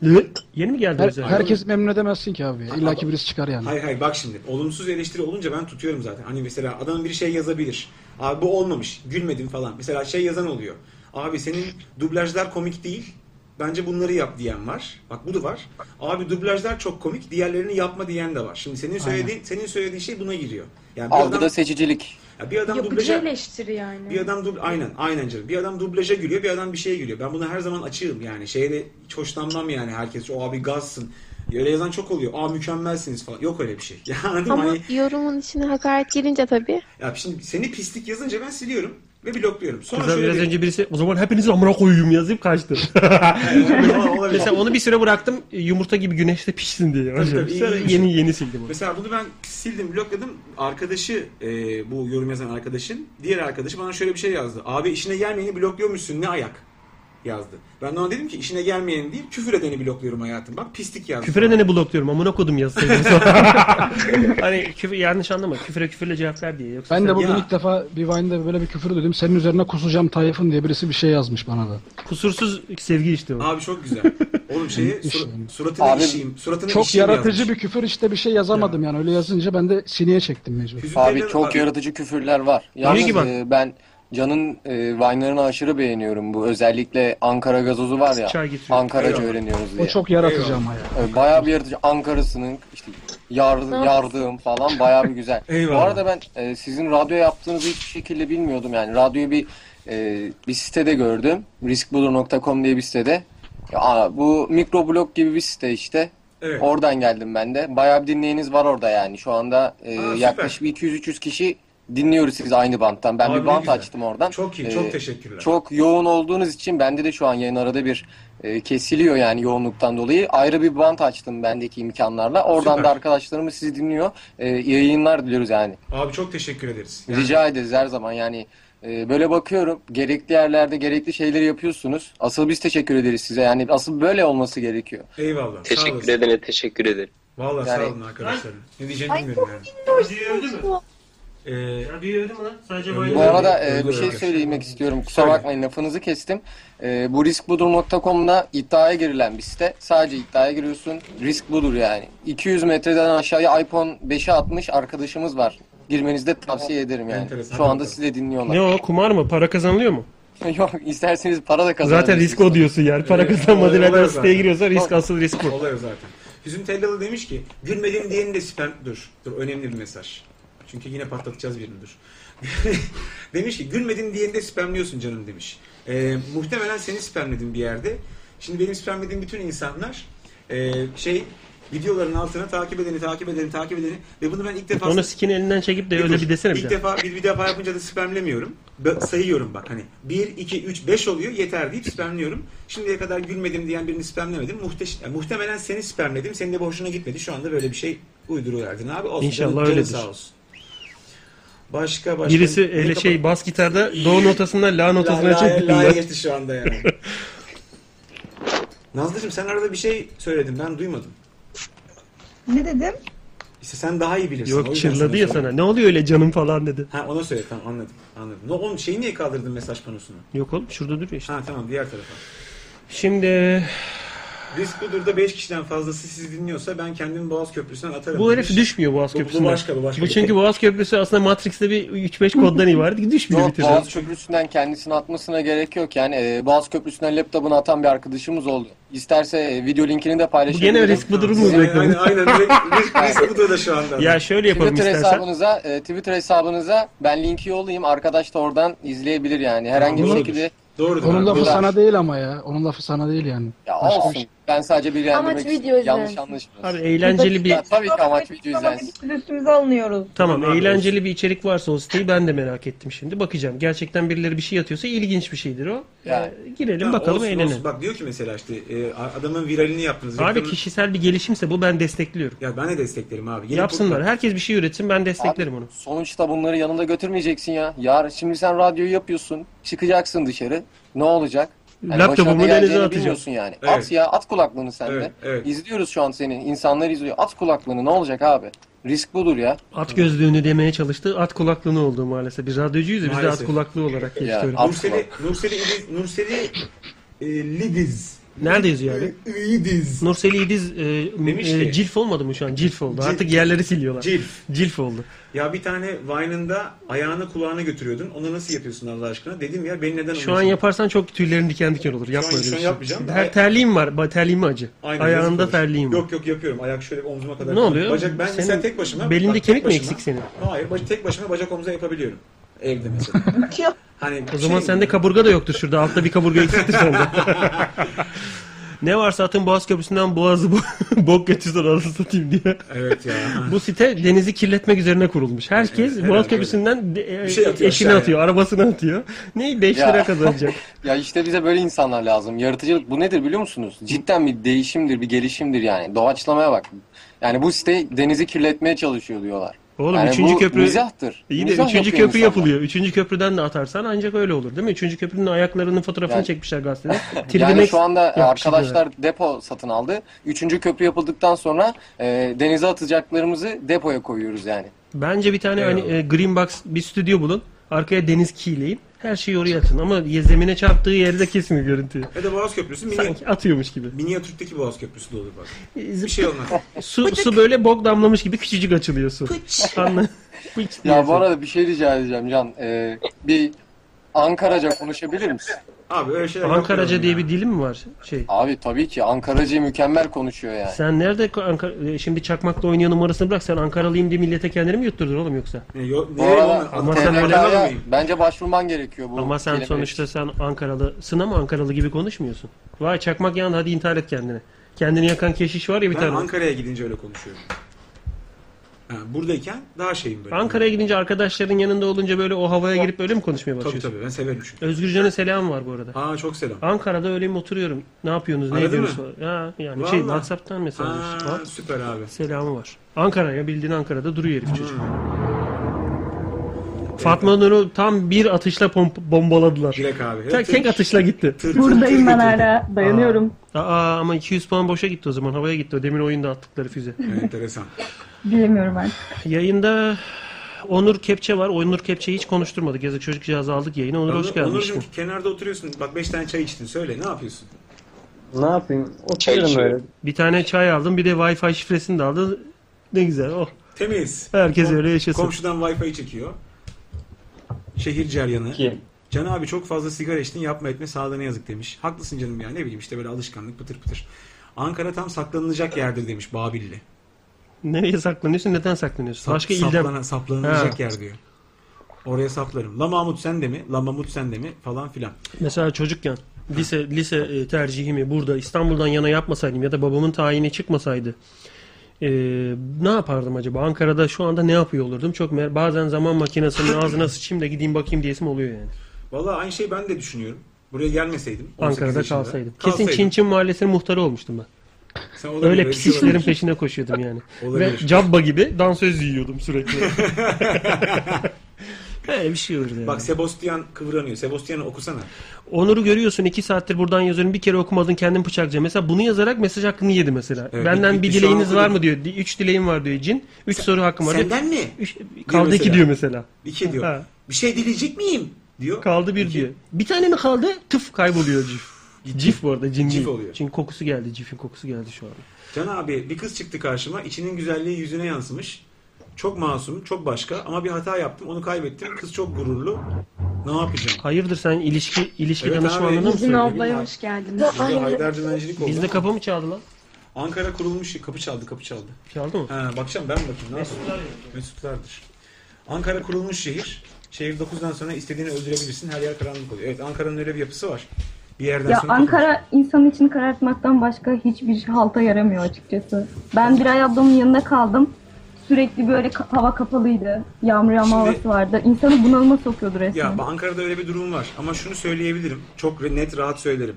Yeni mi geldi
Her,
özel?
herkes memnun edemezsin ki abi. İlla ki birisi çıkar yani.
Hayır hayır bak şimdi olumsuz eleştiri olunca ben tutuyorum zaten. Hani mesela adam bir şey yazabilir. Abi bu olmamış. Gülmedim falan. Mesela şey yazan oluyor. Abi senin dublajlar komik değil. Bence bunları yap diyen var. Bak bu da var. Abi dublajlar çok komik. Diğerlerini yapma diyen de var. Şimdi senin söylediğin senin söylediğin şey buna giriyor. Yani bir
Algıda
adam,
seçicilik.
ya bir adam
Yapıcı
dublaja
eleştiri yani.
bir adam dub aynen aynen canım. Bir adam dublaja gülüyor, bir adam bir şeye gülüyor. Ben buna her zaman açığım yani. Şeye de hiç hoşlanmam yani herkes. O abi gazsın. Öyle yazan çok oluyor. Aa mükemmelsiniz falan. Yok öyle bir şey. [laughs] Ya anladın mı?
Ama
Hani-
yorumun içine hakaret girince tabii.
Ya şimdi seni pislik yazınca ben siliyorum ve blokluyorum. Sonra
Kızlar
şöyle
biraz
bir- [laughs]
önce birisi o zaman hepinizi amına koyayım yazıp kaçtı. Mesela onu bir süre bıraktım "E, yumurta gibi güneşte pişsin diye.
tabii, iyi,
Sonra
iyi.
yeni yeni sildim onu.
Mesela bunu ben sildim, blokladım. Arkadaşı, e, bu yorum yazan arkadaşın, diğer arkadaşı bana şöyle bir şey yazdı. Abi işine gelmeyeni blokluyormuşsun ne ayak yazdı. Ben de ona dedim ki işine gelmeyeni değil, küfür edeni blokluyorum hayatım. Bak pislik yazdı.
Küfür edene blokluyorum amına kodum yazsaydım. [laughs] hani küfür yanlış anlama. Küfüre küfürle cevap ver diye. Yoksa
Ben de
sen-
bugün
Ya,
ilk defa bir Vine'de böyle bir küfür duydum. Senin üzerine kusacağım Tayfun diye birisi bir şey yazmış bana da.
kusursuz sevgi işte o.
Abi çok güzel. Oğlum şeyi sur, suratına
Abi,
işeyim. Suratına
Çok
işeyim
yaratıcı
yazmış.
bir küfür işte bir şey yazamadım yani. Öyle yazınca ben de sineye çektim mecbur.
Abi çok yaratıcı küfürler var. Yalnız
gibi bak.
e, ben Can'ın e, Vine'larını aşırı beğeniyorum. Bu özellikle Ankara gazozu var ya.
Çay getiriyor.
Ankaraca
Eyvallah.
öğreniyoruz
O
diye.
çok yaratıcı ama ya.
E, Bayağı bir yaratıcı. Ankara'sının işte yardım,
Nasıl?
yardım falan bayağı bir güzel.
Eyvallah.
Bu arada ben e, sizin radyo yaptığınızı hiçbir şekilde bilmiyordum. Yani radyoyu bir e, bir sitede gördüm. riskbulur.com diye bir sitede. Ya, bu mikroblog gibi bir site işte.
Evet.
Oradan geldim ben de. Bayağı bir dinleyiniz var orada yani. Şu anda e,
süper.
yaklaşık bir 200-300 kişi dinliyoruz siz aynı banttan. Ben
Abi ne
bir bant
güzel.
açtım oradan. Ee,
Çok iyi, çok teşekkürler.
Çok yoğun olduğunuz için bende de şu an yayın arada bir e, kesiliyor yani yoğunluktan dolayı. Ayrı bir bant açtım bendeki imkanlarla. Oradan
Süper.
da arkadaşlarımız sizi dinliyor. E, iyi yayınlar diliyoruz yani.
Abi çok teşekkür ederiz.
Rica ederiz her zaman yani. e, Böyle bakıyorum gerekli yerlerde gerekli şeyleri yapıyorsunuz. Asıl biz teşekkür ederiz size. Yani asıl böyle olması gerekiyor.
Eyvallah. sağ
Teşekkür
olasın.
edene teşekkür ederim.
Vallahi
Yani-
sağ olun arkadaşlar. Ne diyeceğimi bilmiyorum yani.
Radyoyu öldü mü?
Ee,
Radyoyu öldü mü lan? Sadece
Bu
böyle.
arada e,
Öyle
bir şey
öyle.
söylemek istiyorum. Kusura bakmayın lafınızı kestim. E, bu riskbudur.com'da iddiaya girilen bir site. Sadece iddiaya giriyorsun. Risk budur yani. 200 metreden aşağıya iPhone 5'e atmış arkadaşımız var. Girmenizi de tavsiye ederim yani. Şu anda sizi de dinliyorlar.
Ne o kumar mı? Para kazanılıyor mu?
[laughs] Yok isterseniz para da
Zaten
kazanabilirsiniz.
risk o diyorsun yani. Para
Ee,
kazanmadığı
olay-
yerden
olay
siteye
zaten.
giriyorsa risk
Ol-
asıl risk bu.
Olay o zaten. Hüzün Tellalı demiş ki gülmediğin diyeni de spam dur. Dur önemli bir mesaj. Çünkü yine patlatacağız birini dur. [laughs] demiş ki gülmediğin diyeni de spamlıyorsun canım demiş. Ee, muhtemelen seni spamledim bir yerde. Şimdi benim spamlediğim bütün insanlar ee, şey videoların altına takip edeni takip edeni takip edeni ve bunu ben ilk defa
Onu skin elinden çekip de öyle
dur.
Şey bir desene bir
İlk
daha.
defa bir, bir defa yapınca da spamlemiyorum. Bö- sayıyorum bak hani 1 2 3 5 oluyor yeter deyip spamlıyorum. Şimdiye kadar gülmedim diyen birini spamlemedim. Muhteş yani muhtemelen seni spamledim. Senin de boşuna gitmedi. Şu anda böyle bir şey uyduruyorlardın abi. Olsun.
İnşallah
Canın- canın
öyledir.
Sağ olsun. Başka başka
Birisi
Ne
öyle
kapa-
şey bas gitarda do notasından la
La-
notasına
la- la'ya
çekti.
geçti şu anda yani. [laughs] Nazlıcığım sen arada bir şey söyledin ben duymadım.
Ne dedim?
İşte sen daha iyi bilirsin. O
Yok
yüzden
çırladı ya
söyledim.
sana. Ne oluyor öyle canım falan dedi.
Ha ona söyle tamam anladım. Anladım. Ne oğlum şeyi niye kaldırdın mesaj panosunu?
Yok oğlum şurada duruyor işte.
Ha tamam diğer tarafa.
Şimdi
Risk budur da 5 kişiden fazlası sizi dinliyorsa ben kendimi Boğaz Köprüsü'nden atarım.
bu
demiş.
herif düşmüyor Boğaz
şey. Bu- bu
Köprüsü'nden.
başka, bu başka.
çünkü Boğaz Köprüsü aslında Matrix'te bir
[laughs]
3-5 koddan ibaret. Düşmüyor bir
Yok,
türlü.
Boğaz Köprüsü'nden kendisini atmasına gerek yok. Yani e, Boğaz Köprüsü'nden laptopunu atan bir arkadaşımız oldu. İsterse e, video linkini de
Bu
paylaşabilirim.
gene risk bu durumu
Aynen aynen,
bekliyorum.
aynen. Risk- risk, risk budur da şu anda.
Ya şöyle yapalım
Twitter
istersen.
hesabınıza, e, Twitter hesabınıza ben linki yollayayım. Arkadaş da oradan izleyebilir yani. Herhangi bir
Doğrudur.
şekilde.
Onun lafı
Burada-
sana değil ama ya. Onun lafı sana değil yani.
Ya
Başka bir
olsun.
şey.
Ben sadece bilgilendirmek
Amaç
istiyorum.
video izlensin.
Yanlış anlaşılmasın.
Abi eğlenceli bir
Ya, tabii ki amaç video izlensin.
Biz üstümüze alınıyoruz.
Tamam
Tamam abi,
eğlenceli bir içerik varsa o siteyi ben de merak ettim şimdi. Bakacağım. Gerçekten birileri bir şey atıyorsa ilginç bir şeydir o.
Yani.
Ee, girelim
Ya
bakalım
olsun,
eğlenelim.
olsun. Bak diyor ki mesela işte e, adamın viralini yaptınız.
Abi
reklamını-
kişisel bir gelişimse bu ben destekliyorum.
Ya ben de desteklerim abi. Yeni
Yapsınlar.
podcast-
Herkes bir şey üretsin ben desteklerim onu.
Sonuçta bunları yanında götürmeyeceksin ya. Yarın şimdi sen radyoyu yapıyorsun. Çıkacaksın dışarı. Ne olacak? Yani
Laptopumu denize
başarıda geleceğini
atacağım.
Hani bilmiyorsun yani.
Evet.
At ya at kulaklığını sen de.
Evet, evet.
İzliyoruz şu an seni. İnsanlar izliyor. At kulaklığını ne olacak abi? Risk budur ya.
At gözlüğünü demeye çalıştı. At kulaklığını oldu maalesef. Biz radyocuyuz ya biz de at
Maalesef.
kulaklığı olarak geçti.
Ya,
öyle.
at
Nurseli, Nurseli, İdiz, Nurseli e, Lidiz. E,
Nerede yazıyor abi?
İdiz.
Nurseli İdiz e,
Demiş
e,
ki-
cilf olmadı mı şu an? Cilf oldu.
Cilf.
Artık yerleri siliyorlar.
Cilf.
Cilf oldu.
Ya bir tane Vine'ında ayağını kulağına götürüyordun. Onu nasıl yapıyorsun Allah aşkına? Dedim ya beni neden
Şu an
unutuyorsun?
yaparsan çok tüylerin diken diken olur. Yapma
şu
öyle
an
bir şey.
yapmayacağım da-
Her terliğim var. Ba- Terliğim acı.
Aynen, yazık
Ayağında
olmuş.
terliğim var.
Yok yok yapıyorum. Ayak şöyle bir omzuma kadar.
Ne oluyor?
Bacak ben
Senin
sen tek başıma.
belinde
tek
kemik mi
başıma-
eksik senin?
Hayır, bac- tek başıma bacak omuza yapabiliyorum. Evde mesela. hani
O zaman
şey-
sende kaburga da yoktur şurada. Altta bir kaburga
[laughs]
eksiktir sende. ne varsa atın Boğaz Köprüsü'nden Boğaz'ı bo [laughs] bok götürsün orası satayım diye.
Evet ya.
[laughs] Bu site denizi kirletmek üzerine kurulmuş. Herkes
herhalde
Boğaz
öyle.
Köprüsü'nden de-
Bir şey atıyor
eşini
aşağıya.
atıyor, arabasını atıyor. Ne 5
Ya.
lira kazanacak.
Ya işte bize böyle insanlar lazım. Yaratıcılık bu nedir biliyor musunuz? Cidden bir değişimdir, bir gelişimdir yani. Doğaçlamaya bak. Yani bu site denizi kirletmeye çalışıyor diyorlar.
Oğlum
yani
3.
bu
köprü
mizahtır.
İyi de
Mizah
3.
yapıyor
köprü
insanlar.
yapılıyor. 3. köprüden de atarsan ancak öyle olur değil mi? 3. köprünün ayaklarının fotoğrafını
Yani-
çekmişler gazetede.
[laughs] Yani
Tridimex
şu anda
yapmışlar.
arkadaşlar depo satın aldı. Üçüncü köprü yapıldıktan sonra e, denize atacaklarımızı depoya koyuyoruz yani.
Bence bir tane hani e, Green Box bir stüdyo bulun. Arkaya deniz kiyleyin. Her şeyi oraya atın ama ye- zemine çarptığı yerde kesin görüntüyü.
Ya da Boğaz Köprüsü mini,
Sanki atıyormuş gibi.
minyatürkteki Boğaz Köprüsü de olur bak. Bir şey
[laughs]
olmaz.
Su, su böyle bok damlamış gibi küçücük açılıyor su. Anla- Pıç
Ya
diyorsun.
bu arada bir şey rica edeceğim Can. E, bir Ankaraca konuşabilir misin?
Abi öyle şeyler
Ankaraca diye bir dilim mi var? Şey.
Abi tabii ki Ankaracı mükemmel konuşuyor yani.
Sen nerede ko- Ankara e, şimdi çakmakla oynayan numarasını bırak sen Ankaralıyım diye millete kendini mi yutturdun oğlum yoksa?
Bu arada
Ama sen
TRK'ya
öyle
bence başvurman gerekiyor bu
Ama sen
kelimeyi.
sonuçta sen Ankaralı, ama Ankaralı gibi konuşmuyorsun. Vay çakmak yandı hadi intihar et kendini. Kendini yakan keşiş var ya bir
ben
tane.
Ankara'ya gidince öyle konuşuyorum. Ha, buradayken daha şeyim böyle.
Ankara'ya gidince arkadaşların yanında olunca böyle o havaya girip öyle mi konuşmaya
Tabii
başlıyorsun?
tabii ben severim çünkü.
Özgürcan'a selam var bu arada.
Aa çok selam.
Ankara'da öyle mi oturuyorum? Ne yapıyorsunuz? Ne
Aradı
ediyorsunuz?
mı?
Ha, yani
Vallahi.
şey WhatsApp'tan mesaj
Ha,
var.
Süper abi.
Selamı var. Ankara'ya bildiğin Ankara'da duruyor herif çocuk. Fatma Nur'u tam bir atışla pomp- bombaladılar.
Direkt abi.
Tek, tek atışla gitti.
Buradayım ben hala. Dayanıyorum.
Aa, aa, ama 200 puan boşa gitti o zaman. Havaya gitti o demin oyunda attıkları füze.
Enteresan.
Bilemiyorum artık.
Yayında Onur Kepçe var. Onur Kepçe'yi hiç konuşturmadık. Yazık çocukcağızı aldık yayına. Onur hoş geldin.
Onurcuğum kenarda oturuyorsun. Bak 5 tane çay içtin. Söyle ne yapıyorsun?
Ne yapayım? Oturuyorum öyle.
Bir tane çay aldım. Bir de Wi-Fi şifresini de aldım. Ne güzel. Oh.
Temiz.
Herkes
Kom-
öyle yaşasın.
Komşudan Wi-Fi çekiyor. Şehir ceryanı.
Kim?
Can abi çok fazla sigara içtin yapma etme sağlığına yazık demiş. Haklısın canım ya ne bileyim işte böyle alışkanlık pıtır pıtır. Ankara tam saklanılacak yerdir demiş Babil'li.
Nereye saklanıyorsun? Neden saklanıyorsun?
Sap-
Başka ilden.
saplana- saplanılacak
Ha.
yer diyor. Oraya saplarım. La Mahmut sen de mi? La Mahmut sen de mi? Falan filan.
Mesela çocukken lise lise e, tercihimi burada İstanbul'dan yana yapmasaydım ya da babamın tayini çıkmasaydı e, ne yapardım acaba? Ankara'da şu anda ne yapıyor olurdum? Çok mer bazen zaman makinesinin ağzına sıçayım da gideyim bakayım diyesim oluyor yani.
Vallahi aynı şey ben de düşünüyorum. Buraya gelmeseydim. 18
Ankara'da
yaşında.
kalsaydım. Kesin Çinçin Mahallesi'nin muhtarı olmuştum ben.
Sen olabilir,
Öyle
öyle bir
pis
şey
işlerin
olabilir.
peşine koşuyordum yani. Ve
Olabilir.
cabba gibi dansöz yiyordum sürekli.
[laughs]
He, bir şey olurdu yani.
Bak Sebastian kıvranıyor. Sebastian'ı okusana.
Onur'u görüyorsun iki saattir buradan yazıyorum bir kere okumadın kendin bıçakça. Mesela bunu yazarak mesaj hakkını yedi mesela.
Evet,
Benden
bitti,
bir
bitti. Şu
dileğiniz
an
var
okudum.
mı diyor. Di- Üç dileğim var diyor cin. Üç soru hakkım var. diyor.
Senden mi?
Üç, kaldı iki diyor mesela.
İki diyor.
Ha.
Bir şey dileyecek miyim? Diyor.
Kaldı bir diyor. Bir tane mi kaldı? Tıf kayboluyor cif. Cif bu arada cin
Cif
değil.
oluyor.
Cin kokusu geldi. Cif'in kokusu geldi şu an.
Can abi bir kız çıktı karşıma. İçinin güzelliği yüzüne yansımış. Çok masum, çok başka ama bir hata yaptım. Onu kaybettim. Kız çok gururlu. Ne yapacağım?
Hayırdır sen ilişki ilişki
Evet abi,
danışmanlığına mı
İzin
söyledin?
ablaya hoş
geldiniz.
Bizde Haydar Dümencilik oldu.
Bizde
ama
kapı mı çaldı lan?
Ankara kurulmuş. Kapı çaldı, kapı çaldı.
Çaldı mı?
Ha, bakacağım ben bakayım. Ne yapayım?
Mesutlar
Mesutlardır. Ankara kurulmuş şehir. Şehir 9'dan sonra istediğini öldürebilirsin. Her yer karanlık oluyor. Evet Ankara'nın öyle bir yapısı var. Bir yerden
Ya
sonra
Ankara insanın içini karartmaktan başka hiçbir halta yaramıyor açıkçası. Ben bir ay ablamın yanında kaldım. Sürekli böyle ka- hava kapalıydı. Yağmur yağma
Şimdi-
havası vardı. İnsanı bunalıma sokuyordu resmen.
Ya ben Ankara'da öyle bir durum var ama şunu söyleyebilirim. Çok re- net rahat söylerim.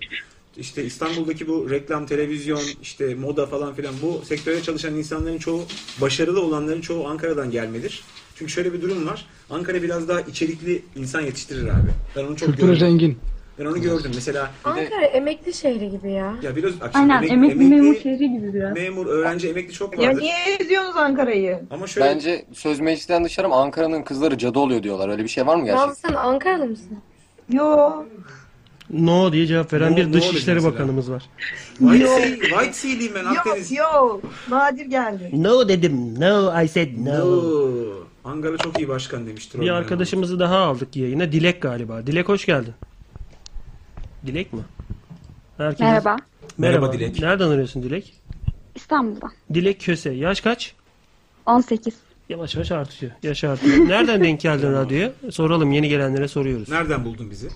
İşte İstanbul'daki bu reklam, televizyon, işte moda falan filan bu sektörde çalışan insanların çoğu, başarılı olanların çoğu Ankara'dan gelmedir. Çünkü şöyle bir durum var. Ankara biraz daha içerikli insan yetiştirir abi. Ben onu çok
Kültürü
görüyorum.
zengin.
Ben onu gördüm. Mesela
Ankara emekli şehri gibi ya.
ya biraz bak şimdi
Aynen
emek-
emekli,
emekli,
memur şey şehri gibi biraz.
memur, öğrenci, emekli çok
Ya
vardır.
niye eziyorsunuz Ankara'yı?
Ama şöyle-
Bence söz meclisten dışarım Ankara'nın kızları cadı oluyor diyorlar. Öyle bir şey var mı gerçekten?
Nazlı sen Ankaralı mısın?
Yo.
No diye cevap veren
No-
bir
no
Dışişleri
dedi
İşleri
mesela.
Bakanımız var.
White Sea, White Sea'liyim ben Akdeniz.
Yo. Nadir geldi.
No dedim. No I said no.
Ankara çok iyi başkan demiştir.
Bir
oradan.
arkadaşımızı daha aldık yayına. Dilek galiba. Dilek hoş geldin. Dilek mi? Herkes-
Merhaba.
Merhaba Dilek.
Nereden arıyorsun Dilek?
İstanbul'dan.
Dilek Köse. Yaş kaç?
18.
Yavaş yavaş artıyor. Yaş artıyor. Nereden denk geldin radyoya? Soralım yeni gelenlere soruyoruz.
Nereden buldun bizi?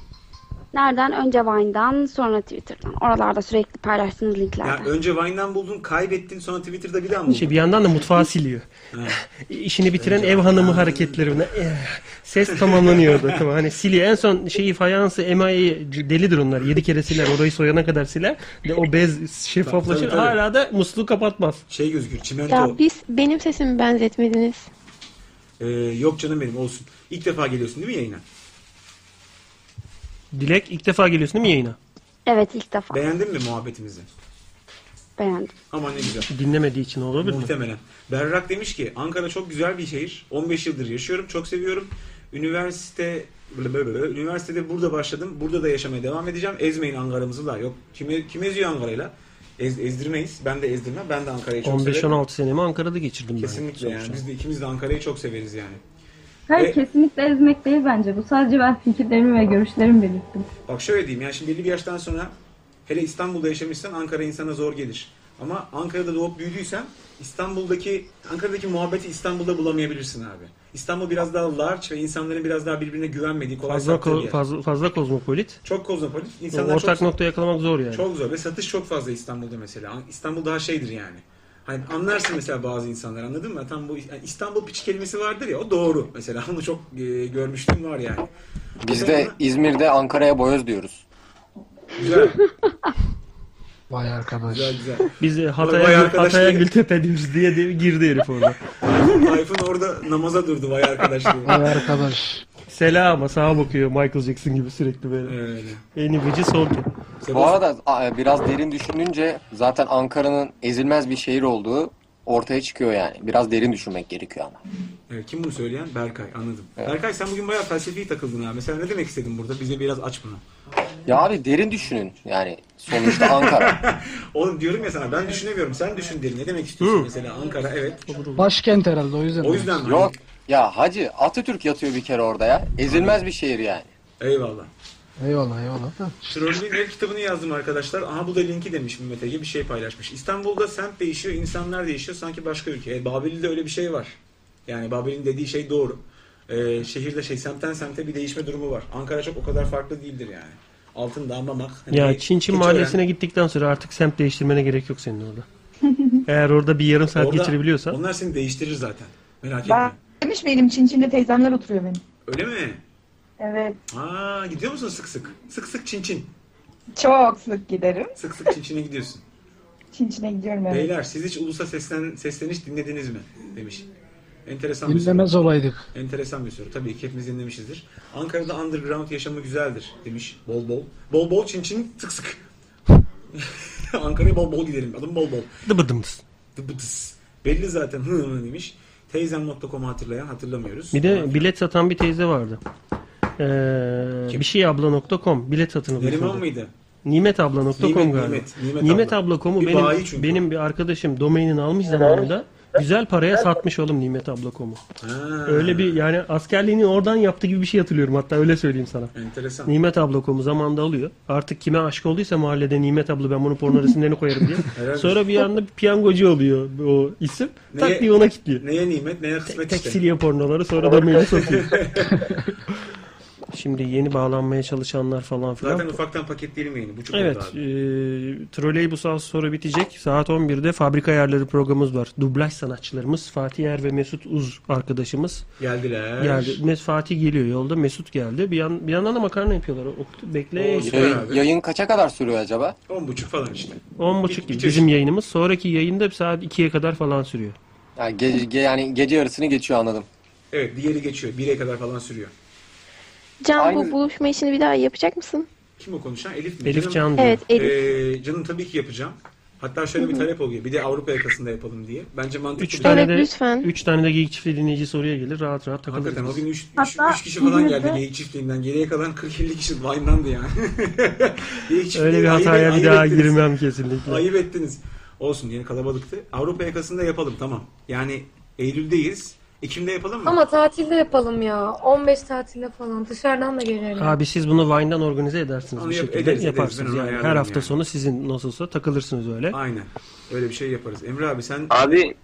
Nereden? Önce Vine'dan sonra Twitter'dan. Oralarda sürekli paylaştığınız
Ya
linklerden.
önce Vine'dan buldun, kaybettin sonra Twitter'da bir daha mı buldun?
İşte bir yandan da mutfağı siliyor. İşini bitiren ev hanımı hareketlerine eh, ses tamamlanıyordu. tamam hani siliyor. En son şeyi fayansı emayı delidir onlar. Yedi kere siler. Orayı soyana kadar siler. De o bez şeffaflaşır.
Tabii, tabii, tabii.
Hala da musluğu kapatmaz.
Şey gözükür. Çimento.
Ya biz benim sesimi benzetmediniz.
Ee, yok canım benim olsun. İlk defa geliyorsun değil mi yayına?
Dilek ilk defa geliyorsun değil mi yayına?
Evet ilk defa
Beğendin mi muhabbetimizi?
beğendim.
Aman ne güzel.
Dinlemediği için olabilir mi?
Muhtemelen. Berrak demiş ki Ankara çok güzel bir şehir. 15 yıldır yaşıyorum. Çok seviyorum. Üniversite üniversitede burada başladım. Burada da yaşamaya devam edeceğim. Ezmeyin Ankara'mızı da. Yok kim, kim eziyor Ankara'yla? Ez, ezdirmeyiz. Ben de ezdirmem. Ben de Ankara'yı
şey
çok severim.
15-16 senemi Ankara'da geçirdim ben.
Kesinlikle yani.
Sonuçta.
Biz de ikimiz de Ankara'yı çok severiz yani.
Hayır
Ve-
kesinlikle ezmek değil bence bu. Sadece ben fikirlerimi ve görüşlerimi belirttim.
Bak şöyle diyeyim yani şimdi belli bir yaştan sonra hele İstanbul'da yaşamışsan Ankara insana zor gelir. Ama Ankara'da doğup büyüdüysen İstanbul'daki Ankara'daki muhabbeti İstanbul'da bulamayabilirsin abi. İstanbul biraz daha large ve insanların biraz daha birbirine güvenmediği kolay
Fazla,
sattığı bir
ko-
yer.
fazla, fazla kozmopolit.
Çok kozmopolit. İnsanlar
Ortak
çok,
nokta yakalamak zor yani.
çok zor ve satış çok fazla İstanbul'da mesela. An- İstanbul daha şeydir yani. Hani anlarsın mesela bazı insanlar anladın mı? Tam bu yani İstanbul piç kelimesi vardır ya o doğru mesela. [laughs] Onu çok e, görmüştüm var yani.
Biz de İzmir'de Ankara'ya boyoz diyoruz.
Güzel.
Vay arkadaş.
Güzel güzel.
Biz e,
Vay
Hatay'a,
arkadaş
Hatay'a
diye-
Gültepe diyoruz diye de girdi herif [laughs] orada.
Tayfun orada namaza durdu vay arkadaş diye.
arkadaş.
Selama sağa bakıyor Michael Jackson gibi sürekli böyle.
Öyle.
En ibici soldu.
Bu arada a, biraz derin düşününce zaten Ankara'nın ezilmez bir şehir olduğu ortaya çıkıyor yani. Biraz derin düşünmek gerekiyor ama.
Evet, kim bunu söyleyen? Berkay anladım. Berkay sen bugün bayağı felsefi takıldın ha. Mesela ne demek istedin burada? Bize biraz aç bunu.
Ya abi derin düşünün yani sonuçta Ankara.
Oğlum diyorum ya sana ben düşünemiyorum. Sen düşün derim. Ne demek istiyorsun mesela Ankara? Evet.
Başkent herhalde o yüzden.
O yüzden mi?
Yok ya hacı Atatürk yatıyor bir kere orada ya. Ezilmez bir şehir yani.
Eyvallah.
Eyvallah eyvallah. da.
Troll'ün ev kitabını yazdım arkadaşlar. Aha bu da linki demiş Mehmet Ege. Bir şey paylaşmış. İstanbul'da semt değişiyor, insanlar değişiyor. Sanki başka ülke. E, Babil'de öyle bir şey var. Yani Babil'in dediği şey doğru. E, şehirde şey semtten semte bir değişme durumu var. Ankara çok o kadar farklı değildir yani. Altın damlamak. hani
Ya
bir-
Çin Çin
hiç
Mahallesi'ne gittikten sonra artık semt değiştirmene gerek yok senin
[laughs]
orada. Eğer orada bir yarım saat
Orada-
geçirebiliyorsan.
Onlar seni değiştirir zaten. Merak etme.
Ben demiş miydim Çin Çin'de teyzemler oturuyor benim.
Öyle mi?
Evet.
Aa gidiyor musun sık sık? Sık sık Çin Çin.
Çok sık giderim.
Sık sık Çin Çin'e gidiyorsun.
Çin Çin'e gidiyorum evet.
Beyler siz hiç ulusa seslen, sesleniş dinlediniz mi? Demiş. Enteresan bir soru.
Dinlemez olaydık.
Enteresan bir soru. Tabii ki hepimiz dinlemişizdir. Ankara'da underground yaşamı güzeldir demiş. Bol bol. Bol bol çin çin sık sık. [laughs] Ankara'ya bol bol gidelim. Adım bol bol.
Dıbıdımız.
Dıbıdıs. Belli zaten hı hı demiş. Teyzem.com'u hatırlayan hatırlamıyoruz.
Bir de bilet satan bir teyze vardı. Ee, bir şey abla.com bilet satın alıyorsun.
Neriman mıydı?
Nimetabla.com
Nimet,
galiba.
Nimet, Nimet
Nimetabla.com'u
abla. Bir bayi
benim,
çünkü.
benim bir arkadaşım domainini almış zamanında güzel paraya satmış oğlum Nimetabla.com'u.
Ha.
Öyle bir yani askerliğini oradan yaptığı gibi bir şey hatırlıyorum hatta öyle söyleyeyim sana.
Enteresan.
Nimet abla.com'u zamanında alıyor. Artık kime aşık olduysa mahallede Nimet abla ben bunu porno resimlerini koyarım diye.
Herhalde.
Sonra bir anda piyangocu oluyor o isim. Tak diye ona kilitliyor.
Neye nimet neye kısmet
Tek
işte.
siliyor pornoları sonra da maili satıyor. [laughs] Şimdi yeni bağlanmaya çalışanlar falan filan.
Zaten ufaktan paketleyelim yayını. Buçuk
Evet,
oldu abi.
e, troleybus az sonra bitecek. Saat 11'de fabrika ayarları programımız var. Dublaj sanatçılarımız Fatih Er ve Mesut Uz arkadaşımız.
Geldiler.
Geldi. Mes Fatih geliyor yolda. Mesut geldi. Bir, yan, bir yandan da makarna yapıyorlar. O- Bekle.
Yayın- yayın kaça kadar sürüyor acaba?
10.30 falan işte.
10.30 gibi bizim yayınımız. Sonraki yayında saat 2'ye kadar falan sürüyor.
Yani gece, ge- yani gece yarısını geçiyor anladım.
Evet diğeri geçiyor. 1'e kadar falan sürüyor.
Can
Aynı-
bu buluşma işini bir daha yapacak mısın?
Kim o konuşan? Elif mi?
Elif
Canım-
Can diyor. Evet, Elif.
Ee, canım tabii ki yapacağım. Hatta şöyle bir
Hı hı.
talep oluyor. Bir de Avrupa yakasında yapalım diye. Bence mantıklı.
Üç
bir-
tane de, Üç tane de geyik çiftliği dinleyici soruya gelir. Rahat rahat
Hakikaten o gün
takılırız.
3
Hatta
kişi falan geldi
İzmir'de-
geyik çiftliğinden. Geriye kalan 40-50 kişi Vine'dandı yani. [laughs] Geyik
Öyle
çiftliği
bir
ayıp-
hataya bir
ayıp
daha
ettiniz.
girmem kesinlikle.
Ayıp ettiniz. Olsun yine kalabalıktı. Avrupa yakasında yapalım tamam. Yani Eylül'deyiz. Ekim'de yapalım mı?
Ama tatilde yapalım ya. 15 tatilde falan. Dışarıdan da gelelim.
Abi siz bunu Vine'dan organize edersiniz
Onu
bir
yap-
şekilde.
ederiz, ederiz. Ben
Yaparsınız
onu
yani. Her
ayarlarım
hafta
yani.
sonu sizin nasılsa takılırsınız öyle.
Aynen. Öyle bir şey yaparız. Emre abi sen
Abi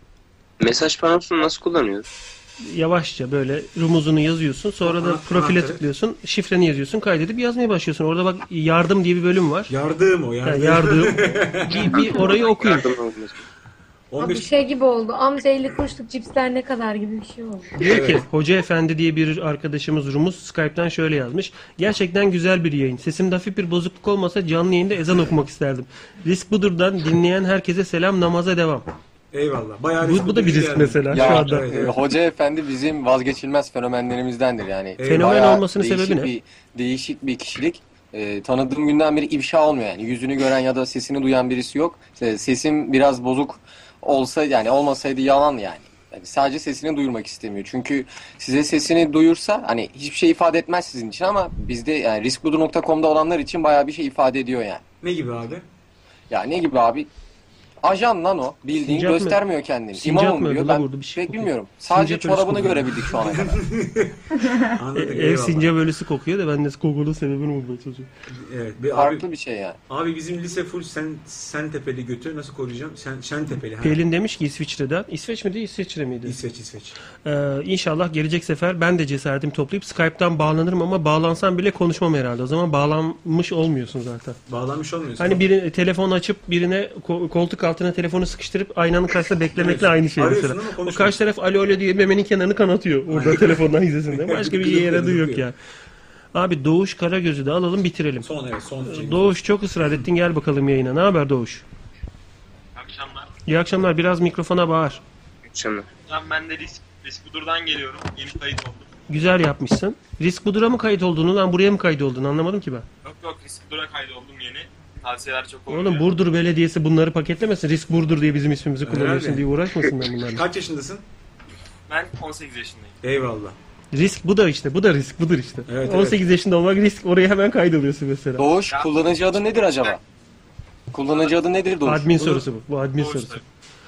mesaj panosunu nasıl kullanıyoruz?
Yavaşça böyle rumuzunu yazıyorsun. Sonra da
Aha,
profile
anahtarı.
tıklıyorsun. Şifreni yazıyorsun. Kaydedip yazmaya başlıyorsun. Orada bak yardım diye bir bölüm var.
Yardım o
yardım.
[laughs]
bir, bir orayı okuyun.
Abi şey gibi oldu. Amca 50 kuruşluk cipsler ne kadar gibi bir şey oldu.
Diyor ki Hoca Efendi diye bir arkadaşımız Rumuz Skype'ten şöyle yazmış. Gerçekten güzel bir yayın. Sesimde hafif bir bozukluk olmasa canlı yayında ezan okumak isterdim. Risk Budur'dan dinleyen herkese selam namaza devam.
Eyvallah. Bayağı şey
Bu- bu da bir risk mesela şu anda.
e, Hoca efendi bizim vazgeçilmez fenomenlerimizdendir yani.
Fenomen
Bayağı
olmasının
değişik
sebebi ne?
Bir, değişik bir kişilik. E, tanıdığım günden beri ifşa olmuyor yani. Yüzünü gören ya da sesini duyan birisi yok. E, sesim biraz bozuk olsa yani olmasaydı yalan yani. Yani sadece sesini duyurmak istemiyor. Çünkü size sesini duyursa hani hiçbir şey ifade etmez sizin için ama bizde yani riskbudu.com'da olanlar için bayağı bir şey ifade ediyor yani.
Ne gibi
[laughs]
abi?
Ya ne gibi abi? Ajan lan o. Bildiğin
Sincap mı?
göstermiyor kendini.
Sincap
İmamım
mı
diyor.
öyle
Ben
vurdu, bir şey
pek
kokuyor.
bilmiyorum. Sadece
Sincap öyle
çorabını
kokuyor.
görebildik şu
[laughs]
ana kadar.
Anladık,
E, ev
eyvallah.
sinca bölüsü kokuyor da ben de kokunun sebebini bulmaya çalışıyorum.
Evet, bir
Farklı bir şey yani.
Abi bizim lise full sen sen tepeli götü nasıl koruyacağım? Sen şen tepeli. ha.
Pelin demiş ki İsviçre'den. İsveç miydi İsviçre miydi? Ee,
İsveç İsveç.
inşallah gelecek sefer ben de cesaretimi toplayıp Skype'tan bağlanırım ama bağlansam bile konuşmam herhalde. O zaman bağlanmış olmuyorsun zaten.
Bağlanmış olmuyorsun.
Hani bir telefon açıp birine ko- koltuk altına telefonu sıkıştırıp aynanın karşısında
Arıyorsun.
beklemekle aynı şey
Arıyorsun ama
mesela. O
konuşmuyorsun.
karşı taraf alo alo diye memenin kenarını kanatıyor orada telefondan izlesinde. Başka bir
Gıdıklıyor,
yere yaradığı yok
gıdıklıyor.
ya. Abi Doğuş Karagöz'ü de alalım bitirelim.
Son evet son. şey.
Doğuş çok ısrar ettin gel bakalım yayına. Ne haber Doğuş?
Akşamlar.
İyi akşamlar biraz mikrofona bağır.
Akşamlar.
Hocam ben de risk, risk budurdan geliyorum. Yeni kayıt oldum.
Güzel yapmışsın. Risk Budur'a mı kayıt olduğunu lan buraya mı kayıt olduğunu anlamadım ki ben.
Yok yok risk budura kaydoldum yeni. Tavsiyeler çok oldu.
Oğlum Burdur Belediyesi bunları paketlemesin. Risk Burdur diye bizim ismimizi kullanıyorsun
Herhalde.
diye uğraşmasınlar bunlarla.
Kaç yaşındasın?
Ben 18 yaşındayım.
Eyvallah.
Risk bu da işte. Bu da risk. Budur işte.
Evet,
18 yaşında olmak risk. Oraya hemen kaydoluyorsun mesela.
Doğuş kullanıcı adı nedir acaba? Kullanıcı adı nedir Doğuş?
Admin sorusu bu. Bu admin sorusu.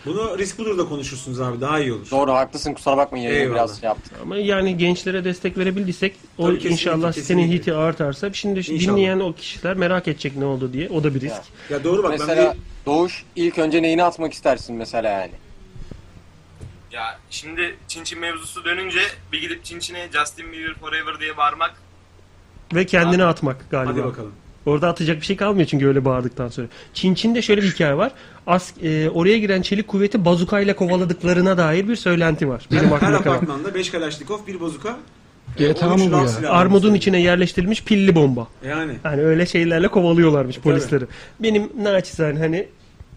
Bunu risk bulur da konuşursunuz abi daha iyi olur.
Doğru haklısın kusura bakmayın yayını
Eyvallah.
biraz şey yaptık.
Ama yani gençlere destek verebildiysek o
Tabii kesinlikle,
inşallah
kesinlikle.
senin hiti artarsa. Şimdi şu
İnşallah.
dinleyen o kişiler merak edecek ne oldu diye. O da bir risk.
Ya doğru bak, ben
Mesela
bir-
Doğuş ilk önce neyini atmak istersin mesela yani?
Ya şimdi Çin Çin mevzusu dönünce bir gidip Çin Çin'e Justin Bieber Forever diye bağırmak
Ve kendini atmak galiba.
Hadi bakalım.
Orada atacak bir şey kalmıyor çünkü öyle bağırdıktan sonra. Çin Çin'de şöyle bir hikaye var. As, e, oraya giren çelik kuvveti bazukayla kovaladıklarına dair bir söylenti var.
[laughs]
Benim
her, her
aklımda kalan.
apartmanda 5 kalaşnikov, bir bozuka. E,
GTA
on üç
mı bu
lav
ya?
silahı.
Armudun içine yerleştirilmiş pilli bomba.
Yani.
Yani Hani öyle şeylerle kovalıyorlarmış
E,
polisleri. Benim naçizane hani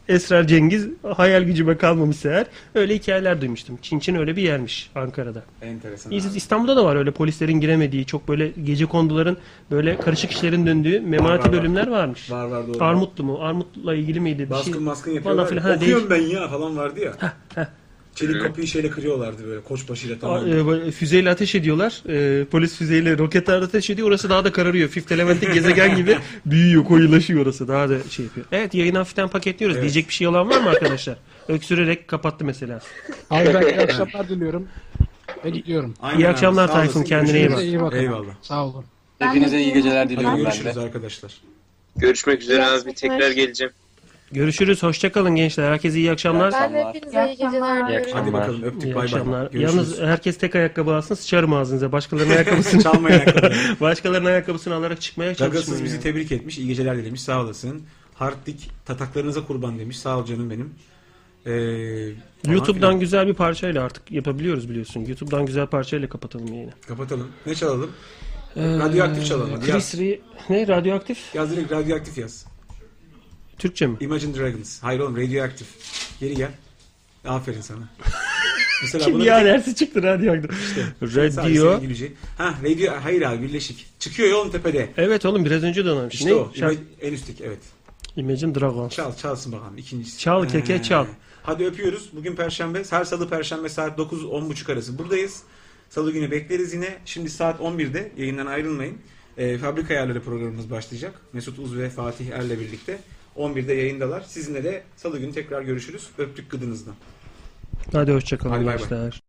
Esrar Cengiz hayal gücüme kalmamış eğer öyle hikayeler duymuştum. Çin Çin öyle bir yermiş Ankara'da.
Enteresan.
İz- İstanbul'da da var öyle polislerin giremediği çok böyle gece konduların böyle karışık işlerin döndüğü memarati
var, var.
bölümler varmış.
Var var doğru.
Armutlu mu? Armutlu'la ilgili miydi? Bir
Baskın
şey-
maskın
Falan
yapıyorlar.
filan.
ya.
Ha, değil.
Okuyorum ben ya falan vardı ya. Çelik kapıyı şeyle kırıyorlardı böyle koçbaşıyla tamam.
A- e, böyle füzeyle ateş ediyorlar. E, polis füzeyle roketlerle ateş ediyor. Orası daha da kararıyor. Fifth Element'lik [laughs] gezegen gibi büyüyor, koyulaşıyor orası. Daha da şey yapıyor. Evet yayını hafiften paketliyoruz. Diyecek bir şey olan var mı [laughs] arkadaşlar? Öksürerek kapattı mesela.
Abi ben iyi akşamlar diliyorum. Ve gidiyorum.
Aynen İyi abi, akşamlar sağ Tayfun, olasın. kendine iyi bak.
Görüşürüz, bakın.
Eyvallah.
Sağ olun.
Hepinize iyi geceler diliyorum ben de.
Görüşürüz arkadaşlar.
Görüşmek üzere abi tekrar geleceğim.
Görüşürüz. Hoşçakalın gençler. Herkese iyi akşamlar.
Ben de hepinize iyi geceler
İyi
diliyorum.
Hadi bakalım öptük
İyi
bay bay.
akşamlar.
Görüşürüz.
Yalnız e, herkes tek ayakkabı alsın sıçarım ağzınıza. Başkalarının [laughs]
[laughs]
ayakkabısını
Çalmayın ayakkabıyı.
[laughs] Başkalarının ayakkabısını alarak çıkmaya çalışmayın.
Gagasız bizi
yani.
tebrik etmiş. iyi geceler dilemiş. Sağ olasın. Hartdik tataklarınıza kurban demiş. Sağ ol canım benim. Ee,
YouTube'dan güzel bir parçayla artık yapabiliyoruz biliyorsun. YouTube'dan güzel parçayla kapatalım yayını.
Kapatalım. Ne çalalım? radyoaktif çalalım. Hadi
Ee, Chris
yaz.
Re- ne radyoaktif?
Yaz direkt radyoaktif yaz.
Türkçe mi? [laughs]
Imagine Dragons. Hayır oğlum radyoaktif. Geri gel. Aferin sana. Mesela bunu
Kimya
bir-
dersi çıktı radyo.
Sadece
radyo.
senin güleceğin. Ha radio hayır abi birleşik. Çıkıyor yolun tepede.
Evet oğlum biraz önce de oynamış.
İşte
ne?
o.
Şarkı-
İma- en üstteki evet.
Imagine Dragons.
Çal çalsın bakalım ikincisi.
Çal keke
Ee,
çal.
Hadi öpüyoruz. Bugün perşembe. Her salı perşembe saat 9-10.30 arası buradayız. Salı günü bekleriz yine. Şimdi saat 11'de yayından ayrılmayın. Ee, Fabrika Ayarları programımız başlayacak. Mesut Uz ve Fatih Er'le birlikte. 11'de yayındalar. Sizinle de salı günü tekrar görüşürüz. Öptük gıdınızdan.
Hadi hoşçakalın
Hadi bay bay.
arkadaşlar.